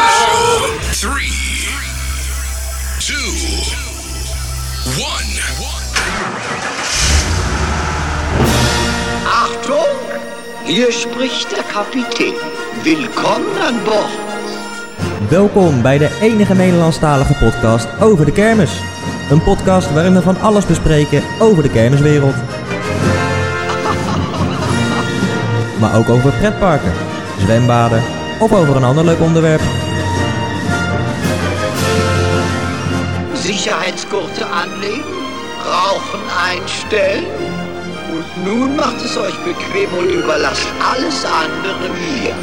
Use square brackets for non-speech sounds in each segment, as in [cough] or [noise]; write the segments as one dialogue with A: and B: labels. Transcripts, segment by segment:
A: Three, two, one.
B: Achtung! Hier spricht der Kapitän. Willkommen an Bord.
C: Welkom bij de enige Nederlandstalige podcast over de kermis. Een podcast waarin we van alles bespreken over de kermiswereld. Maar ook over pretparken, zwembaden of over een ander leuk onderwerp.
B: Sicherheitsgurte anlegen, Rauchen einstellen. Und nun macht es euch bequem und überlasst alles andere mir.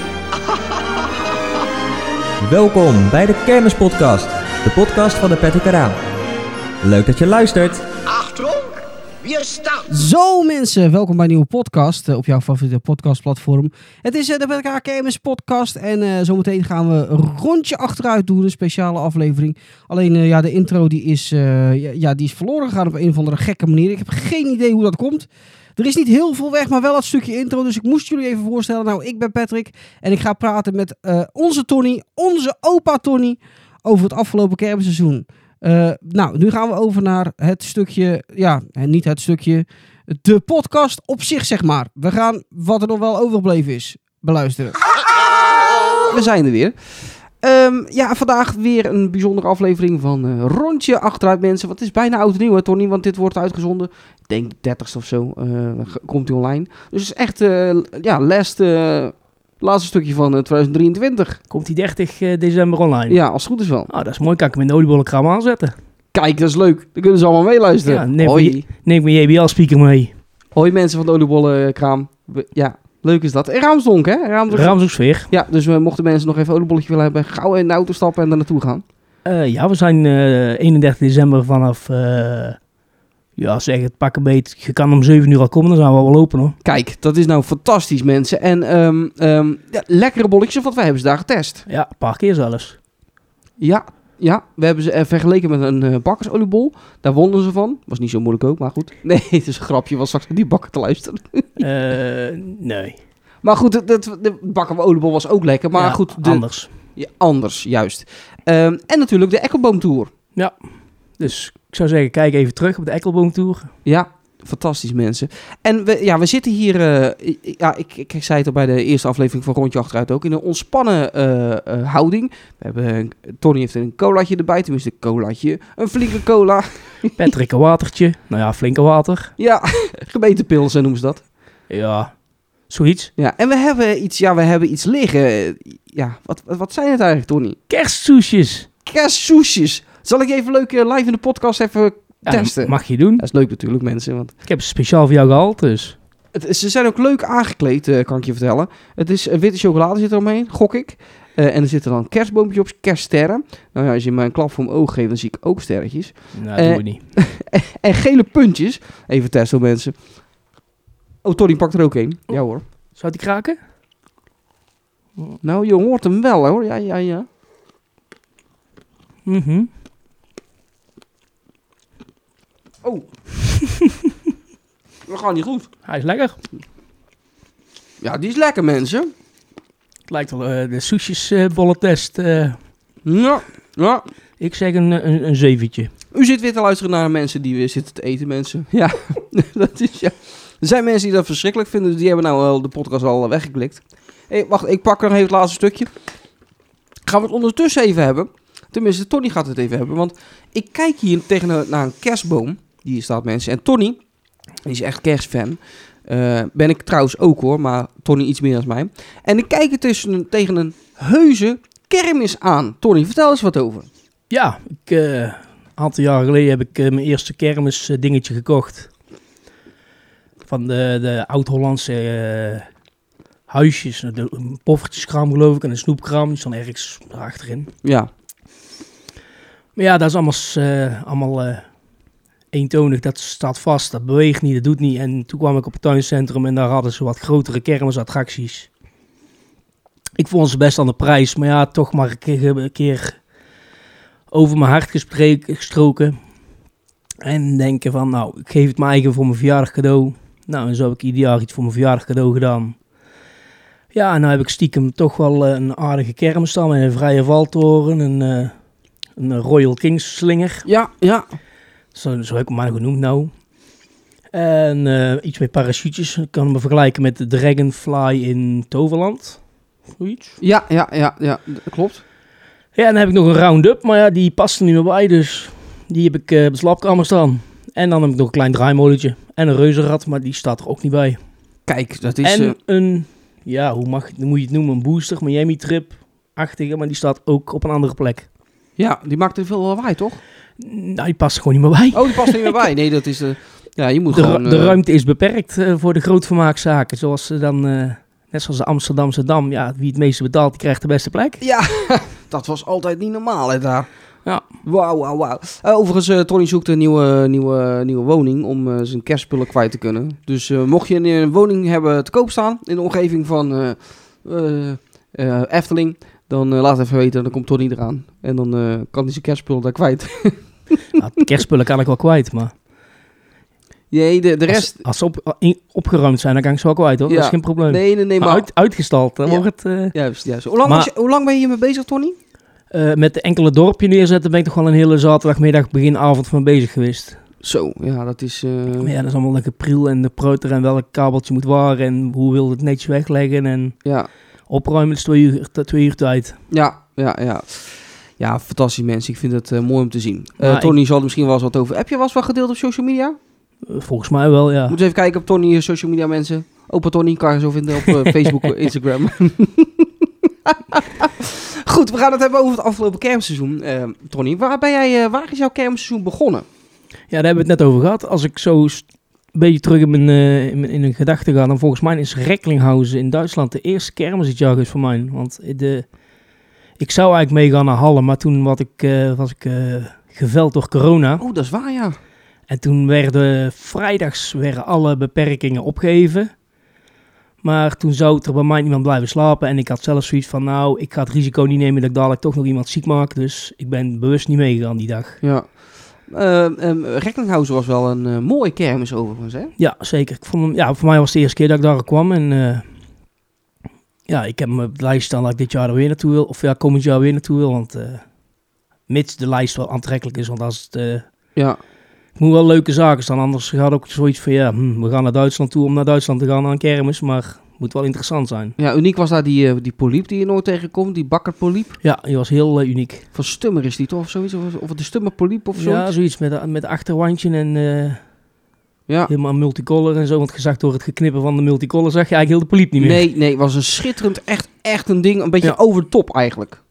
C: Welkom bij de Kermispodcast, de podcast van de Petty Karaan. Leuk dat je luistert.
B: Achtung! Wir starten!
D: Zo mensen, welkom bij een nieuwe podcast eh, op jouw favoriete podcastplatform. Het is eh, de BK Kermis podcast en eh, zometeen gaan we een rondje achteruit doen, een speciale aflevering. Alleen eh, ja, de intro die is, eh, ja- ja, die is verloren gegaan op een of andere gekke manier. Ik heb geen idee hoe dat komt. Er is niet heel veel weg, maar wel dat stukje intro, dus ik moest jullie even voorstellen. Nou, ik ben Patrick en ik ga praten met eh, onze Tony, onze opa Tony, over het afgelopen kermisseizoen. Eh, nou, nu gaan we over naar het stukje, ja, eh, niet het stukje, de podcast op zich, zeg maar. We gaan wat er nog wel overgebleven is beluisteren. We zijn er weer. Ehm, ja, vandaag weer een bijzondere aflevering van eh, Rondje Achteruit Mensen. Want het is bijna oud en nieuw, hè, Tony? Want dit wordt uitgezonden, ik denk de 30ste of zo, eh, ge- komt hij online. Dus het is echt, eh, ja, last, eh, laatste stukje van eh, 2023.
E: Komt die 30 eh, december online?
D: Ja, als het goed is wel.
E: Oh, dat is mooi. Kan ik hem in de oliebollenkraam aanzetten?
D: Kijk, dat is leuk. Dan kunnen ze allemaal meeluisteren.
E: Ja, neem
D: Hoi.
E: die- Neem mijn JBL-speaker mee.
D: Hoi mensen van de oliebollenkraam. We- Ja, leuk is dat. En Raamsdonk, hè? Raamsdonk.
E: Raamzoeksfeer.
D: Ja, dus we mochten mensen nog even een oliebolletje willen hebben, gauw in de auto stappen en daar naartoe gaan.
E: Eh ja, we zijn eh, 31 december vanaf... eh, ja, zeg het, pak een beet. Je kan om 7 uur al komen, dan zijn we wel open hoor.
D: Kijk, dat is nou fantastisch, mensen. En ehm, ehm, ja, lekkere bolletjes, want wij hebben ze daar getest.
E: Ja, een paar keer zelfs.
D: Ja, ja we hebben ze eh, vergeleken met een eh, bakkersoliebol. Daar wonnen ze van. Was niet zo moeilijk ook, maar goed. [laughs] Nee, het is een grapje, was straks naar die bakker te luisteren. [laughs]
E: Eh, nee.
D: Maar goed, het- het- de bakken oliebol was ook lekker. Maar
E: Ja,
D: goed, de,
E: Anders.
D: ja, anders, juist. Ehm, en natuurlijk de Ekkelboom Tour.
E: Dus ik zou zeggen, kijk even terug op de Ekkelboomtour.
D: [laughs] Ja, fantastisch mensen. En we, ja, we zitten hier, eh, i- ja, ik, ik, ik zei het al bij de eerste aflevering van Rondje Achteruit ook, in een ontspannen eh, eh, houding. We hebben, een- Tony heeft een colaatje erbij, tenminste een colaatje, een flinke cola. [laughs]
E: Patrick een watertje. Nou ja, flinke water.
D: Ja, gemeentepils hè, noemen ze dat.
E: Ja, zoiets.
D: Ja, en we hebben iets, ja, we hebben iets liggen. Ja, wat, wat- wat zijn het eigenlijk, Tony?
E: Kerstsoesjes.
D: Kerstsoesjes. Zal ik even leuk eh, live in de podcast even
E: Ja,
D: testen?
E: mag je doen.
D: Dat is leuk natuurlijk, mensen, want...
E: Ik heb ze speciaal voor jou gehaald, dus...
D: Het- ze zijn ook leuk aangekleed, eh, kan ik je vertellen. Het is eh, witte chocolade zit er omheen, gok ik. Eh, en er zitten dan kerstboompjes op, kerststerren. Nou ja, als je mij een klap voor mijn oog geeft, dan zie ik ook sterretjes.
E: Nou,
D: Eh,
E: dat doen we niet.
D: En gele puntjes. Even testen, hoor, mensen. Oh, Tony pakt er ook een. Ja hoor.
E: Zou die kraken?
D: Nou, je hoort hem wel hoor. Ja, ja, ja.
E: Mhm.
D: Oh. We gaan niet goed.
E: Hij is lekker.
D: Ja, die is lekker, mensen.
E: Het lijkt wel eh, de soesjesbollentest. eh
D: Ja, ja.
E: ik zeg een, eh, een, een zeventje.
D: U zit weer te luisteren naar mensen die weer zitten te eten, mensen. Ja, [laughs] dat is ja. Er zijn mensen die dat verschrikkelijk vinden, dus die hebben nou al de podcast al eh, weggeklikt. Hé, wacht, ik pak nog even het laatste stukje. Gaan we het ondertussen even hebben. Tenminste, Tony gaat het even hebben, want ik kijk hier tegen een- naar een kerstboom. Die hier staat, mensen. En Tony, die is echt kerstfan. Eh, ben ik trouwens ook hoor, maar Tony iets meer dan mij. En ik kijk er tussen, tegen een heuse kermis aan. Tony, vertel eens wat over.
E: Ja, ik, eh, een aantal jaren geleden heb ik eh, mijn eerste kermis eh, dingetje gekocht. Van de, de oud-Hollandse eh, huisjes. De, een poffertjeskraam geloof ik en een snoepkraam. Die staan ergens achterin.
D: Ja,
E: Maar ja, dat is allemaal, s- eh, allemaal eh, eentonig. Dat staat vast, dat beweegt niet, dat doet niet. En toen kwam ik op het tuincentrum en daar hadden ze wat grotere kermisattracties. Ik vond ze best aan de prijs, maar ja, toch maar een keer, een keer over mijn hart gesprek- gestroken. En denken van, nou, ik geef het mijn eigen voor mijn verjaardag cadeau. Nou, en zo heb ik ieder jaar iets voor mijn verjaardag cadeau gedaan. Ja, en nou heb ik stiekem toch wel eh, een aardige kermis staan met een vrije valtoren, een, eh, een Royal Kings slinger.
D: Ja, ja.
E: Zo, zo heb ik hem maar genoemd nou. En eh, iets met parachutes. Ik kan me vergelijken met de Dragonfly in Toverland. Zoiets.
D: Ja, ja, ja, ja. d- Klopt.
E: Ja, en dan heb ik nog een round-up, maar ja, die past er niet meer bij, dus die heb ik eh, op de slaapkamer staan. En dan heb ik nog een klein draaimolentje en een reuzenrad, maar die staat er ook niet bij.
D: Kijk, dat is...
E: en
D: eh,
E: een, ja, hoe mag, hoe moet je het noemen, een booster, Miami-trip-achtige, maar die staat ook op een andere plek.
D: ja, die maakt er veel lawaai, toch?
E: Nou, die past er gewoon niet meer bij.
D: [laughs] Oh, die past er niet meer bij. Nee, dat is... eh, ja, je moet
E: De,
D: gewoon...
E: ru- de
D: eh,
E: ruimte is beperkt eh, voor de grootvermaakzaken. Zoals ze dan, eh, net zoals de Amsterdamse Dam. Ja, wie het meeste betaalt, die krijgt de beste
D: [laughs]
E: plek.
D: Ja, dat was altijd niet normaal hè, daar.
E: Ja.
D: Wauw, wauw, wauw. Eh, overigens, eh, Tony zoekt een nieuwe, nieuwe, nieuwe woning om eh, zijn kerstspullen kwijt te kunnen. Dus eh, mocht je een, eh, woning hebben te koop staan in de omgeving van eh, eh, eh, Efteling, dan eh, laat even weten, dan komt Tony eraan. En dan eh, kan hij zijn kerstspullen daar kwijt. [laughs]
E: Nou, de kerstspullen kan ik wel kwijt, maar
D: Nee, de, de
E: als,
D: rest...
E: als ze op, in- opgeruimd zijn, dan kan ik ze wel kwijt hoor.
D: Ja.
E: Dat is geen probleem.
D: Nee, nee, nee,
E: maar
D: maar...
E: uit- uitgestald, dan
D: Ja.
E: wordt het... eh,
D: Juist, juist. Hoe lang,
E: Maar-
D: was je- hoe lang ben je hiermee bezig, Tony?
E: eh, met de enkele dorpje neerzetten ben ik toch wel een hele zaterdagmiddag, beginavond van bezig geweest.
D: Zo, ja, dat is... eh,
E: Maar ja, dat is allemaal lekker priel en de preuter en welk kabeltje moet waar en hoe wil het netjes wegleggen en
D: ja,
E: opruimen is twee uur, twee uur tijd.
D: Ja, ja, ja. Ja, fantastisch mensen. Ik vind het eh, mooi om te zien. Eh,
E: Maar ik-
D: Tony zal er misschien wel eens wat over. Heb je wel eens wat gedeeld op social media?
E: Eh, Volgens mij wel, ja.
D: Moet eens even kijken op Tony eh, social media mensen. Opa Tony kan je zo vinden op [laughs] eh, Facebook, eh, Instagram. Goed, we gaan het hebben over het afgelopen kermseizoen. Eh, Tony, waar, ben jij, eh, waar is jouw kermseizoen begonnen?
E: Ja, daar hebben we het net over gehad. Als ik zo st- een beetje terug in mijn, eh, in mijn, in mijn gedachten ga, dan volgens mij is Recklinghausen in Duitsland de eerste kermis dit jaar geweest voor mij. Want de, ik zou eigenlijk meegaan naar Halle, maar toen wat ik, eh, was ik eh, geveld door corona.
D: Oh, dat is waar, ja.
E: En toen werden vrijdags werden alle beperkingen opgeheven. Maar toen zou er bij mij niemand blijven slapen. En ik had zelf zoiets van, nou, ik ga het risico niet nemen dat ik dadelijk toch nog iemand ziek maak. Dus ik ben bewust niet meegegaan die dag.
D: ja. Eh, ehm, Recklinghausen was wel een eh, mooie kermis overigens, hè?
E: Ja, zeker. Ik vond hem, ja, voor mij was het de eerste keer dat ik daar kwam. En eh, ja, ik heb me op de lijst staan dat ik dit jaar er weer naartoe wil. Of ja, komend jaar weer naartoe wil. Want eh, mits de lijst wel aantrekkelijk is. Want als het, eh,
D: Ja,
E: het moet wel leuke zaken staan. Anders gaat ook zoiets van, ja, hm, we gaan naar Duitsland toe om naar Duitsland te gaan aan kermis. Maar het moet wel interessant zijn.
D: ja uniek was daar die, eh, die poliep die je nooit tegenkomt, die bakkerpoliep.
E: Ja, die was heel eh, uniek.
D: Van Stummer is die toch of zoiets? Of, of de Stummer Poliep of zo?
E: Ja, zoiets met, eh, met achterwandje en eh,
D: Ja.
E: helemaal multicolor en zo. Want gezegd door het geknippen van de multicolor zag je eigenlijk heel de poliep niet meer.
D: Nee, nee, het was een schitterend, echt, echt een ding. Een beetje
E: Ja.
D: over de top eigenlijk.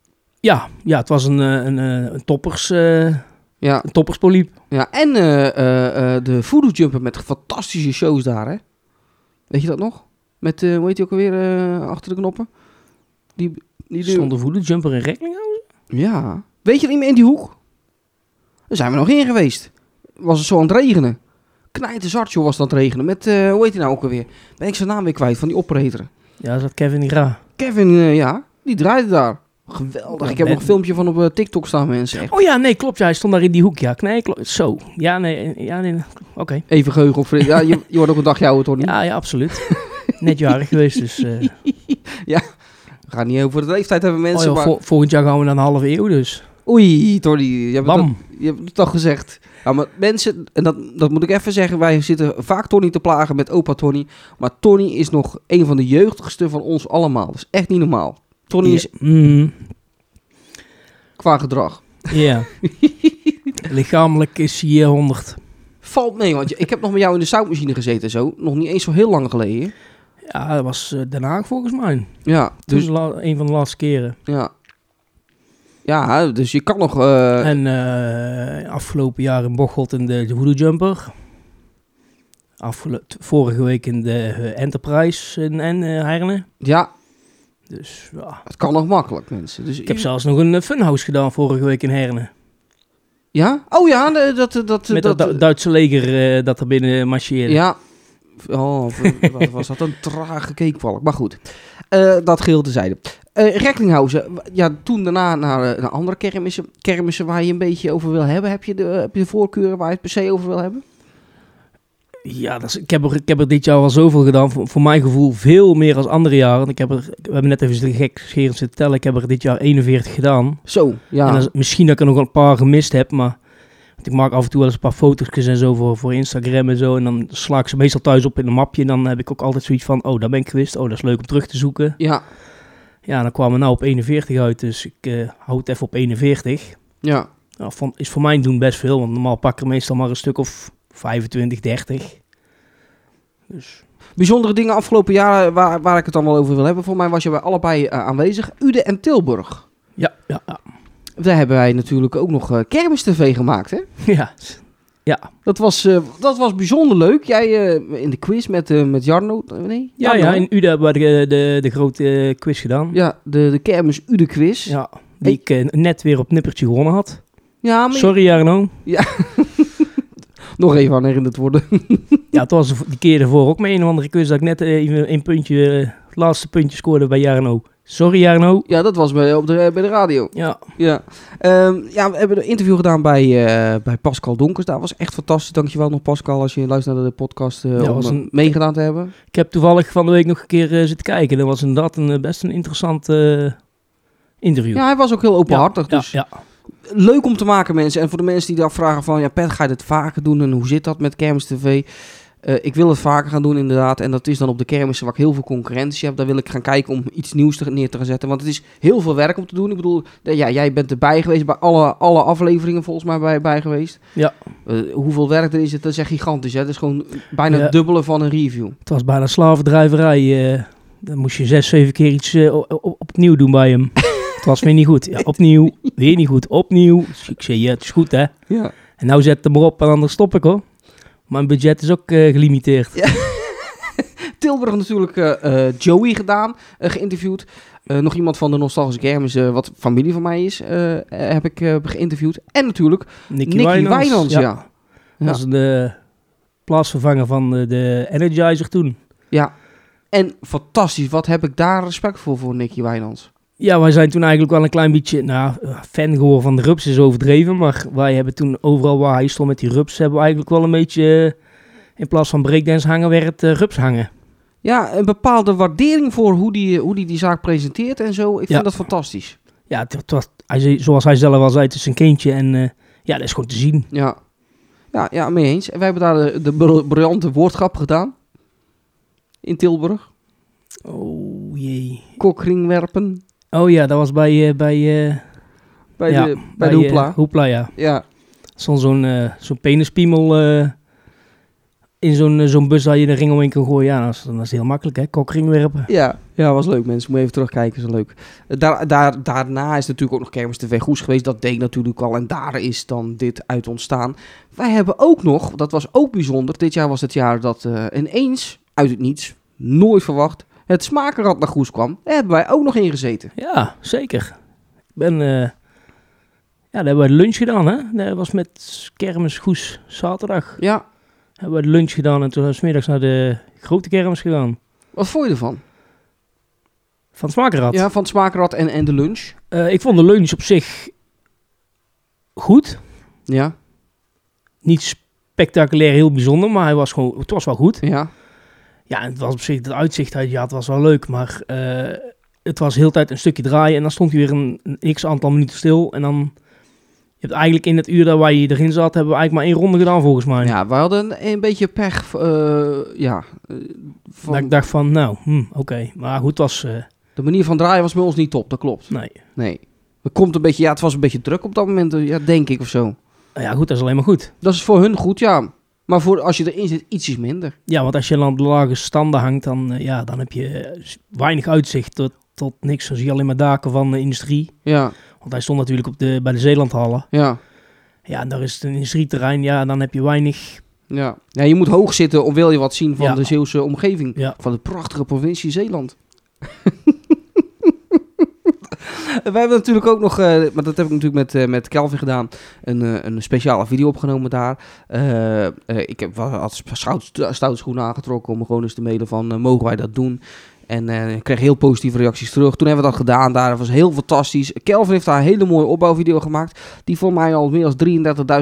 E: Ja, ja, het was een, eh, een, eh, een toppers... eh,
D: Ja,
E: Een topperspoliep.
D: ja. en eh, eh, eh, de Voodoo Jumper met fantastische shows daar, hè? Weet je dat nog? Met, eh hoe heet die ook alweer, eh, achter de knoppen? Die, die die-
E: Stond de voederjumper in Recklinghausen?
D: Ja. Weet je niet meer in die hoek? Daar zijn we nog in geweest. Was het zo aan het regenen. Knijterzart, joh, was dat regenen. Met, eh, hoe heet hij nou ook alweer? Ben ik zijn naam weer kwijt van die operator.
E: Ja, daar zat Kevin Ira.
D: Kevin, eh, ja, die draaide daar. Geweldig. Ik heb
E: Ja, Oh, Ben-
D: nog een filmpje van op eh, TikTok staan, mensen. Echt
E: Oh ja, nee, klopt. Ja, hij stond daar in die hoek. Ja, nee, klopt. Zo. Ja, nee. Ja, nee. Oké.
D: Even geheugen op. Ja, je, je wordt ook een dagje ouder, Tony.
E: Ja, ja,
D: [laughs]
E: absoluut. Net jarig geweest, dus... eh,
D: We gaan niet over de leeftijd hebben,
E: oh
D: mensen.
E: ja,
D: maar...
E: vol- volgend jaar gaan we naar een halve eeuw, dus...
D: Oei, Tony, je hebt, het,
E: Bam.
D: al- je hebt het al gezegd. Ja, maar mensen, en dat, dat moet ik even zeggen, wij zitten vaak Tony te plagen met opa Tony. Maar Tony is nog een van de jeugdigste van ons allemaal. Dat is echt niet normaal. Tony is
E: Ja. Mm,
D: qua gedrag.
E: ja.
D: [laughs]
E: Lichamelijk is hij eh, 100.
D: Valt mee, want je- ik heb nog met jou in de zoutmachine gezeten en zo. Nog niet eens zo heel lang geleden.
E: Ja, dat was eh, Den Haag volgens mij.
D: Ja,
E: Dus
D: dus
E: een van de laatste keren.
D: Ja. Ja, dus je kan nog... eh,
E: En eh, afgelopen jaar in Bocholt in de, de Voodoo Jumper. Afgelo- t- vorige week in de eh, Enterprise in en, eh, Heerlen.
D: ja,
E: Dus ja.
D: het kan nog makkelijk, mensen. Dus
E: Ik heb zelfs nog een eh, funhouse gedaan vorige week in Herne.
D: Ja? Oh ja, de- dat... dat, dat,
E: Met dat,
D: dat-
E: Du- Duitse leger eh, dat er binnen marcheerde.
D: Ja. Oh, [laughs] v- wat was dat? Een trage cakewalk. Maar goed, Eh, dat geheel tezijde. Eh Recklinghausen, w- ja, toen daarna naar, eh, naar andere kermissen, eh, kermissen waar je een beetje over wil hebben. Heb je de, heb je de voorkeuren waar je het per se over wil hebben?
E: Ja, dat is, ik, heb er, ik heb er dit jaar al zoveel gedaan. Voor, voor mijn gevoel veel meer dan andere jaren. Ik heb er, we hebben net even gek scherend zitten tellen. Ik heb er dit jaar 41 gedaan.
D: Zo, ja.
E: En dan is- misschien dat ik er nog een paar gemist heb, maar... Want ik maak af en toe wel eens een paar foto's en zo voor, voor Instagram en zo. En dan sla ik ze meestal thuis op in een mapje. En dan heb ik ook altijd zoiets van, oh, daar ben ik geweest. Oh, dat is leuk om terug te zoeken.
D: ja,
E: Ja, dan kwamen we nou op 41 uit, dus ik eh hou het even op 41.
D: ja.
E: Nou, vond- is voor mij doen best veel, want normaal pak ik er meestal maar een stuk of 25, 30. Dus
D: Bijzondere dingen afgelopen jaren waar, waar ik het dan wel over wil hebben. Voor mij was je bij allebei eh, aanwezig. Uden en Tilburg.
E: ja, ja, ja.
D: Daar hebben wij natuurlijk ook nog eh, Kermis TV gemaakt, hè?
E: [laughs] ja.
D: Dat was, eh, dat was bijzonder leuk. Jij eh, in de quiz met, eh, met Jarno. eh, Nee?
E: Ja,
D: Jarno?
E: ja, Nou, in Uda hebben we de, de, de grote eh, quiz gedaan. Ja,
D: Ja, de, de Kermis Uden quiz.
E: die ik eh, net weer op nippertje gewonnen had.
D: Ja, maar
E: Sorry, Jarno.
D: nog even aan herinnerd worden.
E: Ja, het was de v- die keer ervoor ook mijn een of andere quiz dat ik net eh, even een puntje, eh, het laatste puntje scoorde bij Jarno. Sorry, Jarno.
D: [laughs] ja, dat was bij, op de, bij de radio.
E: Ja,
D: Ja. Ehm, ja, we hebben een interview gedaan bij, eh, bij Pascal Donkers. Dat was echt fantastisch. Dankjewel nog Pascal als je luistert naar de podcast eh,
E: Ja,
D: om
E: was
D: eh,
E: een-
D: meegedaan te hebben.
E: ik heb toevallig van de week nog een keer eh, zitten kijken. Dat was inderdaad een, eh, best een interessant eh, interview.
D: Ja, hij was ook heel openhartig.
E: Ja,
D: dus
E: ja,
D: leuk om te maken mensen. En voor de mensen die daar vragen van, ja Pet, ga je dit vaker doen? En hoe zit dat met Kermis TV? Eh, ik wil het vaker gaan doen inderdaad. En dat is dan op de kermissen waar ik heel veel concurrentie heb. Daar wil ik gaan kijken om iets nieuws te- neer te gaan zetten. Want het is heel veel werk om te doen. Ik bedoel, eh, ja, jij bent erbij geweest. Bij alle, alle afleveringen volgens mij bij, bij geweest.
E: Ja.
D: Eh, hoeveel werk er is, dat is echt gigantisch. Hè? Dat is gewoon bijna
E: Ja.
D: het dubbele van een review.
E: Het was bijna slavendrijverij. eh. dan moest je zes, zeven keer iets eh, o- o- opnieuw doen
D: [laughs]
E: bij hem. het was weer niet goed. Ja, opnieuw. Weer niet goed. Opnieuw. Dus ik zei, ja, het is goed hè.
D: Ja.
E: En nou zet hem maar op en anders stop ik hoor. Mijn budget is ook eh, gelimiteerd.
D: Tilburg natuurlijk eh, eh, Joey gedaan, eh, geïnterviewd. Eh, nog iemand van de Nostalgische Kermis, eh, wat familie van mij is, eh, eh, heb ik eh, geïnterviewd. En natuurlijk
E: Nicky,
D: Nicky Wijnands. ja.
E: Dat
D: Ja.
E: was de plaatsvervanger van eh, de Energizer toen.
D: En fantastisch, wat heb ik daar respect voor, voor Nicky Wijnands.
E: Ja, wij zijn toen eigenlijk wel een klein beetje, nou, eh, fan geworden van de rups is overdreven. Maar wij hebben toen overal waar hij stond met die rups, hebben we eigenlijk wel een beetje, eh, in plaats van breakdance hangen, werd het eh, rups hangen.
D: Ja, een bepaalde waardering voor hoe die, hoe die, die zaak presenteert en zo. Ik
E: Ja.
D: vind dat fantastisch.
E: Ja, het, het was, hij, zei- zoals hij zelf al zei, het is een kindje en eh, ja, dat is gewoon te zien.
D: Ja, ja, ja mee eens. En wij hebben daar de, de bril- briljante woordgrap gedaan. In Tilburg.
E: Oh jee.
D: Kokring werpen.
E: Oh ja, dat was bij, eh, bij, eh,
D: Bij,
E: Ja,
D: de, bij, de
E: eh,
D: hoepla.
E: hoepla, ja.
D: ja.
E: Zo'n zo'n eh, zo'n penispiemel eh, in zo'n eh, zo'n bus waar je de ring omheen kan gooien. Ja, dat is, dat is heel makkelijk hè, kokring werpen.
D: Ja, ja, was leuk mensen. Moet je even terugkijken, is wel leuk. Eh, Daar, daar, daarna is natuurlijk ook nog Kermis TV Goes geweest. Dat deed ik natuurlijk al. En daar is dan dit uit ontstaan. Wij hebben ook nog, dat was ook bijzonder. Dit jaar was het jaar dat eh, ineens, uit het niets, nooit verwacht, het smakenrad naar Goes kwam. Daar hebben wij ook nog in gezeten.
E: Ja, zeker. Ik ben, eh, ja, daar hebben we lunch gedaan hè. Dat was met kermis Goes zaterdag.
D: Ja,
E: Hebben we lunch gedaan en toen zijn we 's middags naar de grote kermis gegaan.
D: wat vond je ervan?
E: Van Smakerad.
D: Ja, van het smakenrad en, en de lunch.
E: Eh, ik vond de lunch op zich goed.
D: Ja,
E: Niet spectaculair, heel bijzonder, maar hij was gewoon, het was wel goed.
D: ja,
E: Ja, en het was op zich, het uitzicht uit, ja, het was wel leuk, maar eh, het was heel de tijd een stukje draaien en dan stond hij weer een, een x aantal minuten stil. En dan, je hebt eigenlijk in het uur dat wij erin zat, hebben we eigenlijk maar één ronde gedaan volgens mij.
D: ja. We hadden een, een beetje pech. eh, ja, eh, van,
E: Dat ik dacht van, nou, hm, oké, maar goed, het was, eh,
D: de manier van draaien was bij ons niet top, dat klopt.
E: nee.
D: Nee. Het komt een beetje, ja, het was een beetje druk op dat moment, eh, ja, denk ik of zo.
E: Nou Ja, goed, dat is alleen maar goed.
D: Dat is voor hun goed, ja. Maar voor als je erin zit, ietsjes minder.
E: Ja, want als je dan op de lage standen hangt, dan, eh, ja, dan heb je eh, s- weinig uitzicht tot, tot niks. Dan zie je alleen maar daken van de industrie.
D: Ja,
E: Want hij stond natuurlijk op de, bij de Zeelandhallen.
D: ja,
E: Ja, en daar is het een industrieterrein. Ja, dan heb je weinig.
D: ja. ja je moet hoog zitten om wil je wat zien van
E: Ja.
D: de Zeeuwse omgeving.
E: Ja.
D: Van de prachtige provincie
E: [laughs]
D: Zeeland. Wij hebben natuurlijk ook nog, eh, maar dat heb ik natuurlijk met, eh, met Kelvin gedaan, een, eh, een speciale video opgenomen daar. Eh, eh, ik heb, wel- had schout- stout schoenen aangetrokken om gewoon eens te mailen van, eh, mogen wij dat doen? En eh, ik kreeg heel positieve reacties terug. Toen hebben we dat gedaan daar, dat was heel fantastisch. Kelvin heeft daar een hele mooie opbouwvideo gemaakt, die voor mij al meer dan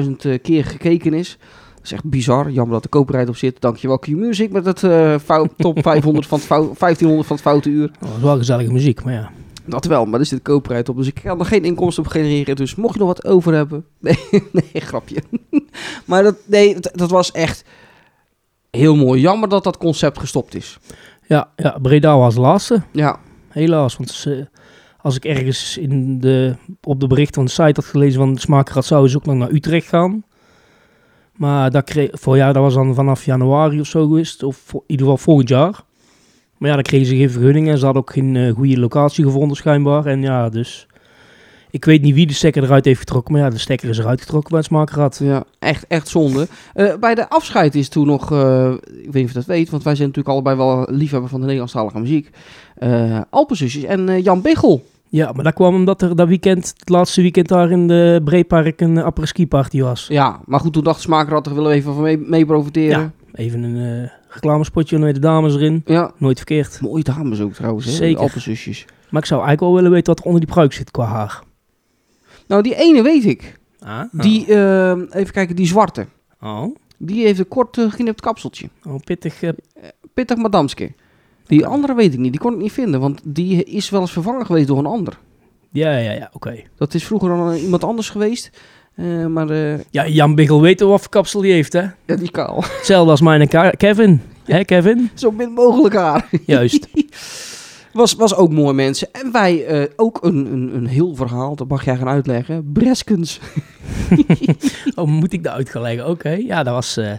D: 33.000 keer eh, gekeken is. is echt bizar. Jammer dat de copyright op zit. Dankjewel Q-Music met het eh, fout- top 500 van het fout, 1500 van het foute uur.
E: Nou, dat is wel gezellige muziek, maar ja.
D: Dat wel, maar er zit de copyright op. Dus ik kan er geen inkomsten op genereren. Dus mocht je nog wat over hebben. [laughs] Nee, nee grapje. [laughs] Maar dat, nee, dat, dat was echt heel mooi. Jammer dat dat concept gestopt is.
E: Ja, ja Breda was de laatste,
D: Ja,
E: helaas. Want ze- als ik ergens in de, op de bericht van de site had gelezen van Smaak gaat saus ook nog naar Utrecht gaan. Maar dat kreeg, voor jaar, dat was dan vanaf januari of zo geweest. Of voor- in ieder geval volgend jaar. Maar ja, dan kregen ze geen vergunning en ze hadden ook geen eh, goede locatie gevonden schijnbaar. En ja, dus... Ik weet niet wie de stekker eruit heeft getrokken, maar ja, de stekker is eruit getrokken bij het Smaakrat.
D: ja echt, echt zonde. Eh, bij de afscheid is toen nog, eh, ik weet niet of je dat weet, want wij zijn natuurlijk allebei wel liefhebber van de Nederlandstalige muziek. Eh Alpenzusjes en eh, Jan Biggel.
E: Ja, maar dat kwam omdat er dat weekend, het laatste weekend daar in de Breepark een uh, ski party was.
D: Ja, maar goed, toen dacht Smaakrat, willen we even van mee, mee profiteren.
E: Even een eh, reclamespotje met de dames erin.
D: Ja.
E: Nooit verkeerd.
D: Mooie dames ook trouwens, hè? die
E: Zeker.
D: Alpenzusjes.
E: Maar ik zou eigenlijk wel willen weten wat er onder die pruik zit qua haar.
D: Nou, die ene weet ik. Die, eh, even kijken, die zwarte.
E: Oh,
D: Die heeft een kort uh, geknipt kapseltje.
E: oh pittig. eh,
D: Pittig madamske. Die andere weet ik niet. Die kon ik niet vinden, want die is wel eens vervangen geweest door een ander.
E: ja, ja, ja, oké.
D: Dat is vroeger dan eh, iemand anders geweest. Eh, maar eh,
E: Ja, Jan Biggel weet wel wat voor kapsel die heeft, hè?
D: ja, die kaal. [laughs]
E: Hetzelfde als mijn en Ka- Kevin. Hè, Kevin?
D: Zo min mogelijk haar.
E: Juist.
D: Was, was ook mooi, mensen. En wij eh, ook een, een, een heel verhaal, dat mag jij gaan uitleggen. Breskens.
E: Oh, moet ik dat uitleggen? Oké, ja, dat was, eh,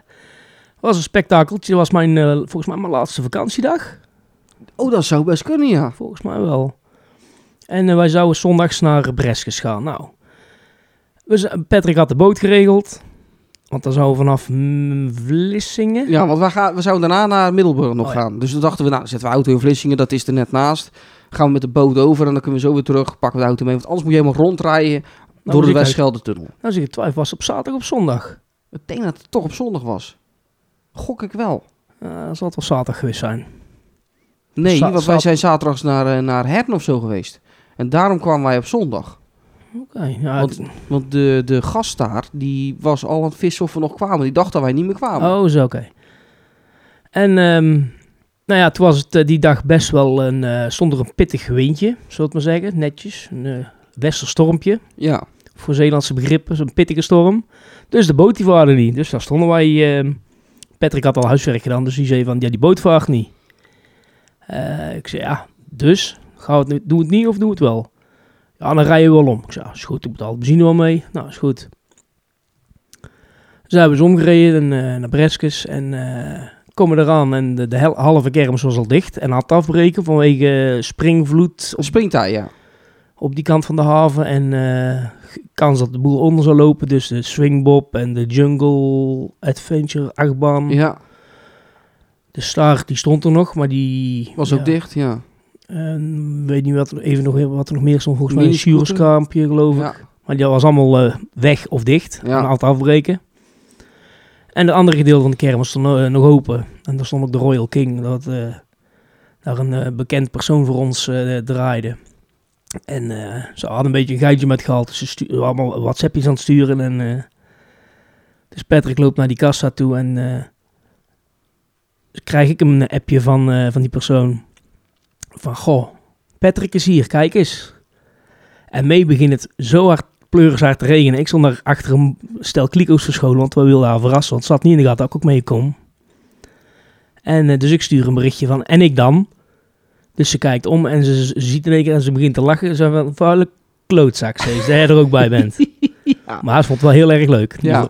E: was een spektakeltje. Dat was mijn, eh, volgens mij mijn laatste vakantiedag.
D: Oh, dat zou best kunnen, ja.
E: Volgens mij wel. En eh, wij zouden zondags naar Breskes gaan. Nou, we z- Patrick had de boot geregeld. Want dan zouden we vanaf mm, Vlissingen.
D: Ja, want we, gaan, we zouden daarna naar Middelburg nog
E: Oh ja.
D: gaan. Dus toen dachten we, nou, zetten we auto in Vlissingen, dat is er net naast. Gaan we met de boot over en dan kunnen we zo weer terug, pakken we de auto mee. Want anders moet je helemaal rondrijden door
E: moet
D: de
E: ik
D: Westgeldertunnel.
E: Nou, zeg ik twijfel, was het op zaterdag of zondag?
D: Ik denk dat het toch op zondag was. Gok ik wel.
E: Eh zal het wel zaterdag geweest zijn.
D: Nee,
E: Za-
D: want wij
E: zat-
D: zijn zaterdags naar, eh, naar Hern of zo geweest. En daarom kwamen wij op zondag.
E: Oké, ja,
D: Want-
E: het-
D: Want de, de gast daar, die was al aan het vissen of we nog kwamen. Die dacht dat wij niet meer kwamen.
E: Oh, zo, oké. En, ehm, nou ja, toen was het eh, die dag best wel een, eh stond er een pittig windje, zullen we het maar zeggen. Netjes, een eh, westerstormpje.
D: Ja,
E: voor Zeelandse begrippen, zo'n pittige storm. Dus de boot die vaarde niet. Dus daar stonden wij. ehm, Patrick had al huiswerk gedaan, dus die zei van, ja, die boot vaart niet. Eh, ik zei, ja, dus, gaan we het nu, doe het niet of doe het wel? Ja, dan rijden we wel om. Ik zei, ja, is goed, ik betaal de benzine wel mee. Nou, is goed. Dus daar hebben we ze omgereden en, eh, naar Breskes en eh, komen eraan. En de, de hel- halve kermis was al dicht en aan het afbreken vanwege eh, springvloed op
D: springt hij, ja.
E: op die kant van de haven. En eh, kans dat de boel onder zou lopen. Dus de swingbob en de jungle adventure achtbaan.
D: Ja,
E: De staart die stond er nog, maar die...
D: was
E: ja,
D: ook dicht, ja.
E: En weet niet wat, er- even nog, wat er nog meer stond. Volgens mij een
D: Miniscooter.
E: Sjuruskaampje geloof ik.
D: Ja,
E: Maar die was allemaal eh, weg of dicht.
D: Ja.
E: En aan het afbreken. En het andere gedeelte van de kermis stond eh, nog open. En daar stond ook de Royal King. Dat, eh, daar een eh, bekend persoon voor ons eh, draaide. En eh, ze hadden een beetje een geitje met gehaald. Dus ze stu- allemaal WhatsAppjes aan het sturen. En, eh, dus Patrick loopt naar die kassa toe. En eh, krijg ik een appje van, eh, van die persoon. Van, goh, Patrick is hier, kijk eens. En mee begint het zo hard pleuris hard te regenen. Ik stond daar achter een stel kliko's verscholen, want we wilden haar verrassen. Want ze had niet in de gaten dat ik ook mee kom. En eh, dus ik stuur een berichtje van, en ik dan? Dus ze kijkt om en ze, ze ziet in één keer en ze begint te lachen. Ze zei van, vuile klootzak, ze is, dat jij er ook bij
D: [laughs]
E: bent. Maar ze vond het wel heel erg leuk.
D: Ja.
E: Dus-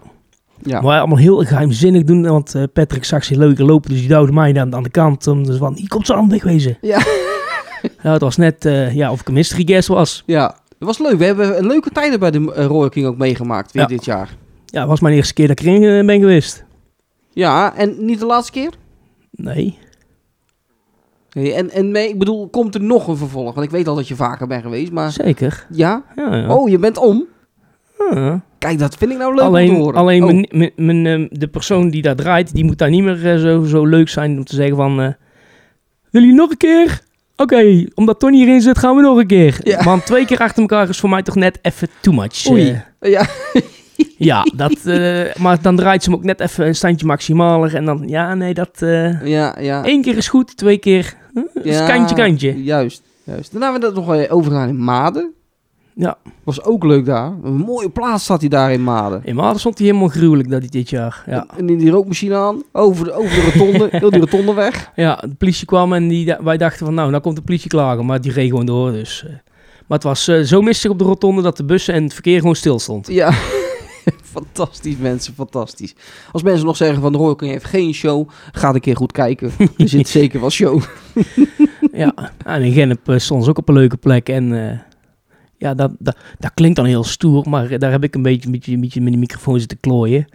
D: ja.
E: maar allemaal heel geheimzinnig doen, want eh, Patrick zag ze leuker lopen, dus die duwde mij aan, aan de kant. om dus van, hier komt ze aan, wegwezen.
D: Ja.
E: Nou, het was net, eh, ja, of ik een mystery guest was.
D: Ja, het was leuk. We hebben een leuke tijden bij de eh, Royal King ook meegemaakt weer
E: Ja.
D: dit jaar.
E: Ja, het was mijn eerste keer dat ik erin eh, ben geweest.
D: Ja, en niet de laatste keer?
E: Nee.
D: Nee, en, en mee, ik bedoel, komt er nog een vervolg? Want ik weet al dat je vaker bent geweest, maar...
E: Zeker.
D: Ja?
E: Ja, ja.
D: Ah. Oh, je bent om?
E: Ja.
D: Kijk, dat vind ik nou leuk om te
E: alleen
D: horen.
E: alleen
D: Oh,
E: mijn, mijn, mijn, ehm, de persoon die daar draait, die moet daar niet meer eh, zo, zo leuk zijn om te zeggen van... eh, Wil je nog een keer? Oké, omdat Tony hierin zit, gaan we nog een keer.
D: Ja.
E: Want twee keer achter elkaar is voor mij toch net even too much.
D: Oei.
E: eh.
D: [laughs] Ja,
E: Ja, dat, eh, maar dan draait ze hem ook net even een standje maximaler. En dan, ja, nee, dat... eh
D: Ja, ja.
E: Eén keer is goed, twee keer... hm, is
D: Ja,
E: kantje, kantje.
D: Juist, juist. Daarna hebben we dat nog eh, overgedaan in Maden.
E: Ja.
D: Was ook leuk daar. Een mooie plaats zat hij daar in Maden.
E: In Maarden stond hij helemaal gruwelijk dat hij dit jaar. Ja,
D: En in die rookmachine aan, over de, over de
E: [laughs]
D: rotonde, heel die rotonde weg.
E: ja de politie kwam en die, wij dachten van nou, nou komt de politie klagen. Maar die reed gewoon door, dus... eh. maar het was eh, zo mistig op de rotonde dat de bussen en het verkeer gewoon
D: [laughs]
E: stil stond.
D: Ja, fantastisch mensen, fantastisch. Als mensen nog zeggen van de Royal King heeft geen show, ga een keer goed kijken. Er
E: [laughs]
D: zit zeker wel show.
E: ja, en in Gennep eh, stond ze ook op een leuke plek. En eh, ja, dat, dat, dat klinkt dan heel stoer, maar eh, daar heb ik een beetje, een beetje, een beetje met de microfoon zitten klooien.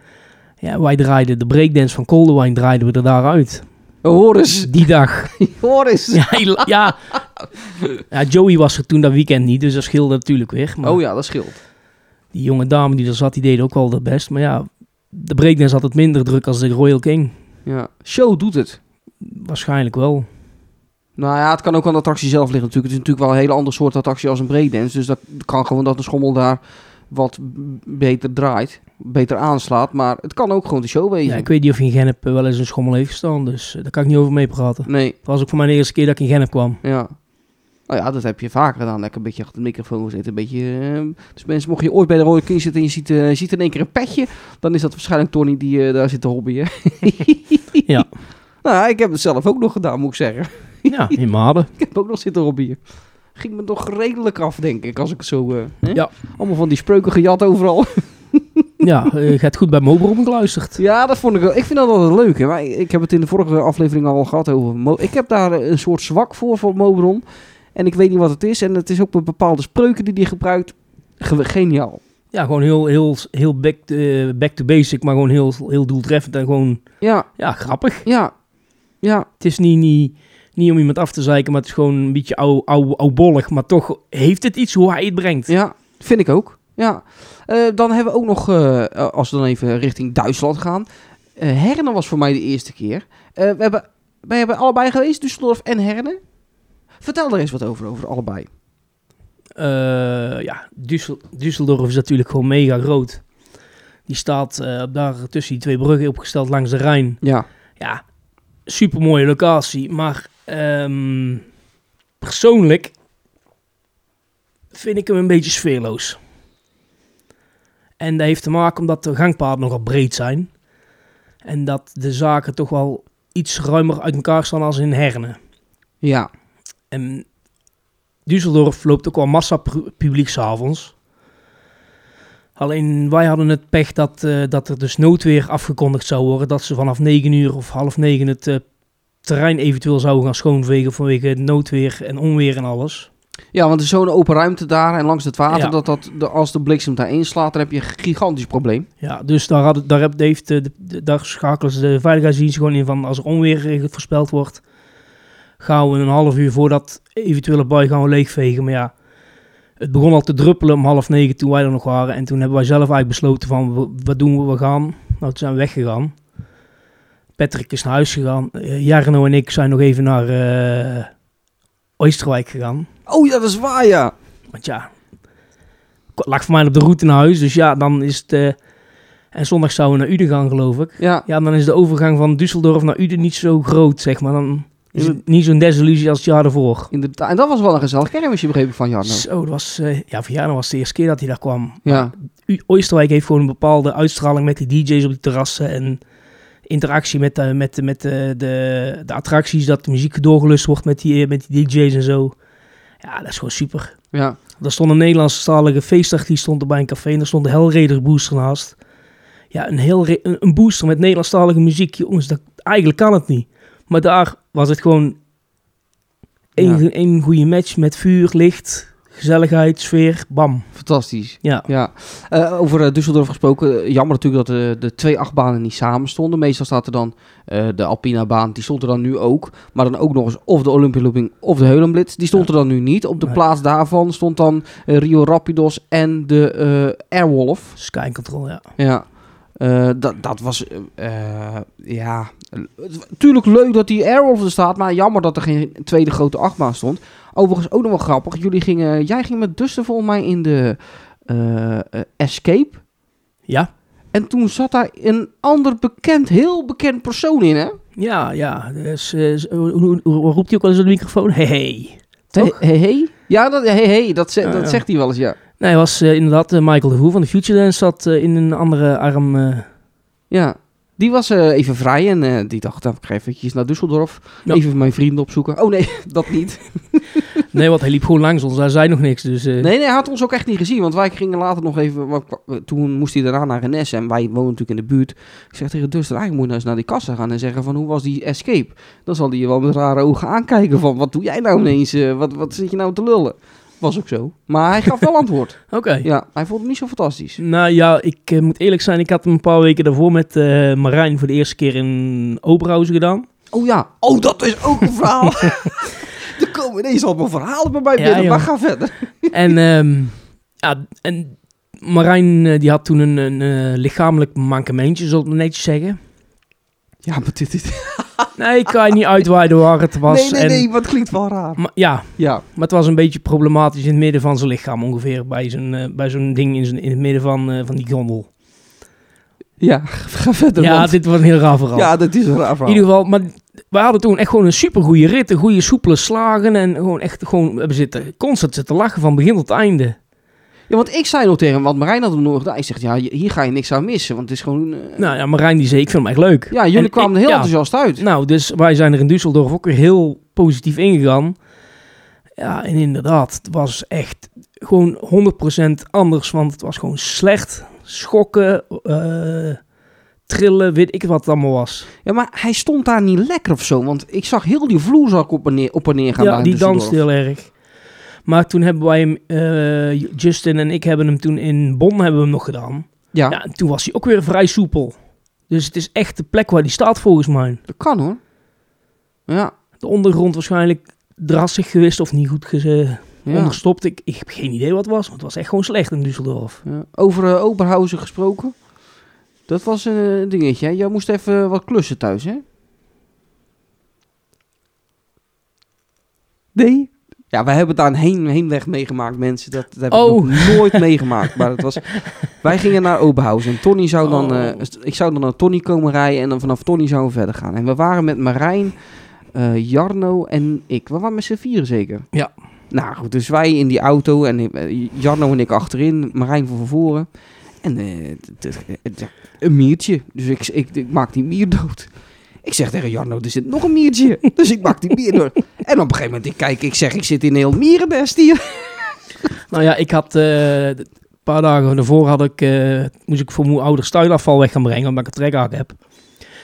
E: Ja, wij draaiden de breakdance van Coldwine draaiden we er daaruit.
D: Hoor eens,
E: Die dag.
D: hoor eens.
E: ja, hela- ja. ja, Joey was er toen dat weekend niet, dus dat scheelde natuurlijk weer. Maar
D: Oh ja, dat scheelt.
E: die jonge dame die er zat, die deed ook wel haar best. Maar ja, de breakdance had het minder druk als de Royal King.
D: Ja. Show doet het.
E: Waarschijnlijk wel.
D: Nou ja, het kan ook aan de attractie zelf liggen natuurlijk. Het is natuurlijk wel een hele ander soort attractie als een breakdance. Dus dat kan gewoon dat de schommel daar wat b- beter draait, beter aanslaat. Maar het kan ook gewoon de show
E: Ja,
D: wezen.
E: ik weet niet of je in Gennep eh, wel eens een schommel heeft gestaan, dus eh, daar kan ik niet over meepraten.
D: Nee,
E: Het was ook voor mij de eerste keer dat ik in Gennep kwam.
D: ja. Nou ja, dat heb je vaker gedaan. Lekker een beetje achter de microfoon zitten. Een beetje, eh, dus mensen, mocht je ooit bij de Royal King zitten en je ziet, eh, je ziet in één keer een petje... dan is dat waarschijnlijk Tony die eh, daar zit te hobbyen.
E: [laughs] Ja.
D: [laughs] Nou ja, ik heb het zelf ook nog gedaan, moet ik zeggen. [laughs]
E: Ja, in Maarden.
D: Ik heb ook nog zitten hobbyen. Ging me toch redelijk af, denk ik, als ik het zo... eh, hè?
E: Ja.
D: Allemaal van die spreuken gejat overal.
E: Ja, eh, je hebt goed bij mijn oproep geluisterd.
D: Ja, dat vond ik wel. Ik vind dat altijd leuk. Hè? Maar ik, ik heb het in de vorige aflevering al gehad over. Mo- ik heb daar eh, een soort zwak voor, voor Mobron. En ik weet niet wat het is. En het is ook met bepaalde spreuken die hij gebruikt. Ge- geniaal.
E: Ja, gewoon heel, heel, heel back, eh, back to basic, maar gewoon heel, heel doeltreffend en gewoon
D: Ja,
E: ja, grappig.
D: ja, ja.
E: Het is niet, niet, niet om iemand af te zeiken, maar het is gewoon een beetje ou, ou, oubollig. Maar toch heeft het iets hoe hij het brengt.
D: Ja, vind ik ook. Ja. Eh, dan hebben we ook nog, eh, eh, als we dan even richting Duitsland gaan. Eh Herne was voor mij de eerste keer. Eh, we hebben, wij hebben allebei geweest, Düsseldorf en Herne. Vertel er eens wat over, over allebei.
E: Eh, ja, Düssel, Düsseldorf is natuurlijk gewoon mega groot. Die staat eh, daar tussen die twee bruggen opgesteld langs de Rijn.
D: Ja,
E: ja, supermooie locatie. Maar ehm, persoonlijk vind ik hem een beetje sfeerloos. En dat heeft te maken omdat de gangpaden nogal breed zijn. En dat de zaken toch wel iets ruimer uit elkaar staan als in Herne.
D: ja,
E: En Düsseldorf loopt ook wel massa pu- publiek s'avonds. Alleen wij hadden het pech dat, eh, dat er dus noodweer afgekondigd zou worden. Dat ze vanaf 9 uur of half 9 het eh, terrein eventueel zouden gaan schoonvegen vanwege het noodweer en onweer en alles.
D: Ja, want er is zo'n open ruimte daar en langs het water,
E: Ja.
D: dat, dat de, als de bliksem daarin slaat, dan heb je een gigantisch probleem.
E: Ja, dus daar, hadden, daar, heb, heeft, eh, de- de- daar schakelen ze de veiligheidsdienst gewoon in van als er onweer eh, voorspeld wordt, gaan we een half uur voordat eventuele bui gaan we leegvegen. Maar ja, het begon al te druppelen om half negen toen wij er nog waren. En toen hebben wij zelf eigenlijk besloten van w- wat doen we, we gaan. Nou, toen zijn we weggegaan. Patrick is naar huis gegaan. Eh, Jarno en ik zijn nog even naar eh Oosterwijk gegaan.
D: Oh ja, dat is waar, ja.
E: Want ja, het lag voor mij op de route naar huis. Dus ja, dan is het... eh, en zondag zouden we naar Uden gaan, geloof ik.
D: Ja,
E: Ja, dan is de overgang van Düsseldorf naar Uden niet zo groot, zeg maar. Dan is het niet zo'n desillusie als het jaar ervoor.
D: inderdaad. En dat was wel een gezellig kermisje, begreep ik van Jarno.
E: Zo, dat was... eh, ja, voor Jarno was de eerste keer dat hij daar kwam.
D: Ja,
E: U- Oosterwijk heeft gewoon een bepaalde uitstraling met die DJ's op de terrassen en interactie met, de- met, de- met de, de, de attracties, dat de muziek doorgelust wordt met die, eh, met die DJ's en zo. Ja, dat is gewoon super.
D: ja,
E: Daar stond een Nederlandstalige feestartiest stond er bij een café en daar stond de Hellraider booster naast. Ja, een, heel een een booster met Nederlandstalige muziek, jongens, dat, eigenlijk kan het niet. Maar daar was het gewoon één,
D: Ja.
E: één goede match met vuur, licht, gezelligheid, sfeer, bam.
D: fantastisch.
E: Ja,
D: Ja, Eh, over eh, Düsseldorf gesproken. eh, jammer natuurlijk dat eh, de twee achtbanen niet samen stonden. Meestal staat er dan eh, de Alpina-baan, die stond er dan nu ook. Maar dan ook nog eens of de Olympialooping of de Heulenblitz. Die stond
E: Ja.
D: er dan nu niet. Op de
E: Nee.
D: plaats daarvan stond dan eh, Rio Rapidos en de eh, Airwolf.
E: Sky Control, ja.
D: Ja. Eh, dat, dat was, eh, eh, ja, Het- tuurlijk leuk dat die Airwolf er staat, maar jammer dat er geen tweede grote achtbaan stond. Overigens ook nog wel grappig, jullie gingen, jij ging met Duster volgens mij in de eh, eh, Escape.
E: Ja,
D: En toen zat daar een ander bekend, heel bekend persoon in, hè?
E: ja, ja. Dus, eh, z- hoe, hoe- hoe roept hij ook wel eens op de microfoon? Hey, hey. Toch?
D: Hey, hey, hey. Ja, dat, hey, hey, dat, ze-
E: Ja,
D: dat
E: ja.
D: zegt hij wel eens, ja.
E: Nee, hij was eh, inderdaad eh, Michael de Hoe van de Future Dance zat eh, in een andere arm. eh,
D: Ja, die was eh, even vrij en eh, die dacht, nou, ik ga eventjes naar Düsseldorf.
E: Ja.
D: Even mijn vrienden opzoeken. Oh nee, [laughs] dat niet.
E: Nee, want hij liep gewoon langs ons. Hij zei nog niks. Dus, eh,
D: Nee, nee, hij had ons ook echt niet gezien. Want wij gingen later nog even... wa- kwa- Toen moest hij daarna naar Rennes en wij wonen natuurlijk in de buurt. Ik zeg tegen Duster, eigenlijk moet je nou eens naar die kassa gaan en zeggen van hoe was die escape? Dan zal hij je wel met rare ogen aankijken van wat doe jij nou ineens? eh, wat, wat zit je nou te lullen? Was ook zo. Maar hij gaf [laughs] wel antwoord.
E: Oké.
D: Ja, hij vond het niet zo fantastisch.
E: Nou ja, ik eh, moet eerlijk zijn. Ik had hem een paar weken daarvoor met eh, Marijn voor de eerste keer in Oberhausen
D: [laughs]
E: gedaan.
D: Oh ja, oh dat is ook een verhaal. [laughs] er komen ineens allemaal verhalen bij mij
E: Ja,
D: binnen, maar
E: joh.
D: ga verder.
E: en, ehm, ja, en Marijn eh, die had toen een, een eh, lichamelijk mankementje, zal ik maar netjes zeggen.
D: Ja, maar dit is...
E: Nee, ik kan je niet uitweiden waar het was.
D: nee, nee,
E: en,
D: nee, wat klinkt wel raar.
E: Maar, ja,
D: Ja,
E: maar het was een beetje problematisch in het midden van zijn lichaam ongeveer. Bij zo'n eh, bij zo'n ding in, zijn, in het midden van, eh, van die gondel.
D: ja, ga verder.
E: Ja,
D: want-
E: dit was een heel raar verhaal.
D: ja, dat is een raar
E: In
D: verhaal.
E: ieder geval, maar we hadden toen echt gewoon een super goede rit, een goede soepele slagen en gewoon echt gewoon, we hebben zitten constant zitten lachen van begin tot einde.
D: Ja, want ik zei nog tegen hem, want Marijn had hem nog gedaan. Ik zeg, ja, hier ga je niks aan missen, want het is gewoon... eh,
E: Nou ja, Marijn die zei, ik vind hem echt leuk.
D: ja, jullie
E: En
D: kwamen
E: ik-
D: er heel
E: ja.
D: enthousiast uit.
E: Nou, dus wij zijn er in Düsseldorf ook weer heel positief ingegaan. Ja, en inderdaad, het was echt gewoon 100% anders, want het was gewoon slecht, schokken, eh, trillen, weet ik wat het allemaal was.
D: Ja, maar hij stond daar niet lekker of zo, want ik zag heel die vloerzak op en neer, op en neer gaan daar
E: Ja,
D: in
E: die
D: Düsseldorf.
E: danste heel erg. Maar toen hebben wij hem, eh, Justin en ik hebben hem toen in Bonn hebben we hem nog gedaan.
D: Ja,
E: Ja. en toen was hij ook weer vrij soepel. Dus het is echt de plek waar hij staat volgens mij.
D: dat kan hoor. Ja,
E: De ondergrond waarschijnlijk drassig geweest of niet goed geze-
D: ja.
E: onderstopt. Ik, ik heb geen idee wat het was, want het was echt gewoon slecht in Düsseldorf.
D: Ja, Over eh, Oberhausen gesproken. Dat was een eh, dingetje. Hè? Jij moest even wat klussen thuis, hè? Nee? Ja, wij hebben daar een heen, heenweg meegemaakt, mensen. Dat, dat heb ik
E: Oh.
D: nog nooit meegemaakt. Maar
E: [laughs]
D: het was, wij gingen naar Oberhausen. En Tony zou dan, eh,
E: Oh.
D: st- ik zou dan naar Tony komen rijden. En dan vanaf Tony zouden we verder gaan. En we waren met Marijn, eh, Jarno en ik. We waren met z'n vieren zeker.
E: Ja.
D: Nou goed, dus wij in die auto. En eh, Jarno en ik achterin. Marijn van voren. En eh, t- t- t- een miertje. Dus ik, ik, ik maak die mier dood. Ik zeg tegen Jarno, er zit nog een miertje. [laughs] Dus ik maak die mier dood. En op een gegeven moment, ik kijk, ik zeg, ik zit in een heel mierennest hier.
E: Nou ja, ik had eh, een paar dagen daarvoor had ik, eh, moest ik voor mijn ouders tuinafval weg gaan brengen, omdat ik een trekhaak heb.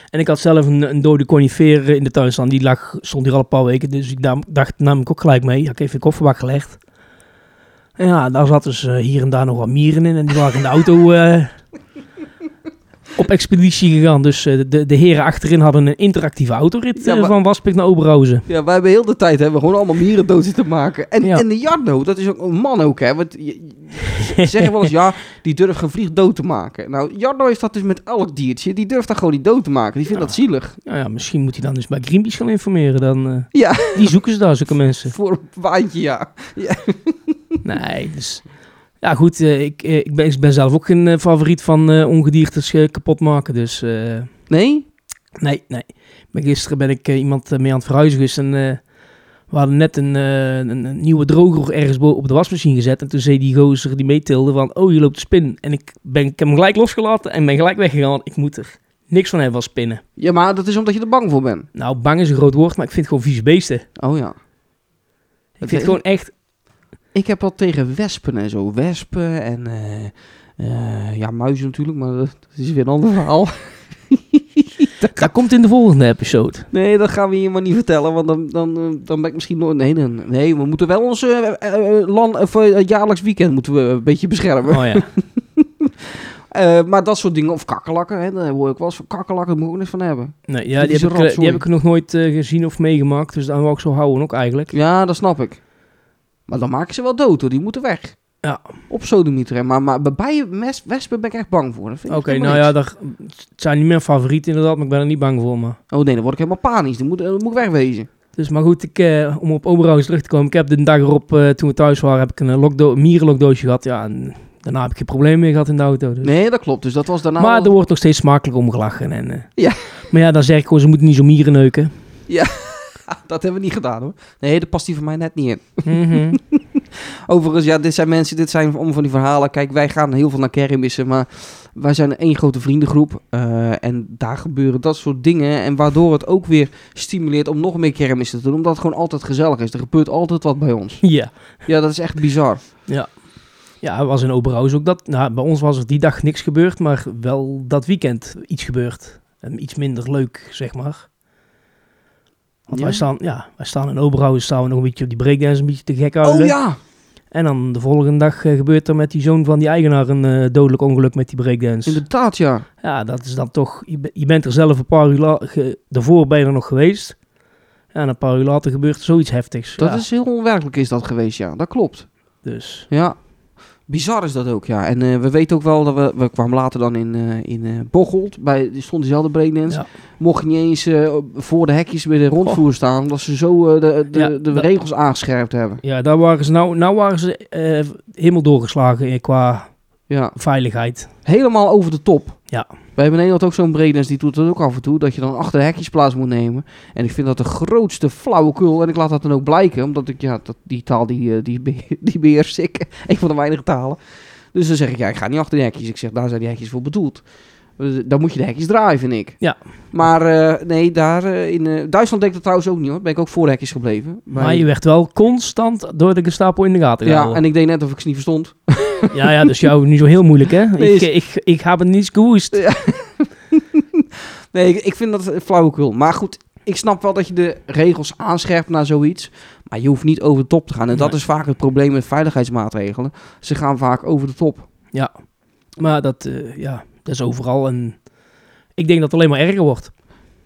E: En ik had zelf een, een dode conifeer eh, in de tuin staan. Die lag, stond hier al een paar weken, dus ik nam- dacht, nam ik ook gelijk mee. Had ik even in de kofferbak gelegd. En ja, daar zat dus eh, hier en daar nog wat mieren in. En die waren in de auto eh, op expeditie gegaan. Dus eh, de, de heren achterin hadden een interactieve autorit
D: Ja,
E: eh,
D: maar-
E: van Waspik naar Oberhausen.
D: Ja, wij hebben heel de tijd hebben we gewoon allemaal mieren dood zitten maken. En,
E: Ja.
D: en de Jarno, dat is ook een man ook, hè. Want je, ze zeggen wel eens, ja, die durft geen vlieg dood te maken. Nou, Jarno heeft dat dus met elk diertje. Die durft dat gewoon niet dood te maken. Die vindt
E: Ja.
D: dat zielig. [laughs]
E: Nou ja, misschien moet hij dan dus bij Greenpeace gaan informeren. Dan, eh,
D: Ja,
E: die zoeken ze daar, zulke mensen.
D: voor een baantje, ja.
E: Nee, dus... Ja, goed, eh, ik, eh, ik, ben, ik ben zelf ook geen eh, favoriet van eh ongediertes eh, kapotmaken, dus... eh,
D: Nee?
E: nee, nee. Ik ben gisteren ben ik eh, iemand eh, mee aan het verhuizen geweest en... eh, we hadden net een, eh, een, een nieuwe droger ergens bo- op de wasmachine gezet. En toen zei die gozer die meetilde van, oh, je loopt te spinnen. En ik, ben, ik heb hem gelijk losgelaten en ben gelijk weggegaan. want Ik moet er niks van hebben van spinnen.
D: Ja, maar dat is omdat je er bang voor bent.
E: Nou, bang is een groot woord, maar ik vind het gewoon vieze beesten.
D: Oh ja.
E: Ik vind het gewoon echt...
D: Ik heb dat tegen wespen en zo. Wespen en eh, eh, ja, muizen natuurlijk, maar dat is weer een ander verhaal.
E: Dat komt in de volgende episode.
D: Nee, dat gaan we hier maar niet vertellen, want dan, dan, eh, dan ben ik misschien nooit... Nee, dan- nee we moeten wel ons eh, eh, eh, land, of, eh, jaarlijks weekend moeten we een beetje beschermen.
E: Oh ja.
D: Eh, maar dat soort dingen, of kakkelakken, hè, daar hoor ik wel eens van kakkelakken, daar moet ik ook niks van hebben.
E: Nee, ja,
D: Dit
E: die
D: is
E: heb,
D: een
E: ik, eh, die
D: rotzooi.
E: heb ik nog nooit eh, gezien of meegemaakt. Dus dan wou ik zo houden ook eigenlijk.
D: Ja, dat snap ik. Maar dan maken ze wel dood, hoor. Die moeten weg.
E: Ja.
D: Op sodemieter. Maar, maar bij bijen, mes- wespen ben ik echt bang voor. Dat vind
E: Oké,
D: ik helemaal
E: nou ja,
D: niks.
E: daar, het zijn niet mijn favorieten inderdaad, maar ik ben er niet bang voor. Maar.
D: Oh nee, dan word ik helemaal panisch. Dan moet, dan moet ik wegwezen.
E: Dus, maar goed, ik, eh, om op Oberhaus terug te komen. Ik heb de dag erop, eh, toen we thuis waren, heb ik een eh, lokdo- mierenlokdoosje gehad. Ja, en Daarna heb ik geen probleem meer gehad in de auto. Dus.
D: Nee, dat klopt. Dus dat was daarna...
E: maar
D: wel-
E: er wordt nog steeds smakelijk omgelachen. En, eh,
D: Ja.
E: Maar ja, dan zeg ik gewoon, ze moeten niet zo mieren neuken.
D: [laughs] Dat hebben we niet gedaan hoor. Nee, dat past die voor mij net niet in.
E: Mhm.
D: [laughs] Overigens, ja, dit zijn mensen, dit zijn allemaal van die verhalen. Kijk, wij gaan heel veel naar kermissen, maar wij zijn één grote vriendengroep. eh, en daar gebeuren dat soort dingen. En waardoor het ook weer stimuleert om nog meer kermissen te doen. Omdat het gewoon altijd gezellig is. Er gebeurt altijd wat bij ons.
E: [laughs] ja.
D: Ja, dat is echt bizar.
E: ja, er was in Oberhaus ook dat. Nou, bij ons was er die dag niks gebeurd, maar wel dat weekend iets gebeurd. En iets minder leuk, zeg maar. Want
D: Ja.
E: wij, staan, ja, wij staan in Oberhaus, staan we nog een beetje op die breakdance, een beetje te gek
D: Oh
E: houden.
D: ja!
E: En dan de volgende dag eh, gebeurt er met die zoon van die eigenaar een eh, dodelijk ongeluk met die breakdance.
D: Inderdaad, ja.
E: Ja, dat is dan toch... Je, be- je bent er zelf een paar uur la- ge- daarvoor ben je er nog geweest. Ja, en een paar uur later gebeurt er zoiets heftigs.
D: Dat
E: Ja,
D: is heel onwerkelijk is dat geweest, ja. Dat klopt.
E: Dus
D: Ja. Bizar is dat ook, ja. En eh, we weten ook wel dat we... We kwamen later dan in, eh in eh, Bocholt. Bij, er stond diezelfde breakdance.
E: Ja.
D: Mocht je niet eens eh, voor de hekjes bij de rondvoer staan. Omdat ze zo eh, de, de,
E: Ja,
D: de
E: dat-
D: regels aangescherpt hebben.
E: ja, daar waren ze nou, nou waren ze eh, helemaal doorgeslagen eh, qua
D: Ja.
E: veiligheid.
D: Helemaal over de top.
E: Ja.
D: Wij hebben in Nederland ook zo'n breakdance. Die doet dat ook af en toe. Dat je dan achter de hekjes plaats moet nemen. En ik vind dat de grootste flauwekul. En ik laat dat dan ook blijken. Omdat ik, ja, dat, die taal die, eh, die, be- [laughs] die beheers ik. Een van de weinige talen. Dus dan zeg ik, ja, ik ga niet achter de hekjes. Ik zeg, daar zijn die hekjes voor bedoeld. Dus Dan moet je de hekjes draaien, vind ik.
E: Ja.
D: Maar eh, nee, daar eh, in eh, Duitsland deed ik dat trouwens ook niet hoor. Ben ik ook voor de hekjes gebleven.
E: Maar, je werd wel constant door de Gestapo in de gaten
D: ja,
E: gehouden.
D: en ik deed net of ik ze niet verstond.
E: ja, ja, dus jou nu zo heel moeilijk, hè?
D: Nee,
E: ik,
D: is-
E: ik, ik heb het niet gewoest.
D: Nee, ik, ik vind dat flauwekul. Maar goed, ik snap wel dat je de regels aanscherpt naar zoiets. Maar je hoeft niet over de top te gaan. En dat
E: Nee.
D: is vaak het probleem met veiligheidsmaatregelen. Ze gaan vaak over de top.
E: Maar dat, eh, ja, dat is overal. En ik denk dat het alleen maar erger wordt.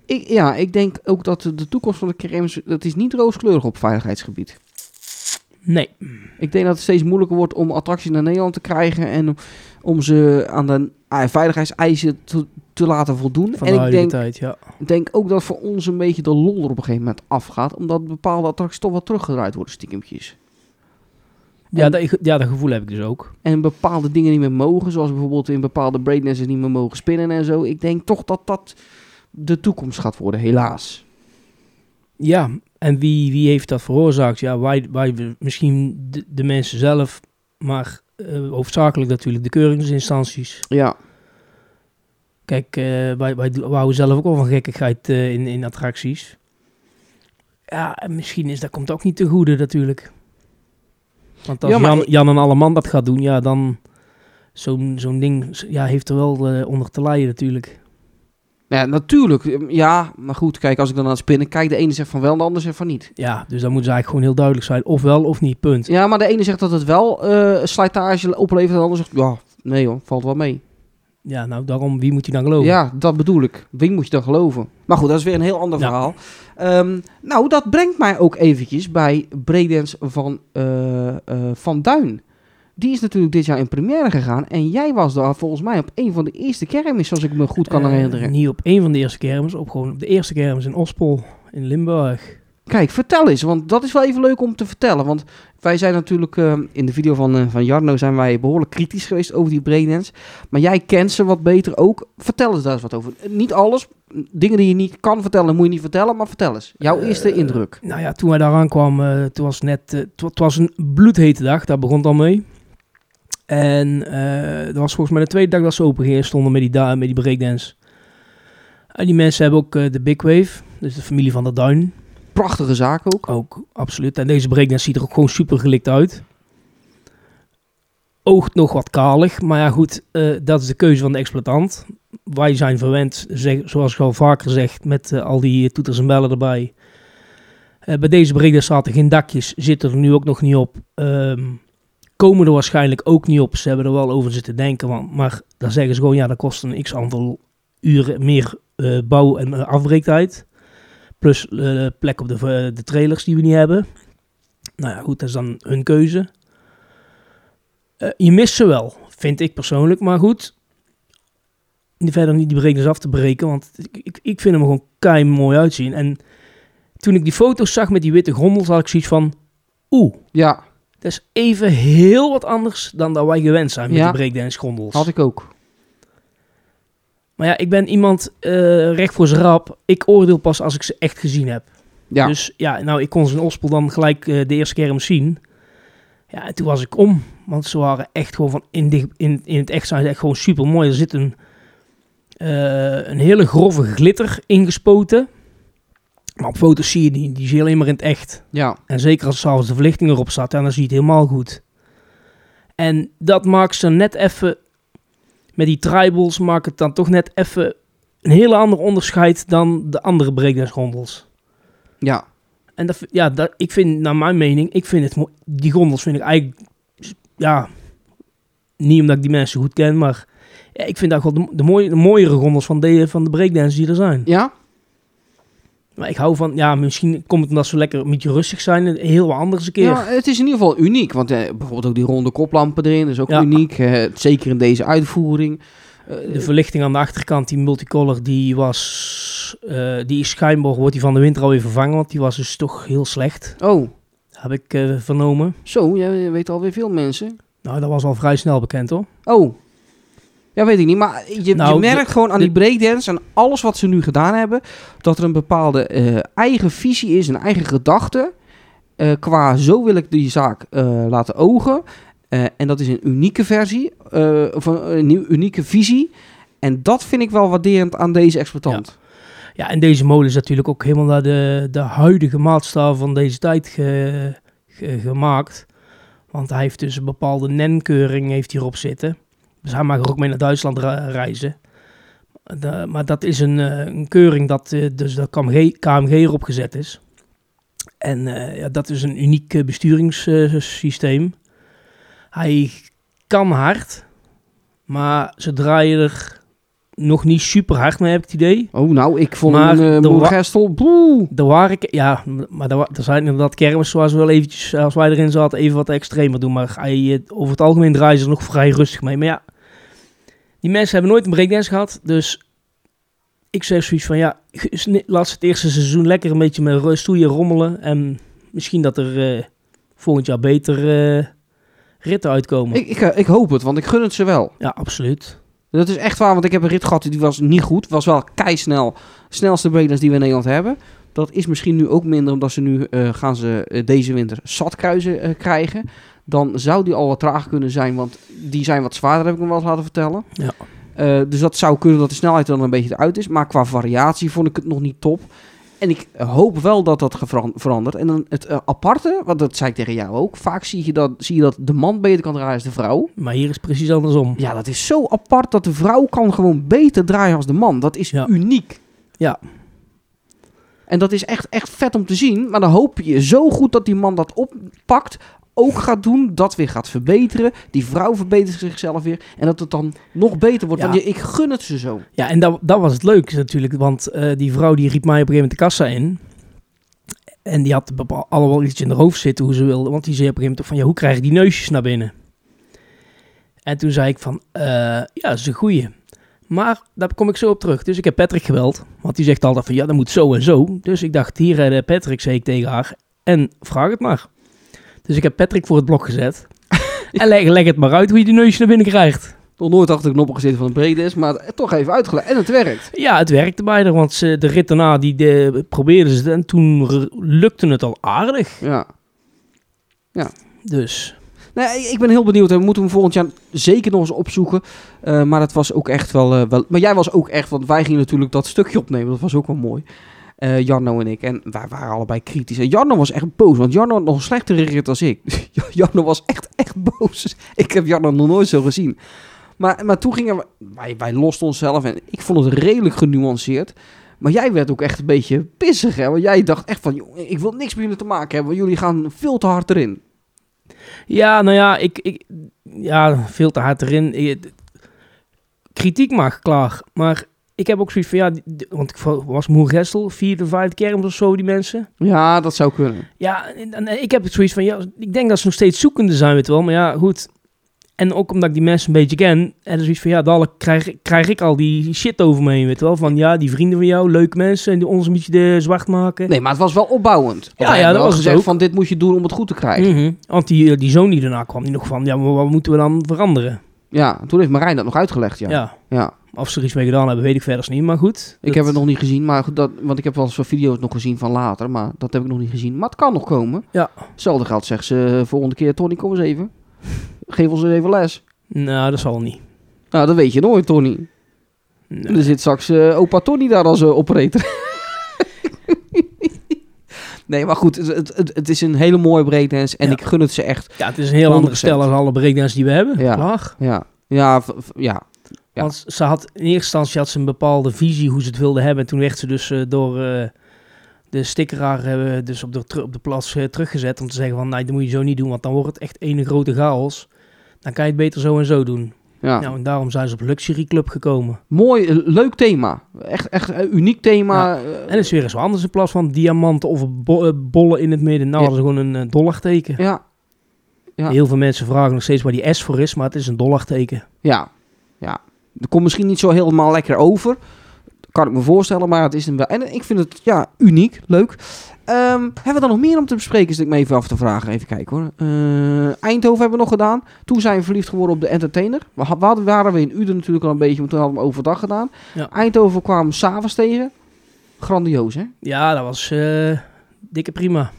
D: Ik, ja, ik denk ook dat de de toekomst van de kermis... dat is niet rooskleurig op veiligheidsgebied.
E: Nee.
D: Ik denk dat het steeds moeilijker wordt om attracties naar Nederland te krijgen... en om- om ze aan de eh, veiligheidseisen te, te laten voldoen.
E: Van de
D: en ik
E: huidige
D: denk,
E: tijd, ja.
D: ik denk ook dat voor ons een beetje de lol er op een gegeven moment afgaat... omdat bepaalde attracties toch wel teruggedraaid worden, stiekempjes.
E: Ja,
D: En-
E: dat, ik- ja, dat gevoel heb ik dus ook.
D: En bepaalde dingen niet meer mogen, zoals bijvoorbeeld in bepaalde breakdances niet meer mogen spinnen en zo. Ik denk toch dat dat de toekomst gaat worden, helaas.
E: Ja, en wie, wie heeft dat veroorzaakt? Ja, wij, wij misschien de, de mensen zelf, maar eh, hoofdzakelijk natuurlijk de keuringsinstanties.
D: Ja,
E: Kijk, eh, wij, wij, doen- wij houden zelf ook al van gekkigheid eh, in, in attracties. Ja, en misschien is dat komt ook niet te goede natuurlijk. Want als
D: Ja, maar
E: Jan,
D: ik-
E: Jan en Alleman dat gaat doen, ja, dan zo'n zo'n ding ja, heeft er wel eh, onder te lijden natuurlijk.
D: nou ja natuurlijk. Ja, maar goed, kijk, als ik dan aan het spinnen kijk, de ene zegt van wel, de ander zegt van niet.
E: Ja, dus dan moet ze eigenlijk gewoon heel duidelijk zijn, of wel of niet, punt.
D: Ja, maar de ene zegt dat het wel eh, slijtage oplevert en de ander zegt, ja, nee hoor, valt wel mee.
E: Ja, nou daarom, wie moet je dan geloven?
D: Ja, dat bedoel ik. Wie moet je dan geloven? Maar goed, dat is weer een heel ander
E: Ja.
D: verhaal. Ehm, nou, dat brengt mij ook eventjes bij Bredens van, eh, eh, van Duin. Die is natuurlijk dit jaar in première gegaan. En jij was daar volgens mij op een van de eerste kermis, als ik me goed kan
E: Eh,
D: herinneren.
E: Niet op één van de eerste kermis, op gewoon op de eerste kermis in Ospol in Limburg.
D: Kijk, vertel eens, want dat is wel even leuk om te vertellen. Want wij zijn natuurlijk, eh, in de video van, eh, van Jarno zijn wij behoorlijk kritisch geweest over die breakdance. Maar jij kent ze wat beter ook. Vertel eens daar eens wat over. Eh, Niet alles, m, dingen die je niet kan vertellen, moet je niet vertellen, maar vertel eens. Jouw
E: Eh,
D: eerste indruk.
E: Nou ja, toen wij daar aankwamen, eh, toen was net, eh, het wa- het was een bloedhete dag, daar begon het al mee. En eh, dat was volgens mij de tweede dag dat ze open gingen, stonden met die, da- met die breakdance. En die mensen hebben ook eh, de Big Wave, dus de familie van de Duin.
D: Prachtige zaak ook.
E: Ook, absoluut. En deze breakdance ziet er ook gewoon super gelikt uit. Oogt nog wat kalig, maar ja goed, eh, dat is de keuze van de exploitant. Wij zijn verwend, zeg, zoals ik al vaker zeg, met eh, al die eh, toeters en bellen erbij. Eh, bij deze breakdance zaten geen dakjes, zitten er nu ook nog niet op. Ehm, komen er waarschijnlijk ook niet op. Ze hebben er wel over zitten denken, want, maar dan zeggen ze gewoon, ja dat kost een x aantal uren meer eh, bouw- en eh, afbreektijd. Plus eh, plek op de, eh, de trailers die we niet hebben. Nou ja, goed, dat is dan hun keuze. Eh, je mist ze wel, vind ik persoonlijk. Maar goed, niet verder niet die berekening af te breken. Want ik, ik, ik vind hem gewoon kei mooi uitzien. En toen ik die foto's zag met die witte gondels, had ik zoiets van... Oeh,
D: Ja,
E: Dat is even heel wat anders dan dat wij gewend zijn met
D: Ja.
E: de breakdance gondels.
D: Had ik ook.
E: Maar ja, ik ben iemand eh, recht voor zijn rap. Ik oordeel pas als ik ze echt gezien heb.
D: Ja,
E: Dus ja, nou, ik kon zijn ospel dan gelijk eh, de eerste keer hem zien. Ja, en toen was ik om. Want ze waren echt gewoon van in, de- in, in het echt zijn ze echt gewoon super mooi. Er zit een, eh, een hele grove glitter ingespoten. Maar op foto's zie je die, die zie je alleen maar in het echt.
D: ja.
E: En zeker als s'avonds de verlichting erop staat, ja, dan zie je het helemaal goed. En dat maakt ze net even, met die tribals maakt het dan toch net even een heel ander onderscheid dan de andere breakdance gondels.
D: ja.
E: En dat, ja, dat, ik vind, naar mijn mening, ik vind het, mo- die gondels vind ik eigenlijk, ja, niet omdat ik die mensen goed ken, maar ja, ik vind dat wel de, de, mooie, de mooiere gondels van de, van de breakdance die er zijn.
D: Ja?
E: Maar ik hou van, ja, misschien komt het omdat ze lekker een beetje rustig zijn, heel wat anders een keer.
D: ja, het is in ieder geval uniek. Want eh, bijvoorbeeld ook die ronde koplampen erin is ook
E: Ja.
D: uniek. eh, zeker in deze uitvoering. eh,
E: De verlichting aan de achterkant, die multicolor, die was. eh, die is schijnbaar, wordt die van de winter alweer vervangen, want die was dus toch heel slecht.
D: Oh,
E: Heb ik eh, vernomen.
D: zo, jij weet alweer veel mensen.
E: Nou, dat was al vrij snel bekend hoor.
D: Oh. Ja, weet ik niet. Maar je,
E: Nou,
D: je merkt gewoon aan
E: de-
D: die breakdance en alles wat ze nu gedaan hebben, dat er een bepaalde eh, eigen visie is, een eigen gedachte. eh, qua zo wil ik die zaak eh, laten ogen. Eh, en dat is een unieke versie, eh, of een, een nieuw- unieke visie. En dat vind ik wel waarderend aan deze exploitant.
E: Ja, en deze molen is natuurlijk ook helemaal naar de, de huidige maatstaf van deze tijd ge- ge- gemaakt. Want hij heeft dus een bepaalde NEN-keuring heeft hierop zitten. Dus hij mag er ook mee naar Duitsland re- reizen. Da- maar dat is een, eh, een keuring dat, eh, dus dat KMG, KMG erop gezet is. En eh, ja, dat is een uniek eh, besturingssysteem. Hij kan hard, maar ze draaien er nog niet super hard mee, heb ik het idee.
D: Oh, nou, ik vond
E: Maar
D: een uh,
E: de wa-
D: Moergestel, boe.
E: Er waren, ke- ja, maar er, wa- er zijn inderdaad kermis zoals we wel eventjes, eh, als wij erin zaten, even wat extremer doen. Maar hij, eh, over het algemeen draaien ze er nog vrij rustig mee. Maar ja, die mensen hebben nooit een breakdance gehad. Dus ik zeg zoiets van, ja, ge- is ni- laat ze het eerste seizoen lekker een beetje met rust toe je rommelen. En misschien dat er eh, volgend jaar beter eh, ritten uitkomen.
D: Ik, ik, eh, ik hoop het, want ik gun het ze wel.
E: Ja, absoluut.
D: Dat is echt waar, want ik heb een rit gehad die was niet goed. Was wel keisnel. Snelste breakdance die we in Nederland hebben. Dat is misschien nu ook minder, omdat ze nu eh, gaan ze eh, deze winter zatkruizen eh, krijgen. Dan zou die al wat traag kunnen zijn, want die zijn wat zwaarder, heb ik me wel eens laten vertellen.
E: Ja.
D: Eh, dus dat zou kunnen dat de snelheid dan een beetje eruit is. Maar qua variatie vond ik het nog niet top. En ik eh, hoop wel dat dat geveran- verandert. En dan het eh, aparte, want dat zei ik tegen jou ook. Vaak zie je dat, zie je dat de man beter kan draaien dan de vrouw.
E: Maar hier is het precies andersom.
D: Ja, dat is zo apart dat de vrouw kan gewoon beter draaien als de man. Dat is
E: Ja.
D: uniek.
E: Ja.
D: En dat is echt, echt vet om te zien. Maar dan hoop je zo goed dat die man dat oppakt. Ook gaat doen, dat weer gaat verbeteren. Die vrouw verbetert zichzelf weer. En dat het dan nog beter wordt.
E: Ja.
D: Want je- ik gun het ze zo.
E: Ja, en dat, dat was het leuke natuurlijk, want eh, die vrouw die riep mij op een gegeven moment de kassa in. En die had bepaal, allemaal iets in haar hoofd zitten hoe ze wilde, want die zei op een gegeven moment van, ja, hoe krijg ik die neusjes naar binnen? En toen zei ik van, eh, ja, dat is een goeie. Maar daar kom ik zo op terug. Dus ik heb Patrick gebeld, want die zegt altijd van, ja, dat moet zo en zo. Dus ik dacht, hier, eh, Patrick, zei ik tegen haar, en vraag het maar. Dus ik heb Patrick voor het blok gezet. en leg, leg het maar uit hoe je die neusjes naar binnen krijgt.
D: Nog nooit achter de knoppen gezeten van een breakdance. Maar toch even uitgelegd. En het werkt.
E: Ja, het werkte bijna, want ze, de rit daarna die de, probeerden ze het en toen r- lukte het al aardig.
D: Ja.
E: Dus
D: Nou, ik, ik ben heel benieuwd. en We moeten hem volgend jaar zeker nog eens opzoeken. Eh, maar dat was ook echt wel, eh, wel... Maar jij was ook echt... Want wij gingen natuurlijk dat stukje opnemen. Dat was ook wel mooi. Eh, Jarno en ik. En wij waren allebei kritisch. En Jarno was echt boos. Want Jarno had nog een slechtere rit dan ik. [laughs] Jarno was echt, echt boos. [laughs] Ik heb Jarno nog nooit zo gezien. Maar, maar toen gingen we... Wij, wij losten onszelf. En ik vond het redelijk genuanceerd. Maar jij werd ook echt een beetje pissig, hè? Want jij dacht echt van... "Joh, Ik wil niks met jullie te maken hebben. want Jullie gaan veel te hard erin.
E: ja, nou ja, ik, ik ja, veel te hard erin. Ik- kritiek mag, klaar. Maar ik heb ook zoiets van, ja, die- die- want ik vo- was Moer Gestel, vierde, vijfde kermis of zo, die mensen.
D: Ja, dat zou kunnen.
E: Ja, en, en ik heb zoiets van, ja, ik denk dat ze nog steeds zoekende zijn, weet je wel. Maar ja, goed, En ook omdat ik die mensen een beetje ken. En dus iets van, ja, dadelijk krijg, ik- krijg ik al die shit over me heen, weet je wel. Van, ja, die vrienden van jou, leuke mensen. En die ons een beetje de zwart maken.
D: Nee, maar het was wel opbouwend. Want
E: Ja,
D: hij
E: ja,
D: had
E: dat
D: wel
E: was het
D: gezegd
E: ook.
D: van dit moet je doen om het goed te krijgen.
E: Mhm. Want die, eh, die zoon die daarna kwam, die nog van, ja, maar wat moeten we dan veranderen?
D: Ja, toen heeft Marijn dat nog uitgelegd, ja.
E: Ja.
D: ja.
E: Of ze er iets mee gedaan hebben, weet ik verder niet, maar goed.
D: Ik heb het nog niet gezien, maar goed, dat, want ik heb wel eens wat video's nog gezien van later, maar dat heb ik nog niet gezien. Maar het kan nog komen.
E: Ja.
D: Hetzelfde geldt, zegt ze, eh, volgende keer, Tony, kom eens even. Geef ons eens even les.
E: Nou, dat zal niet.
D: Nou, dat weet je nooit, Tony.
E: Nee.
D: Er zit straks eh, opa Tony daar als eh,
E: [laughs]
D: operator. nee, maar goed, het, het, het- het is een hele mooie breakdance en
E: Ja.
D: ik gun het ze echt.
E: Ja, het is een heel andere
D: 100%.
E: stel als alle breakdance die we hebben.
D: Ja.
E: Klaar.
D: Ja, ja, v- v- ja. Ja.
E: Want ze had in eerste instantie had ze een bepaalde visie hoe ze het wilde hebben. En toen werd ze dus eh, door eh, de stickeraar eh, dus op de, teru- op de plaats eh, teruggezet. Om te zeggen van, nee, dat moet je zo niet doen, want dan wordt het echt ene grote chaos. Dan kan je het beter zo en zo doen.
D: ja.
E: Nou, en daarom zijn ze op Luxury Club gekomen.
D: Mooi, eh, leuk thema. Echt, echt een uniek thema.
E: En
D: Eh,
E: het is weer eens wat anders in plaats van diamanten of bo- eh, bollen in het midden. Nou,
D: Ja.
E: dat is gewoon een eh, dollarteken.
D: ja, Ja.
E: Heel veel mensen vragen nog steeds waar die S voor is, maar het is een dollarteken.
D: ja, ja. Dat komt misschien niet zo helemaal lekker over. Kan ik me voorstellen, maar het is een wel. En ik vind het ja, uniek, leuk. Ehm, hebben we dan nog meer om te bespreken? Zit ik me even af te vragen. Even kijken hoor. Eh, Eindhoven hebben we nog gedaan. Toen zijn we verliefd geworden op de entertainer. We, had- we hadden- waren we in Uden natuurlijk al een beetje, want toen hadden we hem overdag gedaan.
E: Ja.
D: Eindhoven kwamen we s'avonds tegen. Grandioos, hè?
E: Ja, dat was eh, dikke prima.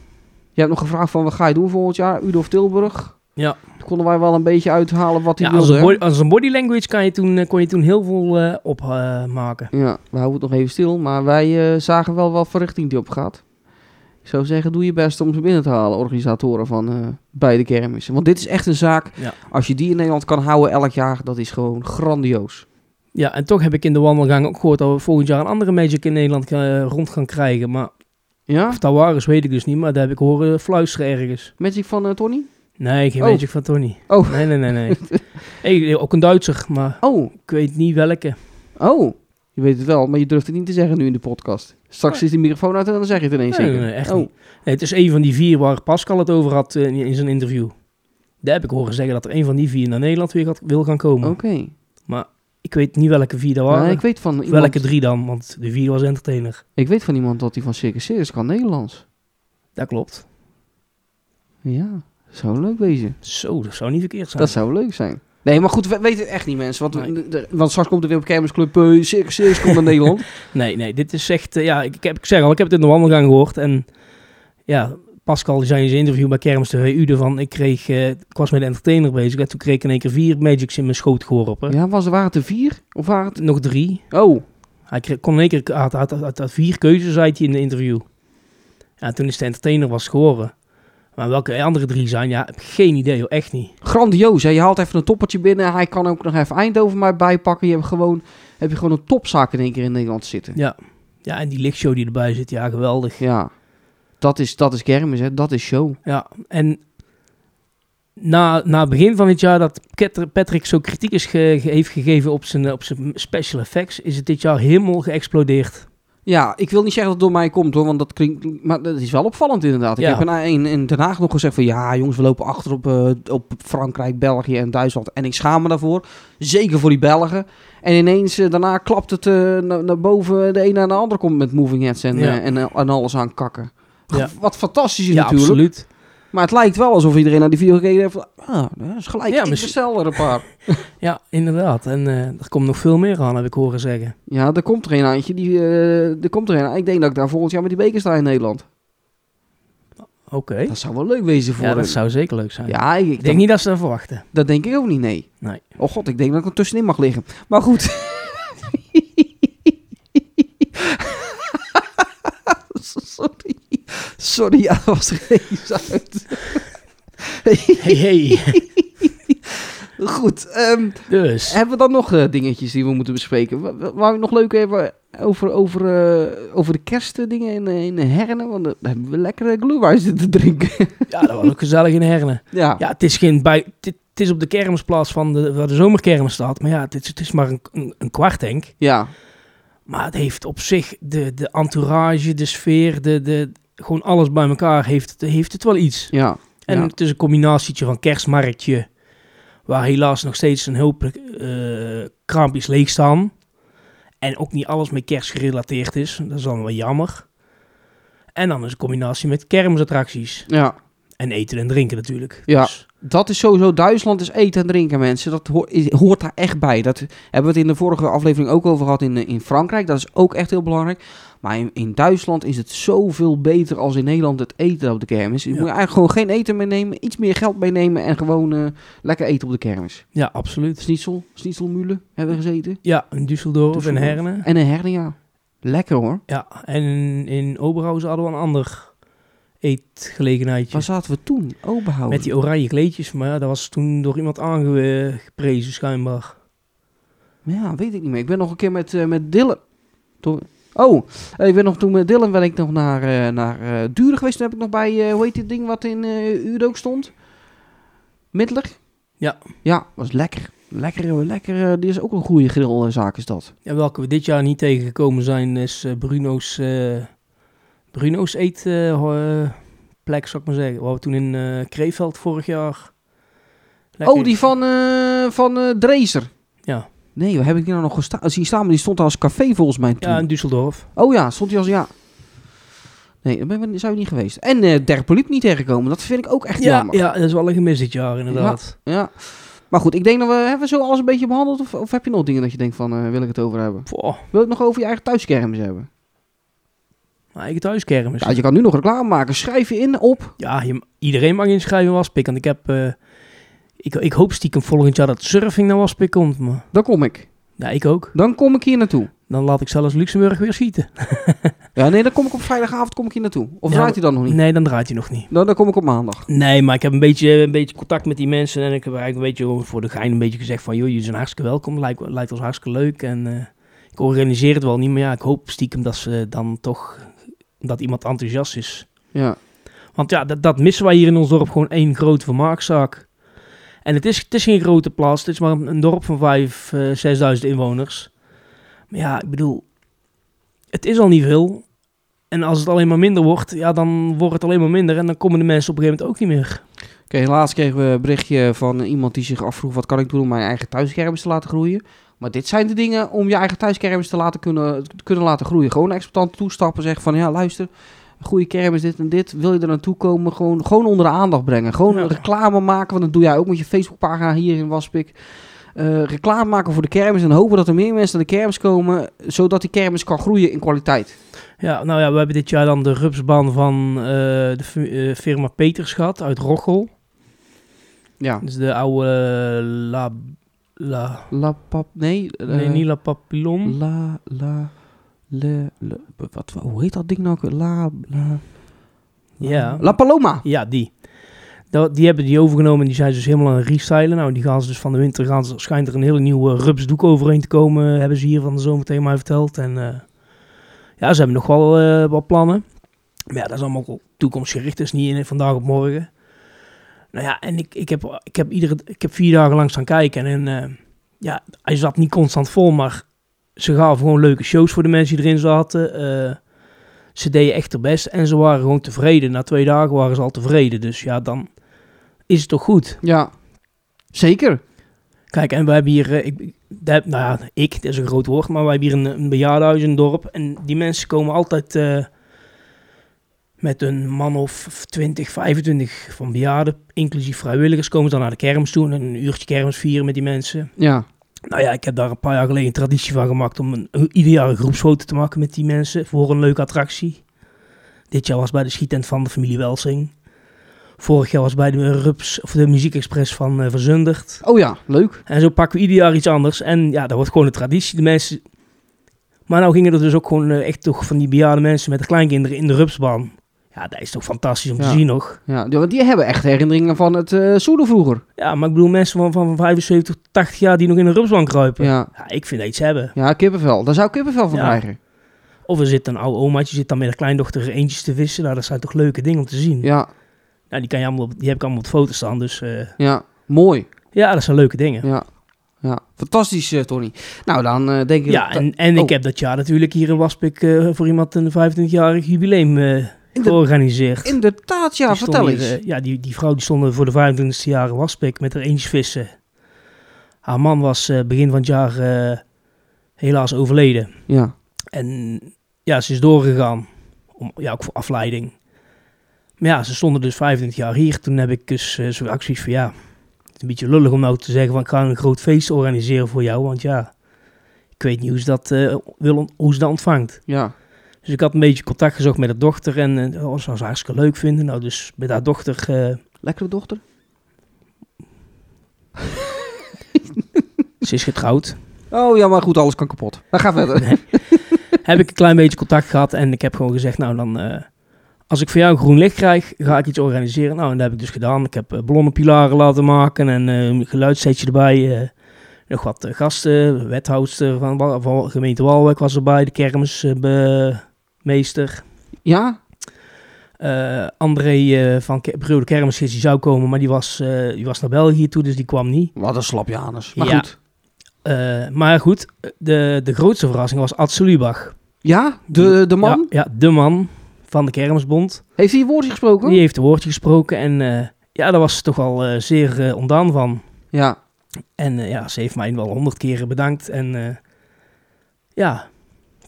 D: Je hebt nog gevraagd van, wat ga je doen volgend jaar? Uden of Tilburg?
E: Ja.
D: Toen konden wij wel een beetje uithalen wat hij
E: Ja, als,
D: wilde.
E: een
D: hè?
E: body, als een body language kan je toen, eh, kon je toen heel veel eh, op opmaken.
D: Ja, we houden het nog even stil, maar wij eh, zagen wel wat voor richting die op gaat. Ik zou zeggen, doe je best om ze binnen te halen, organisatoren van eh, beide kermissen. Want dit is echt een zaak,
E: Ja.
D: als je die in Nederland kan houden elk jaar, dat is gewoon grandioos.
E: ja, en toch heb ik in de wandelgang ook gehoord dat we volgend jaar een andere magic in Nederland eh, rond gaan krijgen. Maar
D: Ja?
E: of dat waar is, weet ik dus niet. Maar daar heb ik horen fluisteren ergens.
D: Magic van eh, Tony?
E: Nee, geen
D: Oh.
E: magic van Tony.
D: Oh.
E: Nee, nee, nee,
D: [laughs]
E: nee. hey, eh, ook een Duitser, maar
D: Oh,
E: ik weet niet welke.
D: oh. Je weet het wel, maar je durft het niet te zeggen nu in de podcast. Straks is de microfoon uit en dan zeg je het ineens
E: Nee,
D: zeker.
E: nee, echt
D: oh.
E: niet. Nee, het is een van die vier waar Pascal het over had eh, in, in zijn interview. Daar heb ik horen zeggen dat er een van die vier naar Nederland weer gaat, wil gaan komen.
D: Oké.
E: Ik weet niet welke vier dat waren.
D: Nou, ik weet van
E: Of welke
D: iemand,
E: drie dan, want de vier was entertainer.
D: ik weet van iemand dat hij van Circus Circus kan Nederlands.
E: Dat klopt.
D: Ja, zou leuk wezen.
E: Zo, dat zou niet verkeerd zijn.
D: Dat zou leuk zijn. Nee, maar goed, we weten het echt niet, mensen. Want, we-
E: Nee.
D: de- want straks komt er weer op Kermis Club eh, Circus Circus komt naar Nederland.
E: Nee, nee, dit is echt... eh, ja, ik, ik heb, ik zeg al, ik heb het in de wandelgang gehoord. En ja, Pascal die zei in zijn interview bij Kermis TV Ude van... Ik, kreeg, eh, ik was met de entertainer bezig en toen kreeg ik in één keer vier magics in mijn schoot geworpen.
D: Ja, was, waren het er vier? Of waren het...
E: Nog drie.
D: Oh,
E: Hij kreeg, kon in één keer... Hij had, had, had- had vier keuzes, zei hij in de interview. Ja, toen is de entertainer was geworden. Maar welke andere drie zijn, ja, heb ik geen idee, hoor, echt niet.
D: grandioos. Hè? Je haalt even een toppertje binnen. Hij kan ook nog even Eindhoven maar bijpakken. Je hebt gewoon, heb je gewoon een topzaak in één keer in Nederland zitten.
E: Ja. Ja, en die lichtshow die erbij zit, ja, geweldig.
D: Ja. Dat is, dat is kermis, hè. Dat is show.
E: Ja, en na, na het begin van het jaar dat Ket- Patrick zo kritiek is ge- ge- heeft gegeven op zijn, op zijn special effects, is het dit jaar helemaal geëxplodeerd.
D: Ja, ik wil niet zeggen dat het door mij komt, hoor. Want dat klinkt... Maar dat is wel opvallend, inderdaad. Ik
E: Ja.
D: heb in, in, in Den Haag nog gezegd van... Ja, jongens, we lopen achter op, eh, op Frankrijk, België en Duitsland. En ik schaam me daarvoor. Zeker voor die Belgen. En ineens, eh, daarna klapt het eh, na- naar boven. De ene en de ander komt met moving heads en,
E: Ja.
D: eh, en, en alles aan kakken.
E: Ja.
D: Wat fantastisch is
E: ja,
D: natuurlijk.
E: absoluut.
D: Maar het lijkt wel alsof iedereen naar die video gekeken heeft. van, Ah, dat is gelijk.
E: Ja,
D: ik
E: misschien-
D: bestel er een paar.
E: Ja, inderdaad. En eh, er komt nog veel meer aan, heb ik horen zeggen.
D: ja, er komt er een eindje. Die, eh, er komt er een. Ik denk dat ik daar volgend jaar met die beker sta in Nederland.
E: Oké.
D: Dat zou wel leuk wezen voor
E: Ja,
D: hun.
E: dat zou zeker leuk zijn.
D: Ja, ik, ik
E: Ik
D: dat,
E: denk niet dat ze dat verwachten.
D: dat denk ik ook niet, nee. [laughs]
E: Nee.
D: Oh god, ik denk dat ik er tussenin mag liggen. Maar goed. [laughs] Sorry. Sorry, ja, dat was er eens uit.
E: Hey, hey.
D: Goed, ehm,
E: dus.
D: hebben we dan nog eh, dingetjes die we moeten bespreken? Wa- wa- Wou je nog leuk hebben over, over, eh, over de kerstdingen in, eh, in Herne? Want dan hebben we lekkere glühwein zitten drinken. [laughs]
E: Ja, dat was ook gezellig in Herne.
D: ja.
E: Ja, het is, geen bij, het, het is op de kermisplaats van de, waar de zomerkermis staat. Maar ja, het is, het is maar een, een, een kwartdenk.
D: ja,
E: Maar het heeft op zich de, de entourage, de sfeer, de, de, gewoon alles bij elkaar heeft, het- heeft het wel iets.
D: ja.
E: En
D: Ja.
E: het is een combinatietje van kerstmarktje, Waar helaas nog steeds een hoop eh, kraampjes leeg staan. En ook niet alles met kerst gerelateerd is. Dat is dan wel jammer. En dan is een combinatie met kermisattracties.
D: Ja,
E: En eten en drinken natuurlijk.
D: Ja.
E: Dus,
D: dat is sowieso. Duitsland is eten en drinken, mensen. Dat hoort, is- hoort daar echt bij. Dat hebben we het in de vorige aflevering ook over gehad in, eh, in Frankrijk. Dat is ook echt heel belangrijk. Maar in, in Duitsland is het zoveel beter als in Nederland het eten op de kermis. Je
E: Ja.
D: moet eigenlijk gewoon geen eten meenemen, iets meer geld meenemen en gewoon eh, lekker eten op de kermis.
E: ja, absoluut.
D: Schnitzel, schnitzelmule hebben we gezeten.
E: Ja, in Düsseldorf en
D: Düsseldorf.
E: Herne.
D: En een hernia. Lekker hoor.
E: Ja, en in Oberhausen hadden we een ander eetgelegenheidje.
D: Waar zaten we toen? Oberhausen.
E: Met die oranje kleedjes, maar ja, dat was toen door iemand aangeprezen schijnbaar.
D: Ja, weet ik niet meer. Ik ben nog een keer met, eh, met Dylan. Toen- Oh, eh, ik ben nog toen met Dylan ben ik nog naar, eh, naar eh, Duren geweest. Toen heb ik nog bij, eh, hoe heet dit ding wat in eh Udo ook stond? Middler?
E: Ja.
D: Ja, was lekker. Lekker, lekker. eh, die is ook een goede grillzaak is dat.
E: Ja, welke we dit jaar niet tegengekomen zijn, is eh, Bruno's, eh, Bruno's eh, eetplek, zou ik maar zeggen. Waar we toen in eh Kreeveld vorig jaar... lekker-
D: Oh, die van, eh van eh Drezer.
E: Ja.
D: Nee, waar heb ik die nou nog gestaan? Zien staan, maar die stond daar als café volgens mij toen.
E: Ja, in Düsseldorf.
D: Oh ja, stond hij als ja. Nee, daar ben, zijn we niet geweest. En eh Dirk Poliep niet tegengekomen. Dat vind ik ook echt
E: Ja,
D: jammer.
E: ja, dat is wel een gemis dit jaar inderdaad.
D: Ja. Maar goed, ik denk dat we hebben we zo alles een beetje behandeld. Of, of heb je nog dingen dat je denkt van, eh, wil ik het over hebben?
E: Poh,
D: Wil je het nog over je eigen thuiskermis hebben?
E: mijn eigen thuiskermis.
D: Ja, je kan nu nog reclame maken. Schrijf je in op.
E: Ja, je, iedereen mag inschrijven waspik. Want ik heb... eh, ik, ik hoop stiekem volgend jaar dat surfing naar waspik komt. Maar
D: Dan kom ik.
E: ja, ik ook.
D: Dan kom ik hier naartoe.
E: Dan laat ik zelfs Luxemburg weer schieten.
D: Ja, nee, dan kom ik op vrijdagavond kom ik hier naartoe. Of
E: Ja,
D: draait hij dan nog niet?
E: Nee, dan draait hij nog niet.
D: Dan, dan kom ik op maandag.
E: Nee, maar ik heb een beetje, een beetje contact met die mensen. En ik heb eigenlijk een beetje gewoon voor de gein een beetje gezegd van... joh, jullie zijn hartstikke welkom. Lijkt, lijkt ons hartstikke leuk. En eh, ik organiseer het wel niet. Maar ja, ik hoop stiekem dat ze dan toch... Dat iemand enthousiast is.
D: Ja.
E: Want ja, dat, dat missen wij hier in ons dorp gewoon één grote vermaakzaak. En het is, het is geen grote plaats, het is maar een dorp van 5, eh 6000 inwoners. Maar ja, ik bedoel, het is al niet veel. En als het alleen maar minder wordt, ja, dan wordt het alleen maar minder. En dan komen de mensen op een gegeven moment ook niet meer.
D: Oké, laatst kregen we een berichtje van iemand die zich afvroeg... wat kan ik doen om mijn eigen thuiskermis te laten groeien? Maar dit zijn de dingen om je eigen thuiskermis te laten kunnen, te kunnen laten groeien. Gewoon naar exploitanten toestappen zeggen van... ja, luister, een goede kermis dit en dit. Wil je er naartoe komen? Gewoon, gewoon onder de aandacht brengen. Gewoon
E: Ja.
D: reclame maken, want dat doe jij ook met je Facebookpagina hier in Waspik. Eh, reclame maken voor de kermis en hopen dat er meer mensen naar de kermis komen... zodat die kermis kan groeien in kwaliteit.
E: Ja, nou ja, we hebben dit jaar dan de rupsbaan van eh, de fu- eh, firma Peters gehad uit Rochel.
D: Ja.
E: Dus de oude eh, La... La
D: La pap... Nee. eh,
E: nee, niet La Papillon.
D: La, la, le, le- wat, hoe heet dat ding nou? ook weer? La, la, la,
E: Ja.
D: La Paloma.
E: Ja, die. Dat, die hebben die overgenomen en die zijn ze dus helemaal aan het restylen. Nou, die gaan ze dus van de winter, gaan ze, schijnt er een hele nieuwe rupsdoek overheen te komen. Hebben ze hier van de zomer tegen mij verteld. En eh, ja, ze hebben nog wel eh, wat plannen. Maar ja, dat is allemaal wel toekomstgericht, dus niet in, vandaag op morgen. Nou ja, en ik, ik, heb, ik, heb, iedere, ik heb vier dagen lang staan kijken. En eh, ja, hij zat niet constant vol, maar ze gaven gewoon leuke shows voor de mensen die erin zaten. Eh, ze deden echt hun best en ze waren gewoon tevreden. Na twee dagen waren ze al tevreden. Dus ja, dan is het toch goed.
D: Ja. Zeker.
E: Kijk, en we hebben hier, eh, ik, ik- daar- nou ja, ik, dat is een groot woord, maar wij hebben hier een, een bejaardenhuis in het dorp. En die mensen komen altijd eh, met een man of 20, 25 van bejaarden, inclusief vrijwilligers, komen ze dan naar de kermis toe. En een uurtje kermis vieren met die mensen.
D: Ja.
E: Nou ja, ik heb daar een paar jaar geleden een traditie van gemaakt om een, ieder jaar een groepsfoto te maken met die mensen voor een leuke attractie. Dit jaar was bij de schietent van de familie Welsing. Vorig jaar was bij de Rups of de Muziekexpress van eh, Verzundert.
D: Oh ja, leuk.
E: En zo pakken we ieder jaar iets anders. En ja, dat wordt gewoon een traditie. De mensen. Maar nou gingen er dus ook gewoon eh, echt toch van die bejaarde mensen met de kleinkinderen in de Rupsbaan. Ja, dat is toch fantastisch om
D: Ja.
E: te zien nog.
D: Ja, die- want die hebben echt herinneringen van het eh zoenen vroeger.
E: Ja, maar ik bedoel mensen van, van 75, 80 jaar die nog in de Rupsbaan kruipen.
D: Ja.
E: ja, ik vind dat iets hebben.
D: Ja, kippenvel. Daar zou ik kippenvel van
E: Ja.
D: krijgen.
E: Of er zit een oude omaatje, zit dan met een kleindochter eentjes te vissen. Nou, dat zijn toch leuke dingen om te zien.
D: Ja.
E: Nou, die, kan je allemaal op, die heb ik allemaal op de foto staan. Dus eh,
D: Ja. Mooi.
E: ja, dat zijn leuke dingen. Ja,
D: Ja. Ja. Fantastisch, eh, Tony. Nou, dan eh, denk ik... dat-
E: en, en
D: oh.
E: ik heb dat jaar natuurlijk hier in Waspik eh, voor iemand een 25-jarig jubileum eh,
D: Inder-
E: georganiseerd.
D: Inderdaad, ja.
E: Die stond
D: vertel
E: hier,
D: eens.
E: eh, ja, die, die vrouw die stond voor de 25e jaren Waspik met haar eentjes vissen. Haar man was eh, begin van het jaar eh, helaas overleden.
D: Ja.
E: En ja, ze is doorgegaan. Om, ja, ook voor afleiding. Maar ja, ze stonden dus 25 jaar hier. Toen heb ik dus eh, zo'n acties van ja. Het is een beetje lullig om nou te zeggen van ik ga een groot feest organiseren voor jou. Want ja, ik weet niet hoe ze dat, eh, wil, ont- hoe ze dat ontvangt.
D: Ja.
E: Dus ik had een beetje contact gezocht met haar dochter. En eh, oh, ze zou ze hartstikke leuk vinden. Nou, dus met haar dochter. eh,
D: Lekkere dochter?
E: ze is getrouwd.
D: Oh ja, maar goed, alles kan kapot. Dan ga verder.
E: [laughs] heb ik een klein beetje contact gehad. En ik heb gewoon gezegd, nou dan... eh, als ik voor jou een groen licht krijg, ga ik iets organiseren. Nou, en dat heb ik dus gedaan. Ik heb eh, ballonnenpilaren laten maken en eh, een geluidssetje erbij. eh, nog wat eh, gasten, wethoudster van, Wa- van gemeente Walwijk was erbij. De kermismeester.
D: Ja?
E: Eh, André eh, van Ke- Breude Kermisgids, die zou komen, maar die was, eh, die was naar België toe, dus die kwam niet.
D: Wat een slap Janus. Maar
E: Ja.
D: goed.
E: Eh, maar goed, de, de grootste verrassing was Ad Sulibach.
D: Ja? De, de man?
E: Ja, ja, de man van de Kermisbond.
D: Heeft hij je woordje gesproken?
E: Die heeft een woordje gesproken en eh, ja, daar was ze toch wel eh, zeer eh, ontdaan van.
D: Ja.
E: En eh, ja, ze heeft mij wel honderd keren bedankt. En eh, ja,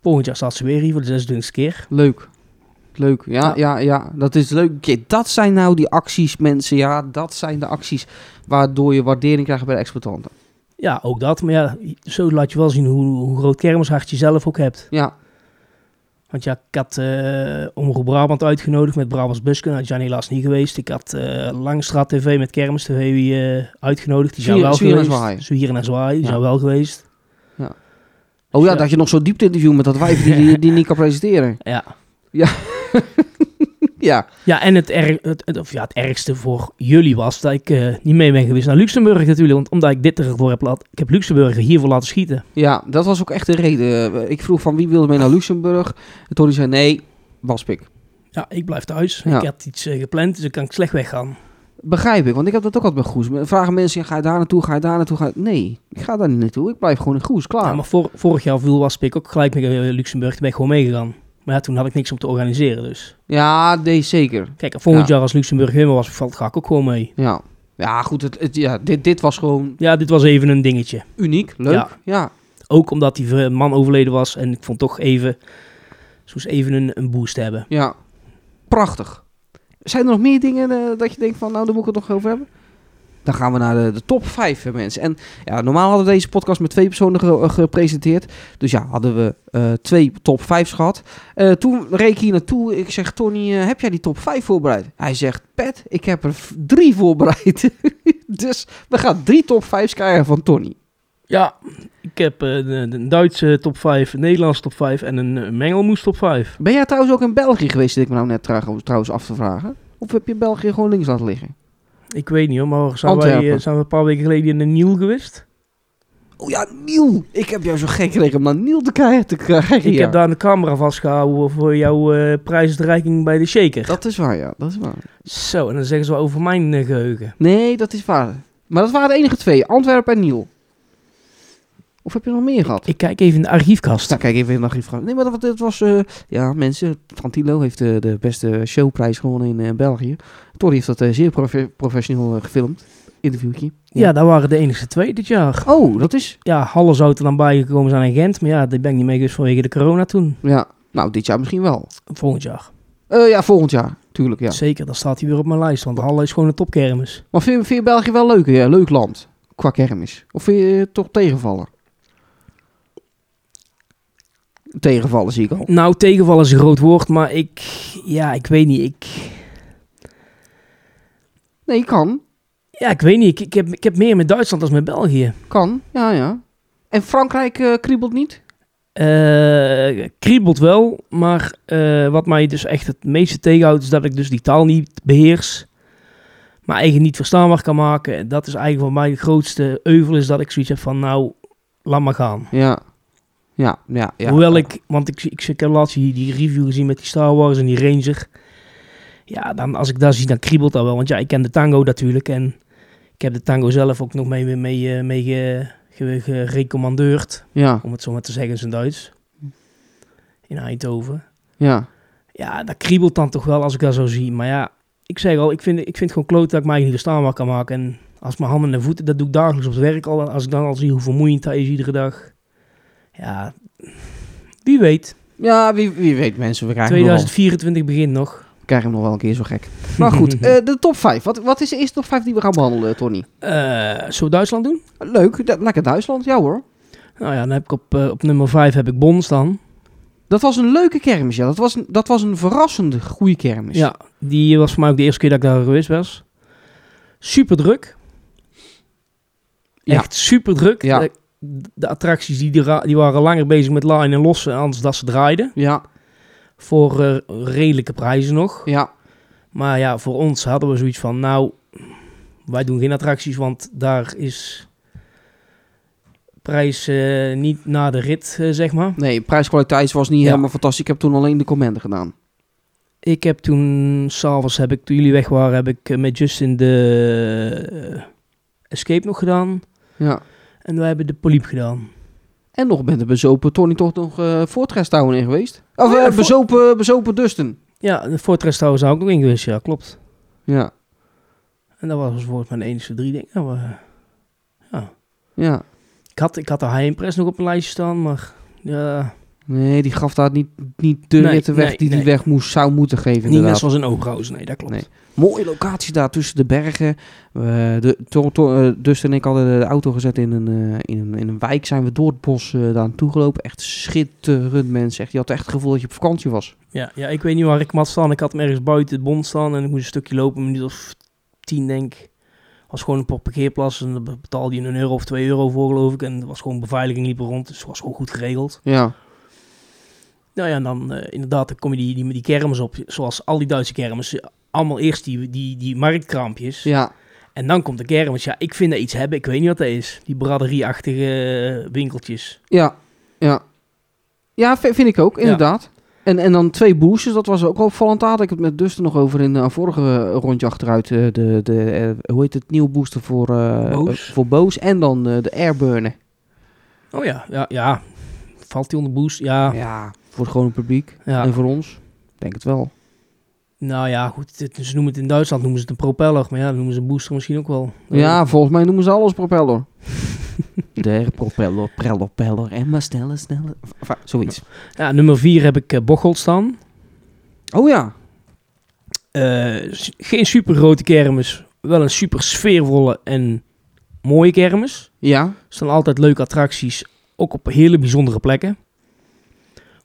E: volgend jaar staat ze weer hier voor de 26e keer.
D: Leuk. Leuk. Ja,
E: Ja.
D: ja, ja. Dat is leuk. Kijk, Dat zijn nou die acties, mensen. Ja, dat zijn de acties waardoor je waardering krijgt bij de exploitanten.
E: Ja, ook dat. Maar ja, zo laat je wel zien hoe, hoe groot kermishart je zelf ook hebt.
D: Ja.
E: Want ja, ik had eh Omroep Brabant uitgenodigd met Brabants Busken. Dat is Jan helaas niet geweest. Ik had eh Langstraat TV met Kermis TV eh, uitgenodigd. Die zijn
D: Zwier-
E: wel
D: Zwieren en
E: geweest.
D: Zwaaien.
E: Zwieren en Zwaaien. Die
D: Ja.
E: zijn wel geweest.
D: Oh ja,
E: Ja.
D: dat je nog zo'n diepte interview met dat wijf die, die, die niet kan presenteren.
E: Ja.
D: [laughs] Ja.
E: Ja, en het, erg, het, het- of ja, het ergste voor jullie was dat ik eh, niet mee ben geweest naar Luxemburg natuurlijk. Want omdat ik dit ervoor heb laten... Ik heb Luxemburg hiervoor laten schieten.
D: Ja, dat was ook echt de reden. Ik vroeg van wie wilde mee naar Luxemburg. En Tony zei nee, Waspik.
E: Ja, ik blijf thuis.
D: Ja.
E: Ik had iets eh, gepland, dus ik kan slecht weggaan.
D: Begrijp ik, want ik heb dat ook altijd met Goes. Me- Vragen mensen, ja, ga je daar naartoe, ga je daar naartoe? Ga je- Nee, ik ga daar niet naartoe. Ik blijf gewoon in Goes, klaar.
E: Ja, maar vor- vorig jaar viel was ik ook gelijk met eh, Luxemburg. Toen ben ik gewoon meegegaan. Maar ja, toen had ik niks om te organiseren, dus...
D: Ja, nee, zeker.
E: Kijk, volgend
D: Ja.
E: jaar als Luxemburg helemaal was, valt, ga ik ook gewoon mee.
D: Ja, ja goed, het, het- ja, dit, dit was gewoon
E: Ja, dit was even een dingetje.
D: uniek, leuk. Ja,
E: Ja. Ook omdat die eh, man overleden was en ik vond toch even... Ze moest even een, een boost hebben.
D: ja. prachtig. Zijn er nog meer dingen eh, dat je denkt van, nou, daar moet ik het nog over hebben? Dan gaan we naar de, de top 5 mensen. En ja, normaal hadden we deze podcast met twee personen ge- eh, gepresenteerd. Dus ja, hadden we eh, twee top 5's gehad. Eh, toen reed ik hier naartoe. Ik zeg, Tony, eh, heb jij die top 5 voorbereid? Hij zegt, Pet, ik heb er v- drie voorbereid. [laughs] dus we gaan drie top 5's krijgen van Tony.
E: Ja, ik heb eh, de, de Duitse top 5, een Nederlandse top 5 en een eh, mengelmoes top 5.
D: Ben jij trouwens ook in België geweest, zit ik me nou net tra- trouwens af te vragen? Of heb je België gewoon links laten liggen?
E: Ik weet niet hoor, maar zijn, wij,
D: Antwerpen.
E: eh, zijn we een paar weken geleden in de Niel geweest?
D: Oh ja, Niel! Ik heb jou zo gek gekregen om naar Niel te krijgen. Te krijgen
E: Ik
D: ja.
E: heb daar de camera vastgehouden voor jouw eh, prijsuitreiking bij de shaker.
D: Dat is waar, ja. Dat is waar.
E: Zo, en dan zeggen ze wel over mijn eh, geheugen.
D: Nee, dat is waar. Maar dat waren de enige twee. Antwerpen en Niel. Of heb je nog meer gehad?
E: Ik kijk even in de archiefkast.
D: Nou, kijk even in de archief. Nee, maar dat, dat was... eh, ja, mensen, Fantilo heeft eh, de beste showprijs gewonnen in eh, België. Tori heeft dat eh, zeer profe- professioneel eh, gefilmd. Interviewtje.
E: Ja, daar waren de enige twee dit jaar.
D: Oh, dat is...
E: Ja, Halle zou er dan bijgekomen zijn in Gent, maar ja, daar ben ik niet mee geweest vanwege de corona toen.
D: Ja, nou, dit jaar misschien wel.
E: Volgend jaar.
D: Eh, ja, volgend jaar. Tuurlijk, ja.
E: Zeker, dan staat hij weer op mijn lijst, want Halle is gewoon een topkermis.
D: Maar vind, je- vind je België wel leuk, ja, leuk land? Qua kermis. Of vind je het toch tegenvallen? Tegenvallen zie ik al.
E: Nou, tegenval is een groot woord, maar ik... Ja, ik weet niet. Ik,
D: Nee, kan.
E: ja, ik weet niet. Ik, ik, heb, ik heb meer met Duitsland dan met België.
D: Kan, ja, ja. En Frankrijk eh, kriebelt niet?
E: Eh, kriebelt wel, maar eh, wat mij dus echt het meeste tegenhoudt... is dat ik dus die taal niet beheers. Mijn eigen niet verstaanbaar kan maken. En Dat is eigenlijk voor mij het grootste euvel... is dat ik zoiets heb van, nou, laat maar gaan.
D: Ja. Ja, ja, ja.
E: Hoewel ik... Want ik, ik, ik heb laatst die, die review gezien met die Star Wars en die Ranger. Ja, dan, als ik dat zie, dan kriebelt dat wel. Want ja, ik ken de tango natuurlijk. En ik heb de tango zelf ook nog mee, mee, mee, eh, mee ge- ge- gerecommandeerd.
D: Ja,
E: om het zo maar te zeggen, is een Duits. In Eindhoven.
D: ja.
E: Ja, dat kriebelt dan toch wel als ik dat zo zie. Maar ja, ik zeg al, ik vind, ik vind het gewoon kloot dat ik mij niet verstaanbaar kan maken. En Als mijn handen en voeten, dat doe ik dagelijks op het werk al. En als ik dan al zie hoe vermoeiend dat is iedere dag. Ja, wie weet.
D: Ja, wie, wie weet mensen, we krijgen, Hem nog
E: 2024 begint nog.
D: wel, we krijgen hem nog wel een keer zo gek. Maar
E: [laughs]
D: goed, eh, de top 5. Wat, wat is de eerste top 5 die we gaan behandelen, Tony?
E: Eh zullen we Duitsland doen?
D: Leuk, da- lekker Duitsland, ja hoor.
E: Nou ja, dan heb ik op, eh, op nummer 5 heb ik Bonn staan.
D: Dat was een leuke kermis, ja. Dat was een, dat was een verrassend goede kermis.
E: Ja, die was voor mij ook de eerste keer dat ik daar geweest was. Super druk.
D: Ja.
E: Echt super druk.
D: Ja.
E: De, de attracties die, dra- die waren langer bezig met line en lossen, anders dat ze draaiden.
D: Ja,
E: Voor eh, redelijke prijzen nog.
D: ja,
E: Maar ja, voor ons hadden we zoiets van, nou, wij doen geen attracties, want daar is prijs eh, niet na de rit, eh, zeg maar.
D: nee, prijs-kwaliteit was niet
E: Ja.
D: helemaal fantastisch. Ik heb toen alleen de commande gedaan.
E: Ik heb toen, s'avonds heb ik, toen jullie weg waren, heb ik eh, met Justin de eh, Escape nog gedaan.
D: Ja.
E: En wij hebben de Polyp gedaan.
D: En nog ben de bezopen Tony toch nog eh Fortress Town in geweest. Of eh,
E: Oh ja, Fort-
D: bezopen, bezopen Dustin.
E: Ja, de Fortress Tower zou ook nog in geweest, ja, klopt.
D: Ja,
E: En dat was dus volgens mij de enige drie dingen. Ja, maar, ja.
D: ja.
E: Ik, had, ik had de High Impress nog op mijn lijstje staan, maar ja,
D: Nee, die gaf daar niet, niet de
E: Nee,
D: witte weg
E: nee,
D: die die
E: nee.
D: weg moest, zou moeten geven
E: niet net
D: inderdaad.
E: zoals een Ooghuis, nee, dat klopt.
D: Nee. Mooie locatie daar tussen de bergen. Eh, de, to, to- eh, Dustin en ik hadden de, de auto gezet in een, eh, in, een, in een wijk. Zijn we door het bos eh, daar naartoe gelopen. Echt schitterend mensen. Echt, je had echt het gevoel dat je op vakantie was.
E: Ja, ja, ik weet niet waar ik hem had staan. Ik had hem ergens buiten het bond staan en ik moest een stukje lopen, een minuut of tien denk ik. was gewoon een parkeerplaats en daar betaalde je een euro of twee euro voor geloof ik. En er was gewoon beveiliging liep er rond, dus het was gewoon goed geregeld.
D: Ja,
E: Nou ja, en dan eh, inderdaad, dan kom je die, die, die kermis op, zoals al die Duitse kermissen. Allemaal eerst die, die, die marktkraampjes
D: ja,
E: en dan komt de kermis. Ja, ik vind dat iets hebben, ik weet niet wat dat is. Die braderieachtige eh, winkeltjes.
D: ja, ja. Ja, vi- vind ik ook, inderdaad. En, en dan twee boosters, dat was ook opvallend. Daar had ik het met Dustin nog over in eh, een vorige rondje achteruit. eh, De, de, eh, hoe heet het? Nieuwe booster voor, eh,
E: Boos.
D: eh, voor Boos. En dan eh, de Airburner.
E: Oh ja, ja, ja. Valt die onder boost? Ja, ja.
D: Ja, voor het gewone publiek. En voor ons, denk het wel.
E: Nou ja, goed, het- ze noemen het in Duitsland noemen ze het een propeller, maar ja, dan noemen ze een booster misschien ook wel.
D: Ja, volgens mij noemen ze alles [laughs] propeller. Der propeller, prelopeller en maar sneller, sneller. Enfin, zoiets.
E: Ja, nummer 4 heb ik eh, Bocholt staan.
D: Oh ja.
E: Eh, s- geen super grote kermis, wel een super sfeervolle en mooie kermis.
D: Ja.
E: Er staan altijd leuke attracties, ook op hele bijzondere plekken.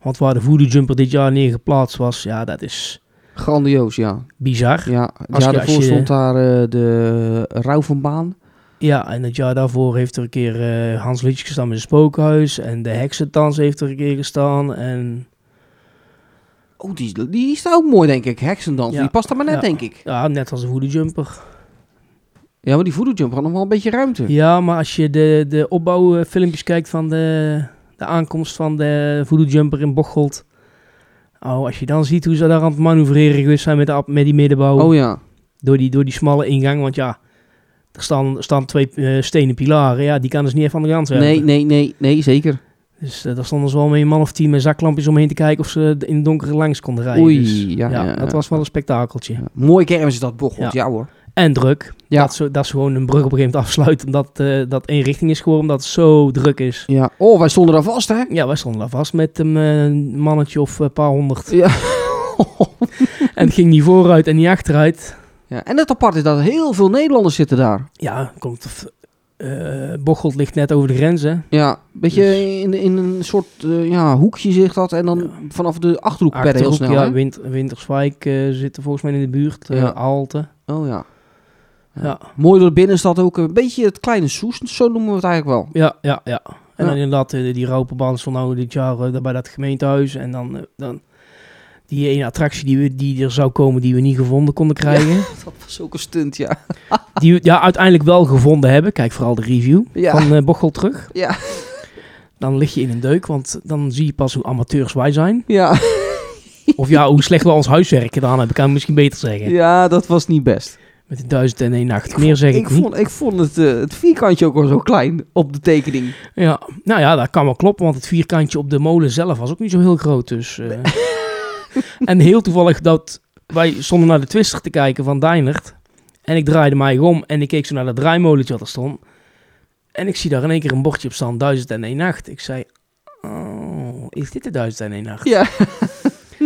E: Want waar de voodoo jumper dit jaar neergeplaatst was, ja, dat is
D: Grandioos, ja.
E: bizar. Ja,
D: Ja, het
E: Als
D: jaar
E: je-
D: daarvoor
E: als je-
D: stond daar eh, de Rauw van Baan.
E: en het jaar daarvoor heeft er een keer eh, Hans Lietje gestaan met een spookhuis. En de heksentans heeft er een keer gestaan. En
D: Oh, die, die is daar ook mooi, denk ik. Heksendans.
E: Ja.
D: Die past daar maar net,
E: Ja.
D: denk ik.
E: ja, net als de voodoo jumper.
D: Ja, maar die voodoo-jump had nog wel een beetje ruimte.
E: Ja, maar als je de, de opbouwfilmpjes kijkt van de, de aankomst van de Voodoo Jumper in Bocholt. Oh, als je dan ziet hoe ze daar aan het manoeuvreren geweest zijn met, de, app- met die middenbouw.
D: Oh ja.
E: door, die, door die smalle ingang. Want ja, er staan, er staan twee eh, stenen pilaren. Ja, die kan dus niet even aan de kant werpen.
D: Nee, nee, nee, nee, zeker.
E: Dus eh, daar stonden ze wel met een man of tien met zaklampjes omheen te kijken of ze in het donker langs konden rijden.
D: Oei,
E: Dus
D: ja, ja,
E: dat
D: ja.
E: was wel een spektakeltje.
D: Ja. Mooi kermis is dat, Bocholt. Ja,
E: Ja.
D: hoor.
E: En druk.
D: Ja.
E: Dat, ze, dat ze gewoon een brug op een gegeven moment afsluiten. Omdat eh, dat één richting is geworden, omdat het zo druk is.
D: Ja. Oh, wij stonden daar vast, hè?
E: Ja, wij stonden daar vast met een eh, mannetje of een paar honderd.
D: Ja.
E: [laughs] En het ging niet vooruit en niet achteruit.
D: ja. En het apart is dat heel veel Nederlanders zitten daar.
E: Ja, komt. eh Bocholt ligt net over de grens, hè?
D: Ja, een beetje in, in een soort eh, ja, hoekje zit dat. En dan vanaf de achterhoek per heel
E: Achterhoek,
D: snel.
E: ja,
D: hè?
E: Wint- Winterswijk eh, zit er volgens mij in de buurt. eh
D: Ja.
E: Aalten.
D: Oh ja. Ja.
E: Ja.
D: Mooi door de binnenstad ook. Een beetje het kleine Soest. Zo noemen we het eigenlijk [laughs] wel.
E: Ja, ja, ja.
D: Ja.
E: En dan inderdaad, eh, die Raupenbaan stond nou dit jaar eh, daar bij dat gemeentehuis. En dan, eh, dan die ene attractie die, we, die er zou komen die we niet gevonden konden krijgen.
D: Dat was ook een stunt, ja.
E: Die we ja, uiteindelijk wel gevonden hebben. Kijk vooral de review
D: Ja.
E: van eh, Bocholt terug.
D: Ja.
E: Dan lig je in een deuk, want dan zie je pas hoe amateurs wij zijn.
D: Ja,
E: Of ja, hoe slecht we ons huiswerk gedaan hebben, kan ik misschien beter zeggen.
D: ja dat was niet best.
E: Met de duizend en één nacht. Meer zeg ik,
D: Ik
E: niet.
D: vond, ik vond het, eh, het vierkantje ook al zo klein op de tekening.
E: Ja. Nou ja, dat kan wel kloppen, want het vierkantje op de molen zelf was ook niet zo heel groot. Dus, [laughs] eh. En heel toevallig dat wij stonden naar de twister te kijken van Deinert. En ik draaide mij om en ik keek zo naar dat draaimolentje wat er stond. En ik zie daar in één keer een bordje op staan, 1001 nacht. Ik zei, oh, is dit de 1001 nacht?
D: Ja.
E: [laughs]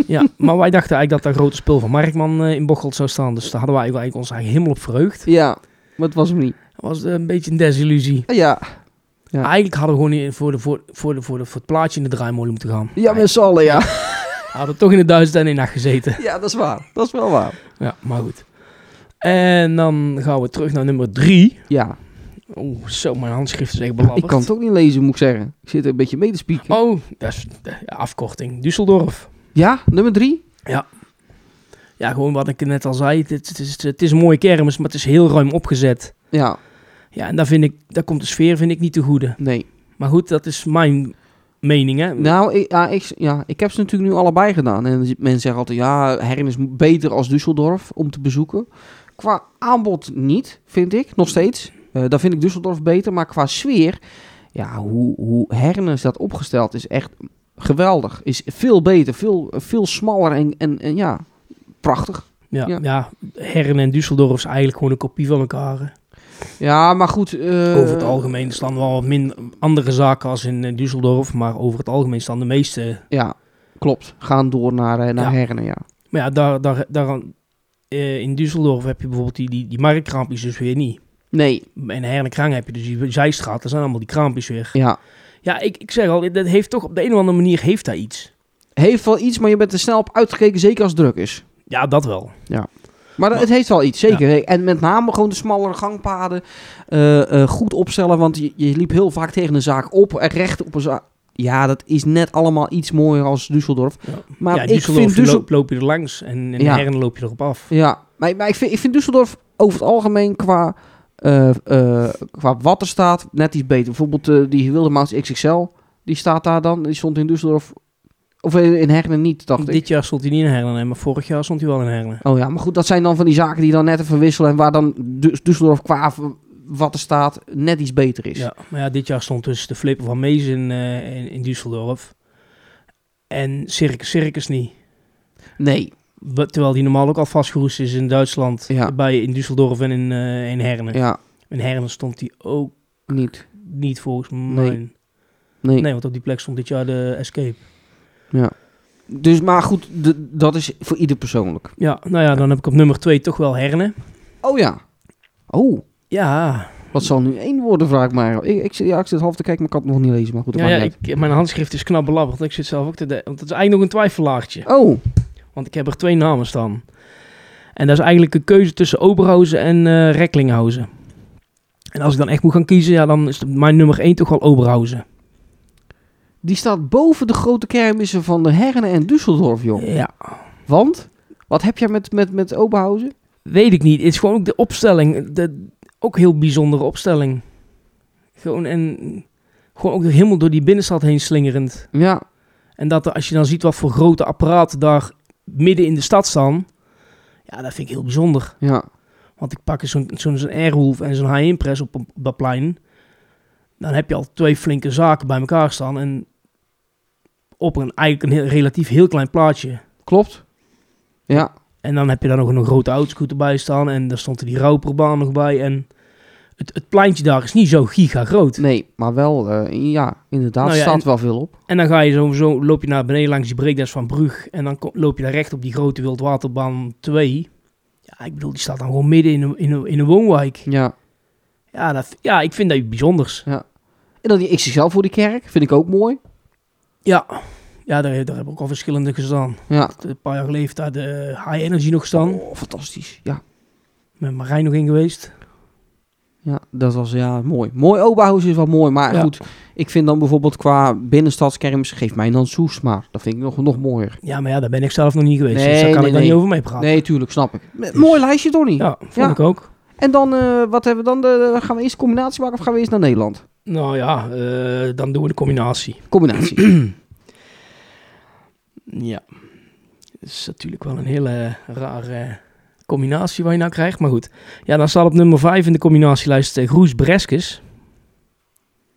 E: Ja, maar wij dachten eigenlijk dat dat grote spul van Markman eh, in Bocholt zou staan. Dus daar hadden wij eigenlijk ons eigenlijk helemaal op verheugd.
D: Ja, maar het was hem niet.
E: Dat was eh, een beetje een desillusie.
D: Ja, Ja.
E: Eigenlijk hadden we gewoon in- voor, de, voor, voor, de, voor, de, voor het plaatje in de draaimolen moeten gaan.
D: ja
E: we
D: met z'n allen, ja.
E: hadden toch in de 1001 nacht gezeten.
D: [laughs] Ja, dat is waar. Dat is wel waar.
E: Ja, maar goed. En dan gaan we terug naar nummer 3.
D: Ja,
E: Oeh, zo, mijn handschrift is echt belabberd.
D: ik kan het ook niet lezen, moet ik zeggen. Ik zit een beetje mee te spieken.
E: Oh, dat is eh, ja, afkorting. Düsseldorf.
D: Ja, nummer drie?
E: Ja, gewoon wat ik net al zei. Het, het, is, het is een mooie kermis, maar het is heel ruim opgezet.
D: Ja,
E: Ja, en daar, vind ik, daar komt de sfeer vind ik niet te goede.
D: nee.
E: Maar goed, dat is mijn mening, hè.
D: Nou, ik, ja, ik, ja, ik heb ze natuurlijk nu allebei gedaan. En mensen zeggen altijd, ja, Herren is beter als Düsseldorf om te bezoeken. Qua aanbod niet, vind ik, nog steeds. Eh daar vind ik Düsseldorf beter. Maar qua sfeer, ja, hoe, hoe Hernes dat opgesteld is echt geweldig. Is veel beter, veel, veel smaller en, en, en ja, prachtig.
E: ja,
D: ja.
E: ja. Herren en Düsseldorf is eigenlijk gewoon een kopie van elkaar. hè.
D: Ja, maar goed. eh,
E: over het algemeen staan wel wat minder andere zaken als in eh, Düsseldorf. Maar over het algemeen staan de meeste
D: Ja, klopt. Gaan door naar, eh, naar
E: Ja.
D: Hernen, ja.
E: Maar ja, daar, daar, daar, eh, in Düsseldorf heb je bijvoorbeeld die, die, die marktkraampjes dus weer niet.
D: Nee,
E: En Hernekrang heb je dus die zijstraat, daar zijn allemaal die kraampjes weer.
D: ja.
E: Ja, ik, ik zeg al, dat heeft toch op de een of andere manier heeft daar iets.
D: Heeft wel iets, maar je bent er snel op uitgekeken, zeker als het druk is.
E: Ja, dat wel.
D: Maar het heeft wel iets, zeker. En met name gewoon de smallere gangpaden. eh, eh, goed opstellen, want je, je liep heel vaak tegen een zaak op. En recht op een zaak. Ja, dat is net allemaal iets mooier als Düsseldorf.
E: Ja.
D: Maar
E: ja,
D: ik
E: Düsseldorf
D: vind Düsseldorf...
E: loop, loop je er langs en in
D: Ja.
E: Herne loop je erop af.
D: Ja, maar, maar ik, vind, ik vind Düsseldorf over het algemeen qua, eh, eh, qua wat er staat net iets beter. Bijvoorbeeld eh, die Wildemaans XXL, die staat daar dan. Die stond in Düsseldorf, of in in Hernen niet, dacht ik.
E: Dit jaar stond hij niet in Herne, maar vorig jaar stond hij wel in Herne.
D: Oh ja, maar goed, dat zijn dan van die zaken die dan net even wisselen. En waar dan Du- Düsseldorf qua v- wat er staat net iets beter is.
E: Ja, maar ja, dit jaar stond dus de Flipper van Mees in, eh, in, in Düsseldorf. En Circus Circus niet.
D: Nee,
E: Wat- Terwijl die normaal ook al vastgeroest is in Duitsland.
D: Ja.
E: Bij, in Düsseldorf en in, eh, in Herne.
D: ja,
E: In Herne stond die ook
D: niet.
E: niet volgens mij.
D: Nee.
E: Nee.
D: Nee.
E: want op die plek stond dit jaar de Escape.
D: Dus, maar goed, de- dat is voor ieder persoonlijk.
E: Ja, nou ja, dan heb ik op nummer 2 toch wel Herne.
D: Oh ja. Oh,
E: Ja,
D: wat zal nu één worden, vraag ik mij. Ik, ik, zit- ja, ik zit half te kijken, maar ik kan het nog niet lezen. Maar goed, dat
E: ja, ja
D: maakt niet
E: ik, mijn handschrift is knap belabberd. Ik zit zelf ook te de- Want het is eigenlijk nog een twijfelaartje.
D: uit. Oh,
E: Want ik heb er twee namen staan. En dat is eigenlijk een keuze tussen Oberhausen en eh Recklinghausen. En als ik dan echt moet gaan kiezen, ja, dan is mijn nummer 1 toch wel Oberhausen.
D: die staat boven de grote kermissen van de Herne en Düsseldorf, joh.
E: Ja.
D: Want, wat heb jij met, met, met Oberhausen?
E: Weet ik niet. Het is gewoon ook de opstelling. De, ook heel bijzondere opstelling. Gewoon en gewoon ook helemaal door die binnenstad heen slingerend.
D: Ja,
E: En dat er- als je dan ziet wat voor grote apparaten daar midden in de stad staan. Ja, dat vind ik heel bijzonder.
D: ja.
E: Want ik pak eens zo'n zo'n zo'n Airwolf en zo'n High Impress op, op dat plein. Dan heb je al twee flinke zaken bij elkaar staan. En op een eigenlijk een heel- relatief heel klein plaatje.
D: Klopt. Ja,
E: En dan heb je daar nog een grote oudscooter bij staan. En daar stond die rouwperbaan nog bij. En het, het pleintje daar is niet zo giga groot.
D: nee, maar wel, eh, ja, inderdaad,
E: Nou ja,
D: staat
E: en-
D: wel veel op.
E: En dan ga je zo, zo, loop je naar beneden langs die breakdance van Brug. En dan ko- loop je daar recht op die grote wildwaterbaan 2. Ja, ik bedoel, die staat dan gewoon midden in een, in een, in een woonwijk.
D: Ja.
E: Ja, dat, ja, ik vind dat iets bijzonders.
D: En dan die XXL voor die kerk, vind ik ook mooi.
E: Ja, ja daar, daar hebben ook al verschillende gestaan.
D: Ja.
E: Een paar jaar geleden heeft daar de High Energy nog gestaan.
D: Oh, fantastisch. Ja,
E: Met Marijn nog in geweest.
D: ja, dat was ja, mooi. Mooi Oberhaus is wel mooi, maar
E: Ja.
D: goed. Ik vind dan bijvoorbeeld qua binnenstadskerms, geef mij dan Soes maar. Dat vind ik nog, nog mooier.
E: Ja, maar ja, daar ben ik zelf nog niet geweest.
D: Nee,
E: dus daar kan
D: nee,
E: ik dan
D: nee.
E: niet over mee praten.
D: Nee, tuurlijk, snap ik. Mooi lijstje, Donnie.
E: Ja, vond
D: Ja.
E: ik ook.
D: En dan, eh, wat hebben we dan? De, gaan we eerst een combinatie maken of gaan we eerst naar Nederland?
E: Nou ja, eh, dan doen we de combinatie.
D: Combinatie.
E: [clears throat] Ja. Dat is natuurlijk wel een hele rare eh, combinatie waar je nou krijgt. Maar goed. Ja, dan staat op nummer 5 in de combinatielijst eh, Groes Breskes.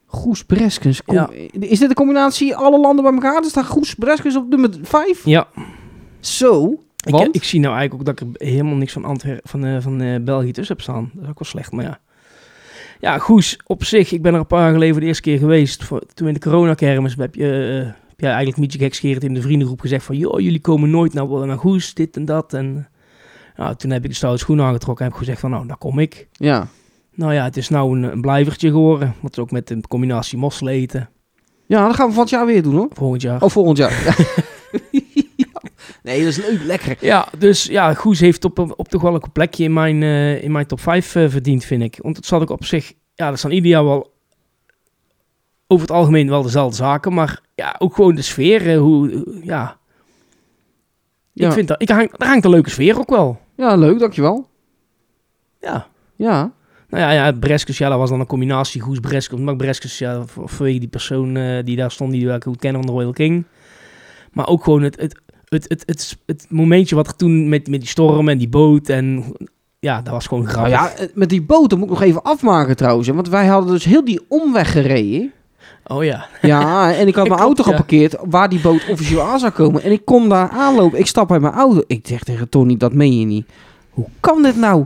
D: Goes Breskens. Kom,
E: Ja.
D: Is dit een combinatie alle landen bij elkaar? Er staat Goes Breskens op nummer 5?
E: Ja.
D: Zo. Want?
E: Ik, ik zie nou eigenlijk ook dat ik er helemaal niks van, Antwer van, eh, van eh, België tussen heb staan. Dat is ook wel slecht, maar ja. Ja, Goes, op zich, ik ben er een paar jaar geleden voor de eerste keer geweest. Voor, toen in de coronakermis heb je, eh, heb jij eigenlijk Mietje Gekscherend in de vriendengroep gezegd van... ...joh, jullie komen nooit naar, naar Goes, dit en dat. En nou, toen heb ik de stoute schoenen aangetrokken en heb ik gezegd van... ...nou, daar kom ik.
D: Ja.
E: Nou ja, het is nou een, een blijvertje geworden. Want ook met een combinatie mossel eten
D: ja, dat gaan we volgend jaar weer doen hoor.
E: volgend jaar.
D: Of volgend jaar. [laughs] Ja. Nee, dat is leuk, lekker.
E: Ja, dus ja, Goes heeft op, een- op toch wel een plekje in mijn, eh, in mijn top 5 eh, verdiend, vind ik. Want het zat ook op zich, ja, dat zijn ieder jaar wel over het algemeen wel dezelfde zaken. Maar ja, ook gewoon de sfeer, eh, hoe, hoe- ja.
D: Ja.
E: Ik vind dat, ik hang, daar hangt een leuke sfeer ook wel.
D: Ja, leuk, dankjewel.
E: Ja.
D: Ja.
E: Nou ja, ja Breskes, ja, dat was dan een combinatie Goes Breskes. Maar Breskes, ja, voor- vanwege die persoon eh, die daar stond, die we goed kennen van de Royal King. Maar ook gewoon het, het, het, het, het, het momentje wat er toen met, met die storm en die boot en... Ja, dat was gewoon
D: Nou
E: grappig.
D: ja, eh, met die boot, dat moet ik nog even afmaken trouwens. hè, Want wij hadden dus heel die omweg gereden.
E: Oh ja.
D: Ja, en ik [laughs] had mijn
E: Klopt,
D: auto
E: ja.
D: geparkeerd waar die boot officieel aan zou komen. En ik kom daar aanlopen. Ik stap uit mijn auto. Ik zeg tegen Tony, dat meen je niet. Hoe kan dit nou?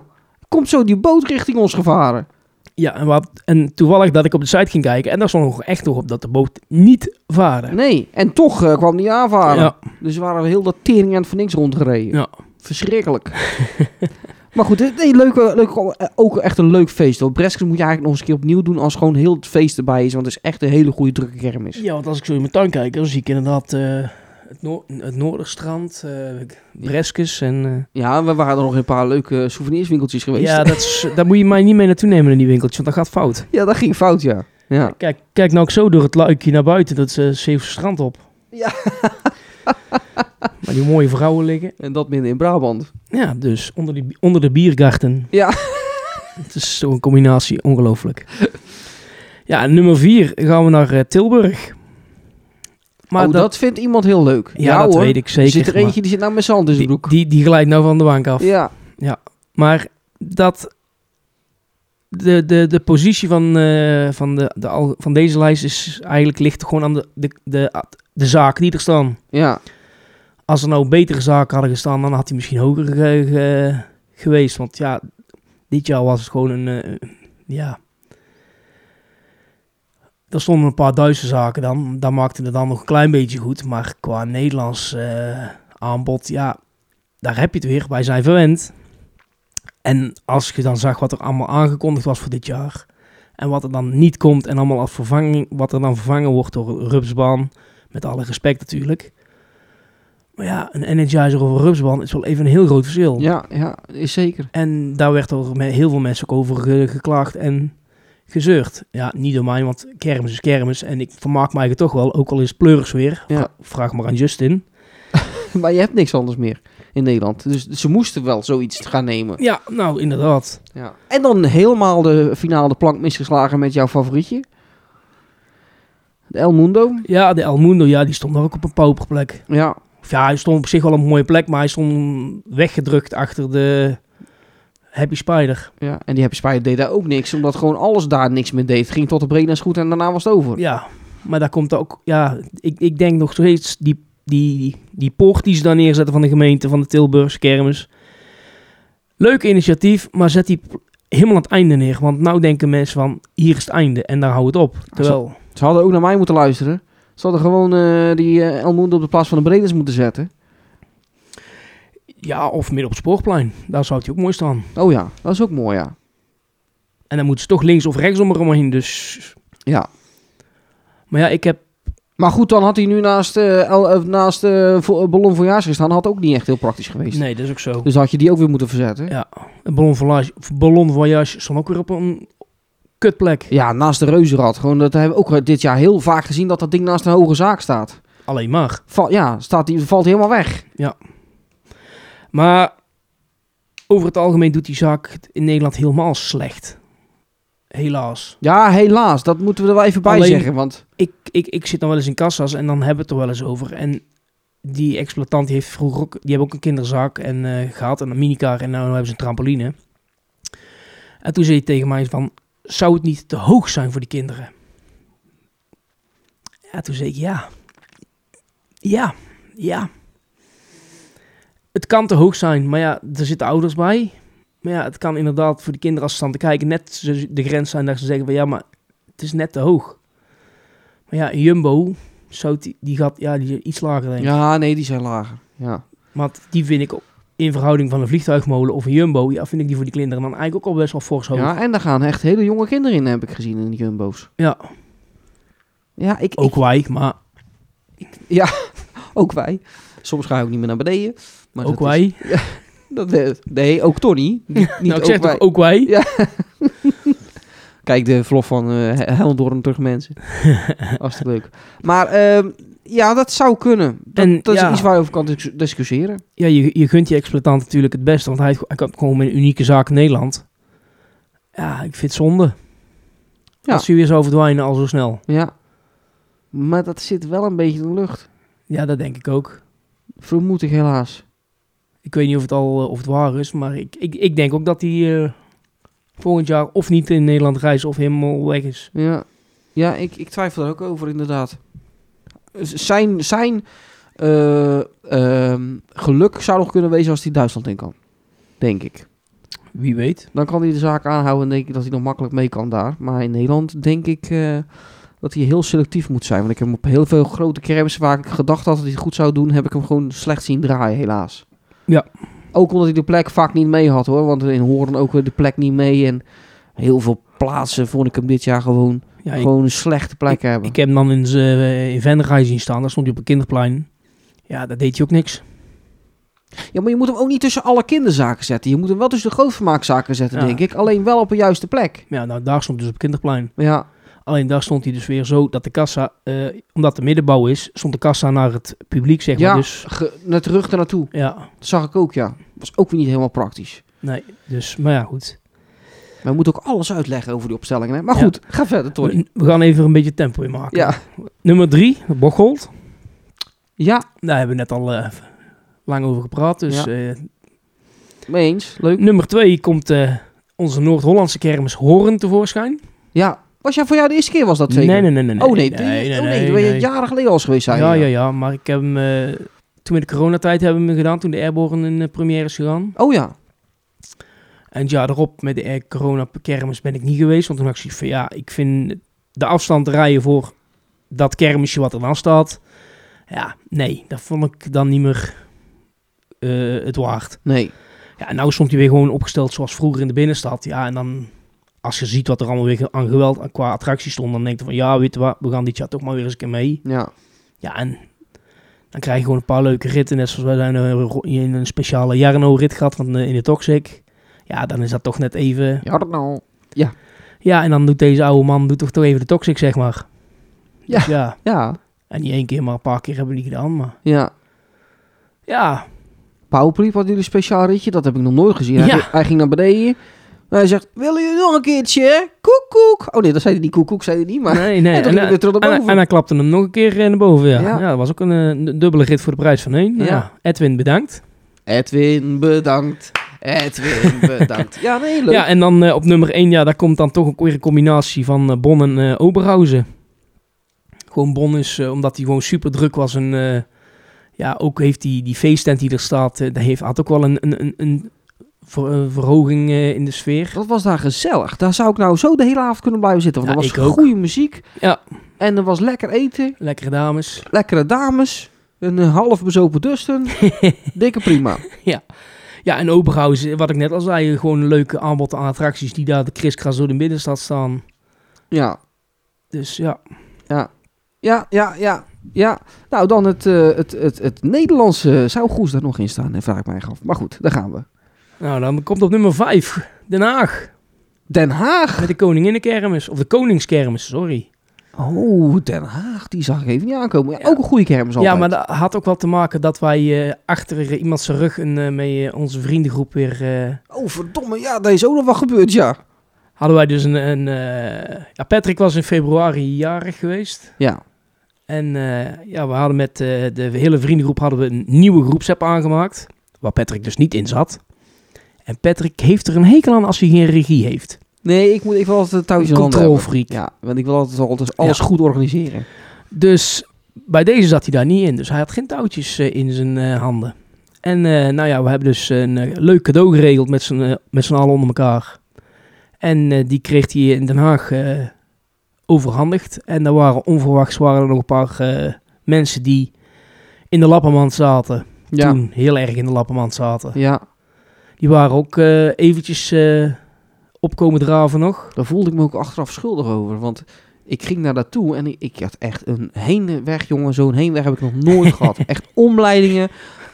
D: Komt zo die boot richting ons gevaren?
E: Ja, en, wat, en toevallig dat ik op de site ging kijken en daar stond nog echt nog op dat de boot niet vaarde.
D: Nee, en toch eh, kwam die aanvaren.
E: Ja,
D: Dus waren we heel dat tering en van niks rondgereden.
E: ja.
D: Verschrikkelijk. [laughs] maar goed, dit- nee, leuk, eh, leuk, eh, ook echt een leuk feest. Hoor. Breskens moet je eigenlijk nog eens een keer opnieuw doen als gewoon heel het feest erbij is. Want het is echt een hele goede drukke kermis.
E: ja, want als ik zo in mijn tuin kijk, dan zie ik inderdaad eh, het, noor het Noorderstrand, eh Breskes en... eh,
D: Ja, we waren er nog in een paar leuke eh, souvenirswinkeltjes geweest. [laughs]
E: Ja, dat is, daar moet je mij niet mee naartoe nemen in die winkeltje, want dat gaat fout.
D: Ja, dat ging fout, ja. Ja,
E: Kijk, kijk nou ook zo door het luikje naar buiten, dat is eh, Zeeuwse strand op.
D: Ja.
E: [laughs] Waar die mooie vrouwen liggen.
D: en dat midden in Brabant.
E: Ja, dus onder, die, onder de biergarten.
D: Ja.
E: [laughs] Het is zo'n combinatie, ongelooflijk. Ja, en nummer vier gaan we naar eh, Tilburg.
D: Maar Oh, dat, vindt iemand heel leuk.
E: ja, dat weet ik
D: Er
E: zeker.
D: zit er
E: maar
D: eentje die zit nou met zand in zijn
E: die,
D: broek.
E: die, die glijdt nou van de bank af.
D: ja,
E: Maar dat. De, de, de positie van, eh, van, de, de, al- van deze lijst is eigenlijk ligt gewoon aan de, de, de, de zaken die er staan.
D: ja.
E: Als er nou betere zaken hadden gestaan, dan had hij misschien hoger ge- ge- geweest. Want ja, dit jaar was het gewoon een. eh, ja. Er stonden een paar duizend zaken dan. Dat maakte het dan nog een klein beetje goed. Maar qua Nederlands eh, aanbod, ja, daar heb je het weer. Wij zijn verwend. En als je dan zag wat er allemaal aangekondigd was voor dit jaar. En wat er dan niet komt en allemaal als vervanging, wat er dan vervangen wordt door een Rupsbaan. Met alle respect natuurlijk. Maar ja, een Energizer of een Rupsbaan is wel even een heel groot verschil.
D: Ja, ja, is zeker. [laughs]
E: En daar werd er met heel veel mensen ook over ge- geklaagd en gezeurd. Ja, niet door mij, want kermis is kermis. En ik vermaak mij er toch wel, ook al is het pleuris weer.
D: Ja.
E: Vra- Vraag maar aan Justin.
D: Maar je hebt niks anders meer in Nederland. Dus ze moesten wel zoiets gaan nemen.
E: Ja, nou inderdaad.
D: Ja. En dan helemaal de finale de plank misgeslagen met jouw favorietje. De El Mundo.
E: Ja, de El Mundo, ja, die stond daar ook op een pauperplek.
D: Ja,
E: Of ja, hij stond op zich wel op een mooie plek, maar hij stond weggedrukt achter de Happy Spider.
D: ja. En die Happy Spider deed daar ook niks, omdat gewoon alles daar niks mee deed. Het ging tot de Brena's goed en daarna was het over.
E: Ja, maar daar komt ook, ja, ik, ik denk nog steeds die, die, die poort die ze daar neerzetten van de gemeente, van de Tilburgse kermis. Leuk initiatief, maar zet die p- helemaal aan het einde neer. Want nou denken mensen van, hier is het einde en daar houdt het op. Terwijl,
D: Ze hadden ook naar mij moeten luisteren. Ze hadden gewoon eh, die eh, El Mundo op de plaats van de Brena's moeten zetten.
E: ja, of midden op het spoorplein, daar zou het ook mooi staan.
D: Oh ja, dat is ook mooi, ja.
E: En dan moeten ze toch links of rechts om eromheen, dus...
D: Ja.
E: Maar ja, ik heb,
D: Maar goed, dan had hij nu naast, eh El, eh, naast eh, Vo- eh, Ballon Voyage gestaan. Had ook niet echt heel praktisch geweest.
E: nee, dat is ook zo.
D: Dus had je die ook weer moeten verzetten.
E: Ja. Een Ballon Voyage, Ballon Voyage stond ook weer op een kutplek.
D: Ja, naast de reuzenrad. Gewoon, dat hebben we ook eh, dit jaar heel vaak gezien dat dat ding naast een hoge zaak staat.
E: Alleen maar.
D: Va- ja, staat, die valt helemaal weg.
E: Maar over het algemeen doet die zaak het in Nederland helemaal slecht. Helaas.
D: Ja, helaas. Dat moeten we er wel even bij
E: Alleen-
D: zeggen. Want
E: Ik, ik, ik zit dan wel eens in kassa's en dan hebben we het er wel eens over. En die exploitant die heeft vroeger ook, die hebben ook een kinderzak en, eh, gehad en een minicar en nou hebben ze een trampoline. En toen zei hij tegen mij van, zou het niet te hoog zijn voor die kinderen? Ja, toen zei ik ja. Ja, ja. het kan te hoog zijn, maar ja, er zitten ouders bij. Maar ja, het kan inderdaad voor de kinderen als ze staan te kijken net zo- de grens zijn dat ze zeggen van ja, maar het is net te hoog. Maar ja, een Jumbo, zou die, die gaat ja, die is iets lager denk ik.
D: Ja, nee, die zijn lager. Ja.
E: Maar t- die vind ik op- in verhouding van een vliegtuigmolen of een Jumbo, ja, vind ik die voor die kinderen dan eigenlijk ook al best wel fors hoog.
D: ja, en daar gaan echt hele jonge kinderen in, heb ik gezien in de jumbo's.
E: Ja.
D: Ja, ik,
E: Ook wijk, maar
D: ik- ook wij. Soms ga ik ook niet meer naar beneden. Maar
E: ook
D: dat is-
E: wij.
D: dat, eh, nee, ook
E: [laughs]
D: Tony. Niet, niet
E: nou, ik
D: ook
E: zeg
D: wij.
E: toch ook wij.
D: Ja. Kijk de vlog van eh He- Helmdoorn terug,
E: [laughs]
D: mensen. Hartstikke leuk. Maar ehm, ja, dat zou kunnen. Dat,
E: En,
D: dat
E: ja.
D: is iets waarover ik kan dis- discussiëren.
E: Ja, je, je gunt je exploitant natuurlijk het beste, want hij, hij kan gewoon met een unieke zaak in Nederland. Ja, ik vind het zonde.
D: Ja.
E: Als hij weer zou verdwijnen al zo snel.
D: Ja. Maar dat zit wel een beetje in de lucht.
E: Ja, dat denk ik ook.
D: Vermoed ik helaas.
E: Ik weet niet of het al eh, of het waar is, maar ik, ik, ik denk ook dat hij eh, volgend jaar of niet in Nederland reist of helemaal weg is.
D: Ja, ja ik, ik twijfel er ook over inderdaad. Z- Zijn, zijn eh, ehm, geluk zou nog kunnen wezen als hij Duitsland in kan. Denk ik.
E: Wie weet.
D: Dan kan hij de zaak aanhouden en denk ik dat hij nog makkelijk mee kan daar. Maar in Nederland denk ik eh, dat hij heel selectief moet zijn. Want ik heb hem op heel veel grote kermis waar ik gedacht had dat hij het goed zou doen, heb ik hem gewoon slecht zien draaien, helaas.
E: Ja.
D: Ook omdat hij de plek vaak niet mee had hoor. Want in Hoorn ook weer de plek niet mee. En heel veel plaatsen vond ik hem dit jaar gewoon,
E: Ja, ik,
D: gewoon een slechte plek hebben.
E: ik heb hem dan in, zijn, eh, in Venray zien staan, daar stond hij op een kinderplein. Ja, daar deed hij ook niks.
D: Ja, maar je moet hem ook niet tussen alle kinderzaken zetten. Je moet hem wel tussen de grootvermaakzaken zetten,
E: Ja.
D: denk ik. Alleen wel op een juiste plek.
E: Ja, nou daar stond hij dus op een kinderplein.
D: Ja,
E: Alleen daar stond hij dus weer zo dat de kassa, eh, omdat de middenbouw is, stond de kassa naar het publiek, zeg maar.
D: ja
E: Dus,
D: ge- naar terug ernaartoe.
E: ja,
D: Dat zag ik ook, ja. Was ook weer niet helemaal praktisch.
E: nee. Dus, maar ja, goed.
D: Maar we moeten ook alles uitleggen over die opstellingen. Hè? Maar
E: Ja.
D: goed, ga verder, Tony.
E: We, we gaan even een beetje tempo in maken.
D: Ja,
E: Nummer drie, Bocholt.
D: ja
E: Daar hebben we net al eh, lang over gepraat.
D: Ja.
E: Dus eh,
D: mee eens. Leuk.
E: nummer twee komt eh, onze Noord-Hollandse kermis Horen tevoorschijn.
D: Ja, was jij voor jou de eerste keer was dat zeker?
E: Nee, nee, nee, nee.
D: Oh nee, die- oh, nee, toen ben je jaren geleden al eens geweest zijn.
E: Ja, ja, ja. Maar ik heb hem, eh, toen in de coronatijd hebben we hem gedaan, toen de Airborne in eh, première is gegaan.
D: Oh ja.
E: En het jaar erop met de eh, corona-kermis ben ik niet geweest. Want toen had ik zoiets van, ja, ik vind de afstand rijden voor dat kermisje wat er dan staat. Ja, nee, dat vond ik dan niet meer eh, het waard.
D: Nee.
E: Ja, en nou stond hij weer gewoon opgesteld zoals vroeger in de binnenstad. Ja, en dan als je ziet wat er allemaal weer ge- aan geweld en qua attracties stond, dan denk je van, ja, weet je wat, we gaan dit jaar toch maar weer eens een keer mee.
D: Ja.
E: Ja, en dan krijg je gewoon een paar leuke ritten. Net zoals wij zijn eh, ro- in een speciale Jarno-rit gehad van, eh, in de Toxic. Ja, dan is dat toch net even...
D: Ja, dat nou.
E: Ja, en dan doet deze oude man doet toch, toch even de toxic, zeg maar.
D: Ja.
E: Dus ja.
D: Ja.
E: En niet één keer, maar een paar keer hebben we die gedaan. Maar
D: Ja.
E: ja,
D: Pauwpliep had jullie een speciaal ritje. Dat heb ik nog nooit gezien. Hij,
E: Ja.
D: ging, hij ging naar beneden. En hij zegt, willen jullie nog een keertje? Koek, koek. Oh nee, dat zei hij niet koek, koek, zei hij niet. [laughs] Maar
E: nee, nee.
D: en toen
E: En,
D: ging hij
E: en,
D: weer terug naar
E: en,
D: boven.
E: hij klapte hem nog een keer eh, naar boven, ja.
D: Ja.
E: Ja, dat was ook een, eh, du- dubbele rit voor de prijs van één. Nou
D: Ja.
E: Ja. Edwin, bedankt.
D: Edwin, bedankt.
E: [laughs]
D: Edwin, bedankt. Ja, nee, leuk.
E: Ja, en dan eh, op nummer één, ja, daar komt dan toch ook weer een combinatie van eh, Bon en eh Oberhausen. Gewoon Bon is, eh, omdat hij gewoon super druk was en... eh, ja, ook heeft die, die feesttent die er staat, eh, die heeft, had ook wel een, een, een, een ver- eh, verhoging eh, in de sfeer.
D: Dat was daar gezellig. Daar zou ik nou zo de hele avond kunnen blijven zitten. Want
E: Ja,
D: er
E: ik
D: was
E: ook.
D: goede muziek.
E: Ja.
D: En er was lekker eten.
E: Lekkere dames.
D: Lekkere dames. Een eh, half bezopen
E: [laughs]
D: Dustin. Dikke prima.
E: Ja, en Oberhausen, wat ik net al zei, eh, gewoon een leuke aanbod aan attracties die daar de kriskras door de binnenstad staan.
D: Ja.
E: Dus ja,
D: Ja, ja, ja. Ja, nou dan het, eh, het, het, het Nederlandse. Zou Goes daar nog in staan? En vraag ik mij af. Maar goed, daar gaan we.
E: nou dan komt op nummer 5 Den Haag
D: Den Haag.
E: met de Koninginnenkermis, of de Koningskermis, sorry.
D: Oh, Den Haag. Die zag ik even niet aankomen. Ja,
E: Ja.
D: Ook een goede kermis altijd.
E: Ja, maar dat had ook wel te maken dat wij eh, achter eh, iemand zijn rug en eh, met eh, onze vriendengroep weer... eh,
D: Oh, verdomme. Ja, daar is ook nog wat gebeurd, ja.
E: hadden wij dus een... een eh, ja, Patrick was in februari jarig geweest.
D: Ja.
E: En eh, ja, we hadden met eh, de hele vriendengroep hadden we een nieuwe groepsapp aangemaakt. Waar Patrick dus niet in zat. En Patrick heeft er een hekel aan als hij geen regie heeft.
D: Nee, ik moet even altijd het touwtje in handen hebben.
E: Controlfreak.
D: Ja, want ik wil altijd, altijd alles
E: Ja.
D: goed organiseren.
E: Dus bij deze zat hij daar niet in. Dus hij had geen touwtjes eh, in zijn eh, handen. En eh, nou ja, we hebben dus een eh, leuk cadeau geregeld met z'n eh, met z'n allen onder elkaar. En eh, die kreeg hij in Den Haag eh, overhandigd. En daar waren onverwachts waren er nog een paar eh, mensen die in de lappenmand zaten.
D: Ja.
E: Toen heel erg in de lappenmand zaten.
D: ja,
E: Die waren ook eh, eventjes eh, opkomen draven nog.
D: daar voelde ik me ook achteraf schuldig over. Want ik ging naar daartoe en ik, ik had echt een heenweg, jongen. Zo'n heenweg heb ik nog
E: [laughs]
D: nooit gehad. Echt omleidingen,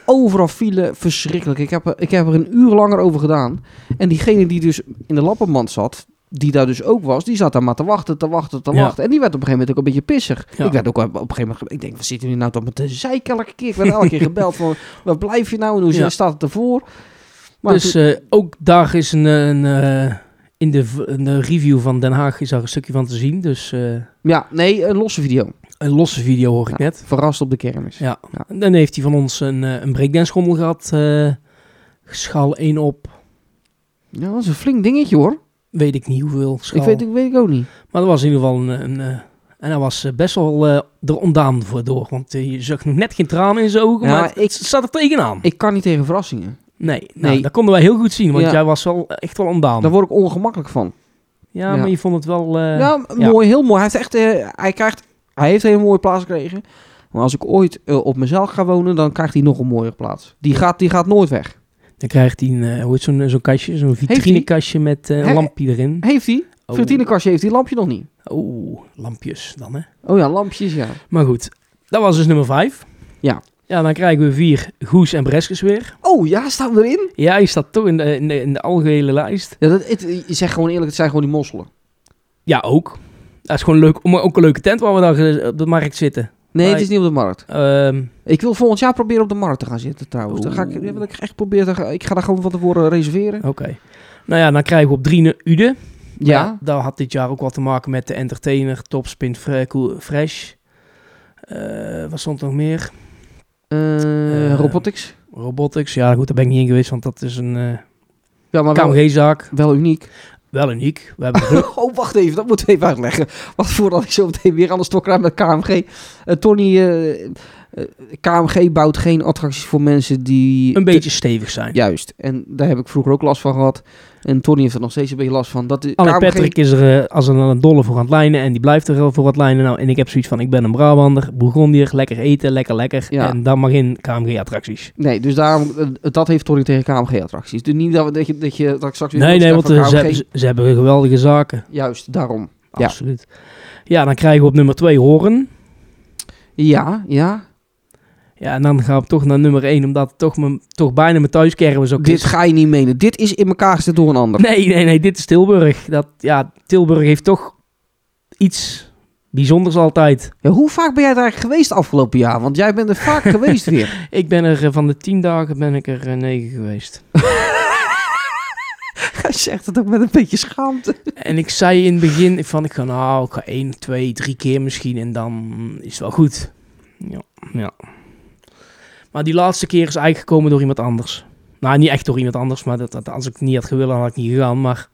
D: overal file, verschrikkelijk. Ik heb, er- ik heb er een uur langer over gedaan. En diegene die dus in de lappenmand zat, die daar dus ook was, die zat daar maar te wachten, te wachten, te
E: Ja.
D: wachten. En die werd op een gegeven moment ook een beetje pissig.
E: Ja.
D: Ik werd ook eh, op een gegeven moment, ik denk, wat zitten jullie nou toch met de zeik elke keer? Ik werd elke keer gebeld van, [laughs] wat blijf je nou en hoe
E: Ja.
D: staat het ervoor? Maar
E: dus eh, ook daar is een, eh, een, eh, in, de, v- in de review van Den Haag is daar een stukje van te zien. Dus eh,
D: toen- ja, nee, een losse video.
E: een losse video hoor ik
D: Ja,
E: net.
D: Verrast op de kermis.
E: Ja. En dan heeft hij van ons een, eh, een breakdance rommel gehad. eh schaal 1 op.
D: Ja, dat is een flink dingetje hoor.
E: Weet ik niet hoeveel schaal.
D: Ik weet, ik weet ik ook niet.
E: Maar dat was in ieder geval een... een eh, en hij was eh, best wel eh, er ontdaan voor door. Want eh, je zag nog net geen tranen in zijn ogen.
D: Ja,
E: maar
D: ik-
E: ik zat er tegenaan.
D: Ik kan niet tegen verrassingen.
E: nee, nou,
D: Nee.
E: dat konden wij heel goed zien. Want
D: Ja.
E: jij was wel echt wel ontdaan.
D: Daar word ik ongemakkelijk van.
E: ja,
D: ja.
E: maar je vond het wel... eh,
D: ja, m- mooi, heel mooi. Hij heeft echt, eh, hij krijgt, hij heeft een hele mooie plaats gekregen. Maar als ik ooit eh, op mezelf ga wonen, dan krijgt hij nog een mooiere plaats. Die gaat, die gaat nooit weg.
E: Dan krijgt hij een, eh, hoe heet zo'n zo'n kastje, zo'n vitrinekastje met eh, een
D: Hè?
E: lampje erin.
D: Heeft hij?
E: Oh.
D: Vitrinekastje heeft die lampje nog niet.
E: Oeh, lampjes dan hè.
D: Oh ja, lampjes ja.
E: Maar goed, dat was dus nummer 5.
D: Ja.
E: Ja, dan krijgen we vier Goes en Breskes weer.
D: Oh ja, staan we erin?
E: Ja, je staat toch in de, in de, in de algehele lijst.
D: Ja, dat, het, je zegt gewoon eerlijk, het zijn gewoon die mosselen.
E: Ja, ook. Dat is gewoon leuk, maar ook een leuke tent waar we daar eh, op de markt zitten.
D: Nee, het
E: Nee.
D: is niet op de markt.
E: Ehm,
D: Ik wil volgend jaar proberen op de markt te gaan zitten trouwens. Dan ga ik,
E: Oeh.
D: ja, want ik echt probeer, te gaan- ik ga daar gewoon van tevoren reserveren.
E: Oké. Nou ja, dan krijgen we op drie een Ude.
D: Ja.
E: Dat had dit jaar ook wat te maken met de entertainer, topspin, Fre- Cool- fresh. Eh, wat stond er nog meer?
D: Eh,
E: Eh,
D: robotics.
E: Robotics, ja goed, daar ben ik niet in geweest, want dat is een eh
D: Ja, maar wel,
E: KMG-zaak.
D: wel uniek.
E: Wel uniek.
D: [laughs]
E: We hebben geluk.
D: Oh, wacht even, dat moet ik even uitleggen. [laughs] Want voordat ik zo meteen weer aan de stok raak met KMG. Eh, Tony, eh, eh, KMG bouwt geen attracties voor mensen die...
E: een beetje stevig zijn.
D: Juist, en daar heb ik vroeger ook last van gehad. En Tony heeft er nog steeds een beetje last van. Dat de
E: Alain
D: KMG
E: Oh, Patrick is er eh, als een, een dolle voor aan het lijnen en die blijft er wel voor aan het lijnen. Nou, en ik heb zoiets van, ik ben een Brabander, Bourgondier, lekker eten, lekker lekker.
D: Ja.
E: En dan mag in KMG-attracties.
D: Nee, dus daarom, eh, dat heeft Tony tegen KMG-attracties. Dus niet dat, we- dat, je, dat, je, dat ik straks weer...
E: Nee,
D: wil
E: nee,
D: staan
E: want
D: voor
E: eh, ze,
D: KMG.
E: hebben- ze, ze hebben geweldige zaken.
D: Juist, daarom. Ja.
E: Absoluut. Ja, dan krijgen we op nummer 2 Horen.
D: Ja, ja.
E: Ja, en dan gaan we toch naar nummer 1, omdat het toch, mijn, toch bijna mijn thuiskermis ook
D: Dit
E: is.
D: ga je niet menen. Dit is in elkaar gezet door een ander.
E: Nee, nee, nee, dit is Tilburg. Dat, ja, Tilburg heeft toch iets bijzonders altijd.
D: Ja, hoe vaak ben jij daar eigenlijk geweest afgelopen jaar? Want jij bent er [laughs] vaak geweest weer.
E: Ik ben er eh, van de tien dagen ben ik er eh, negen geweest. [laughs]
D: Hij zegt het ook met een beetje schaamte.
E: En ik zei in het begin van ik ga nou, ik ga één, twee, drie keer misschien en dan is het wel goed. Ja, ja. Maar die laatste keer is eigenlijk gekomen door iemand anders. Nou, niet echt door iemand anders, maar dat, dat- als ik het niet had gewillen, had ik niet gegaan. Maar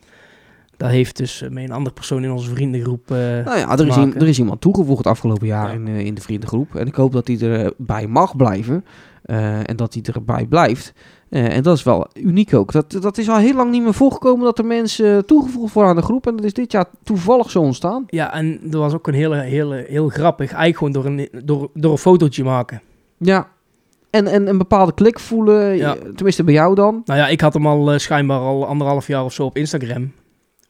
E: dat heeft dus eh, met een andere persoon in onze vriendengroep. eh,
D: [laughs] Nou ja, er is,
E: maken.
D: er is iemand toegevoegd afgelopen jaar
E: Ja.
D: in, eh, in de vriendengroep. En ik hoop dat hij erbij mag blijven. eh, en dat hij erbij blijft. Eh, en dat is wel uniek ook. Dat, dat is al heel lang niet meer voorgekomen dat er mensen eh, toegevoegd worden aan de groep. En dat is dit jaar toevallig zo ontstaan.
E: Ja, en dat was ook een hele, hele, heel grappig. Eigenlijk gewoon door een, door, door een fotootje maken.
D: Ja. En, en een bepaalde klik voelen.
E: Ja.
D: eh, Tenminste bij jou dan.
E: Nou ja, ik had hem al eh, schijnbaar al anderhalf jaar of zo op Instagram.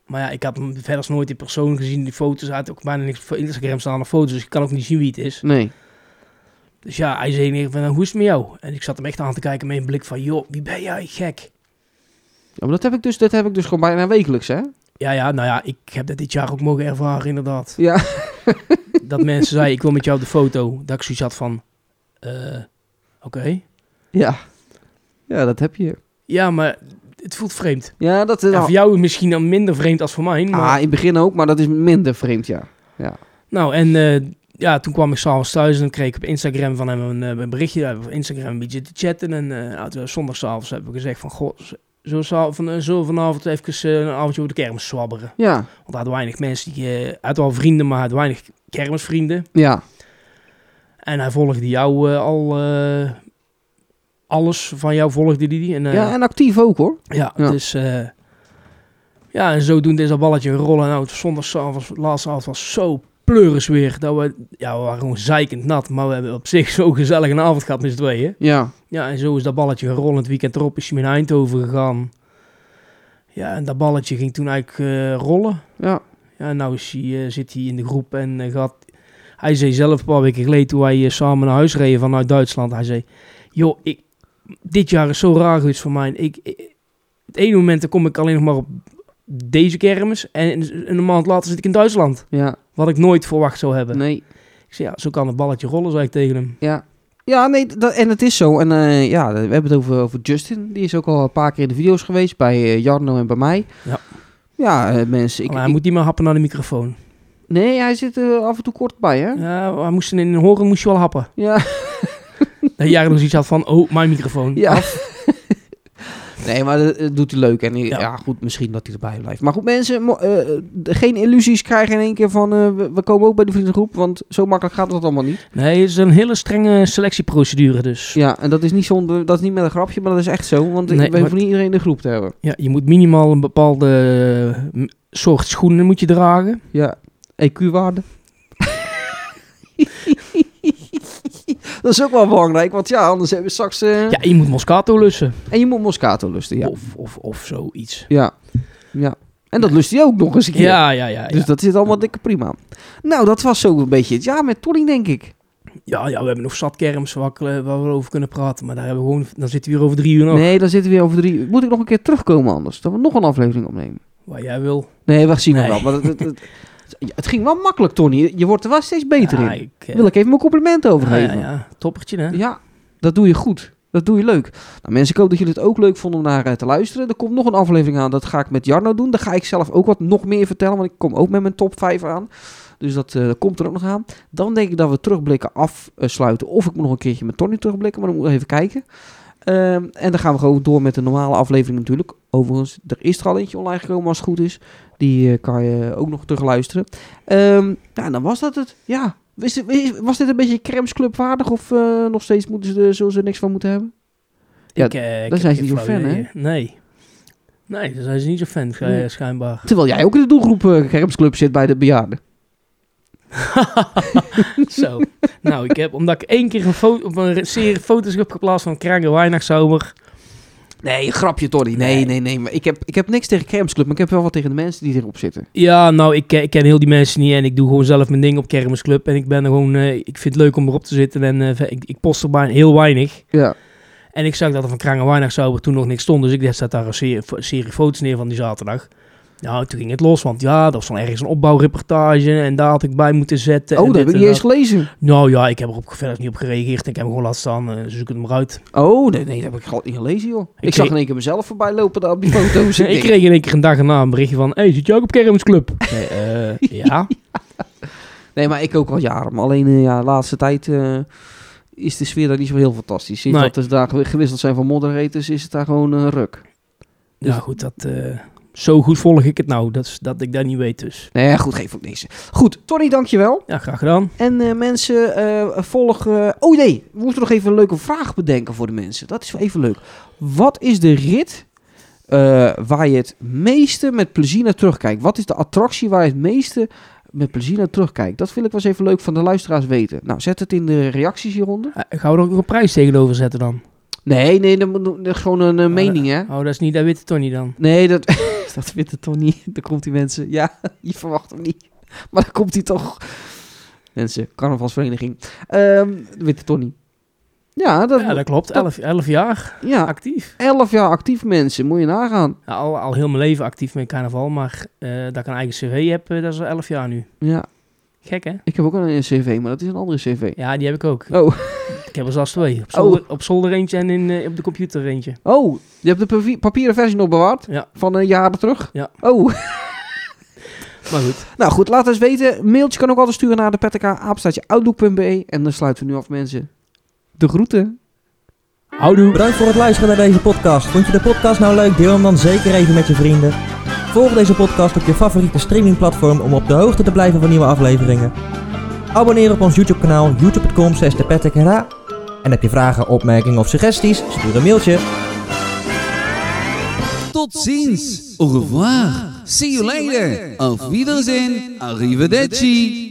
E: Maar ja, ik had hem verder nooit in persoon gezien. Die foto's hij had ook bijna niks op Instagram staan aan foto's. Dus ik kan ook niet zien wie het is.
D: Nee.
E: Dus ja, hij zei tegen van, hoe is het met jou? En ik zat hem echt aan te kijken met een blik van, joh, wie ben jij, gek?
D: Ja, maar dat heb ik dus, dat heb ik dus gewoon bijna wekelijks, hè?
E: Ja, ja, nou ja, ik heb dat dit jaar ook mogen ervaren, inderdaad.
D: [laughs]
E: [laughs]
D: Ja.
E: Dat mensen zeiden, ik wil met jou op de foto. Dat ik zoiets had van, eh, oké.
D: Ja. Ja, dat heb je.
E: Ja, maar het voelt vreemd.
D: Ja, dat is
E: Ja, voor jou misschien dan minder vreemd als voor mij. Maar...
D: Nou. Ah, in het begin ook, maar dat is minder vreemd, ja.
E: Nou, en eh, ja, toen kwam ik s'avonds thuis en dan kreeg ik op Instagram van hem een, eh, een berichtje. Daar hebben we op Instagram een beetje te chatten. En eh nou, toen, zondagavond hebben we gezegd van, goh, z- zo, zou- van, eh, zullen we vanavond even eh, een avondje over de kermis zwabberen?
D: Ja,
E: Want hij had weinig mensen, die, eh, hij had wel vrienden, maar hij had weinig kermisvrienden.
D: ja.
E: En hij volgde jou eh, al, eh, alles van jou volgde die die. En, eh,
D: ja, en actief ook hoor.
E: ja,
D: Ja.
E: dus... eh, ja, en zodoende is dat balletje rollen. Nou, zondagsavond, laatste avond was zo pleuris weer. Dat we, ja, we waren gewoon zeikend nat. Maar we hebben op zich zo gezellig een avond gehad met z'n tweeën.
D: Ja,
E: Ja, en zo is dat balletje gerollend. Het weekend erop is hij naar Eindhoven gegaan. Ja, en dat balletje ging toen eigenlijk eh, rollen.
D: ja.
E: Ja, en nou is hij, eh, zit hij in de groep en eh, gaat... Hij zei zelf een paar weken geleden toen wij eh, samen naar huis reden vanuit Duitsland. Hij zei, joh, ik, dit jaar is zo raar geweest voor mij. Ik, ik- het ene moment dan kom ik alleen nog maar op deze kermis. En een maand later zit ik in Duitsland.
D: Ja,
E: Wat ik nooit verwacht zou hebben.
D: nee.
E: Ik zei, ja, zo kan het balletje rollen, zei ik tegen hem.
D: Ja, ja nee, dat, en het is zo. En eh, ja, we hebben het over, over Justin. Die is ook al een paar keer in de video's geweest. Bij eh, Jarno en bij mij.
E: Ja.
D: Ja, eh, mensen. Ik,
E: Maar hij
D: ik-
E: moet niet meer happen naar de microfoon.
D: Nee, hij zit er af en toe kort bij, hè? Ja.
E: Ja, hij moest in een horen moest je wel happen. [laughs]
D: ja.
E: Dat jij nog iets had van, oh, mijn microfoon.
D: [laughs] nee, maar dat, dat doet hij leuk. En eh, ja.
E: Ja.
D: goed, misschien dat hij erbij blijft. Maar goed, mensen, mo- eh, eh, geen illusies krijgen in één keer van... eh, we, we komen ook bij de vriendengroep, want zo makkelijk gaat dat allemaal niet.
E: Nee, het is een hele strenge selectieprocedure dus. Ja,
D: Ja, en dat is niet, zonder, dat is niet met een grapje, maar dat is echt zo. Want
E: Nee,
D: we hoeven
E: maar-
D: niet iedereen in de groep te hebben.
E: je moet minimaal een bepaalde eh, m- soort schoenen moet je dragen.
D: Ja, EQ-waarde. [laughs] dat is ook wel belangrijk, want ja, anders hebben we straks... eh,
E: Ja, je moet Moscato lussen.
D: En je moet Moscato lusten, ja.
E: Of, of, of zoiets.
D: Ja, ja. En dat lust hij ook nog eens een keer.
E: Ja, ja, ja.
D: Dus
E: Ja.
D: dat zit allemaal dikke prima. Nou, dat was zo een beetje het jaar met Tony, denk ik.
E: ja, ja, we hebben nog zat kerms waar, ik, eh, waar we over kunnen praten. Maar daar hebben we gewoon, dan zitten we hier over drie uur nog.
D: Nee, dan zitten we weer over drie... Moet ik nog een keer terugkomen anders? Dat we nog een aflevering opnemen?
E: Waar jij wil.
D: Nee, we zien we
E: Nee.
D: wel. Maar het, het, [laughs] het, het ging wel makkelijk, Tony. Je wordt er wel steeds beter
E: Ja,
D: in.
E: ik, eh,
D: Wil ik even mijn complimenten
E: ja,
D: overgeven.
E: ja, ja, toppertje hè.
D: Ja, dat doe je goed. Dat doe je leuk. Nou, mensen, ik hoop dat jullie het ook leuk vonden om naar eh, te luisteren. Er komt nog een aflevering aan. Dat ga ik met Jarno doen. Daar ga ik zelf ook wat nog meer vertellen. Want ik kom ook met mijn top 5 aan. Dus dat eh, komt er ook nog aan. Dan denk ik dat we terugblikken afsluiten. Of ik moet nog een keertje met Tony terugblikken. Maar dan moet ik even kijken. Ehm, en dan gaan we gewoon door met de normale aflevering natuurlijk. Overigens, er is er al eentje online gekomen als het goed is. Die eh, kan je ook nog terugluisteren. Ehm nou, en dan was dat het. Ja. Is dit- is- was dit een beetje cremsclub waardig? Of eh, nog steeds moeten ze, er- zullen ze er niks van moeten hebben? Ja,
E: ik, eh, ik
D: daar
E: heb
D: zijn ze
E: geen
D: niet zo
E: flauw
D: fan, hè?
E: idee. Nee. Nee, daar zijn ze niet zo fan eh,
D: Nee.
E: schijnbaar. [laughs]
D: Terwijl jij ook in de doelgroep eh cremsclub zit bij de bejaarden.
E: Zo. Nou, ik heb, omdat ik één keer een foto, op een serie foto's heb geplaatst van Krange Weihnachtszomer.
D: Nee, grapje Tony. Nee, nee, nee. maar ik, heb, ik heb niks tegen cremsclub. Maar ik heb wel wat tegen de mensen die erop zitten.
E: Ja, nou, ik, ken- ik ken heel die mensen niet en ik doe gewoon zelf mijn ding op Kermisclub. En ik ben er gewoon, eh, ik vind het leuk om erop te zitten en eh, ve- ik, ik post er bijna heel weinig.
D: Ja.
E: En ik zag dat er van Krange Weihnachtszomer toen nog niks stond. Dus ik dacht, zet daar een serie, fo- serie foto's neer van die zaterdag. Nou, toen ging het los, want ja, dat was dan ergens een opbouwreportage en daar had ik bij moeten zetten.
D: Oh,
E: en
D: dat heb
E: dit
D: ik
E: en
D: niet eens gelezen.
E: Nou ja, ik heb er op, verder niet op gereageerd. Ik heb hem gewoon laten staan, eh, zoek het maar uit.
D: Oh, nee, nee, dat heb ik gewoon niet gelezen, joh. Ik, zag
E: Ik kreeg-
D: in één keer mezelf voorbij lopen daar op [laughs] die foto's.
E: ik kreeg in één keer een dag erna een berichtje van... Hey, zit jij ook op Kermisclub? Nee, eh, [laughs] ja.
D: Nee, maar ik ook al jaren. Maar alleen eh, ja, de laatste tijd eh, is de sfeer daar niet zo heel fantastisch. Sinds
E: Nee.
D: dat er daar gew- gewisseld zijn van moderators, is het daar gewoon eh, ruk. Dus
E: Nou goed, dat, eh, zo goed volg ik het nou. Dat, is- dat ik dat niet weet dus.
D: Nee, ja, goed, geef ook niks. Goed, Tony, dankjewel.
E: Ja, graag gedaan.
D: En eh, mensen, eh, volg... eh, oh nee, we moeten nog even een leuke vraag bedenken voor de mensen. Dat is wel even leuk. Wat is de rit eh, waar je het meeste met plezier naar terugkijkt? Wat is de attractie waar je het meeste met plezier naar terugkijkt? Dat vind ik wel eens even leuk van de luisteraars weten. Nou, zet het in de reacties hieronder.
E: Eh, gaan we er ook nog een prijs tegenover zetten dan?
D: Nee, nee, dat, moet- dat is gewoon een eh,
E: Oh,
D: mening, hè?
E: Oh, dat is niet, dat weet Tony dan.
D: Nee, dat, [laughs] dat vindt het toch niet. Dan komt die mensen. Ja, [laughs] je verwacht hem niet. Maar dan komt hij toch. Mensen, carnavalsvereniging. Ehm Witte Tony. Ja, dat,
E: Ja, dat klopt.
D: dat-
E: Elf, elf jaar
D: ja,
E: actief.
D: 11 jaar actief mensen, moet je nagaan.
E: Ja, al, al heel mijn leven actief met carnaval, maar eh, dat ik een eigen cv heb, eh, dat is al elf jaar nu.
D: Ja,
E: Gek hè?
D: ik heb ook een cv, maar dat is een andere cv.
E: Ja, die heb ik ook.
D: Oh,
E: Ik heb er zelfs twee. Op zolder, op zolder eentje en in, eh, op de computer eentje.
D: oh, je hebt de papi- papieren versie nog bewaard?
E: Ja.
D: Van een jaren terug?
E: Ja.
D: Oh, [laughs]
E: Maar goed,
D: nou goed, laat eens weten. Mailtje kan ook altijd sturen naar de pettika, En dan sluiten we nu af, mensen. De groeten.
E: houdoe!
C: Bedankt voor het luisteren naar deze podcast. Vond je de podcast nou leuk? Deel hem dan zeker even met je vrienden. Volg deze podcast op je favoriete streamingplatform om op de hoogte te blijven van nieuwe afleveringen. Abonneer op ons YouTube kanaal youtube.com slash de En heb je vragen, opmerkingen of suggesties? Stuur een mailtje.
F: Tot ziens. Au revoir. See you later. Auf Wiedersehen. Arrivederci.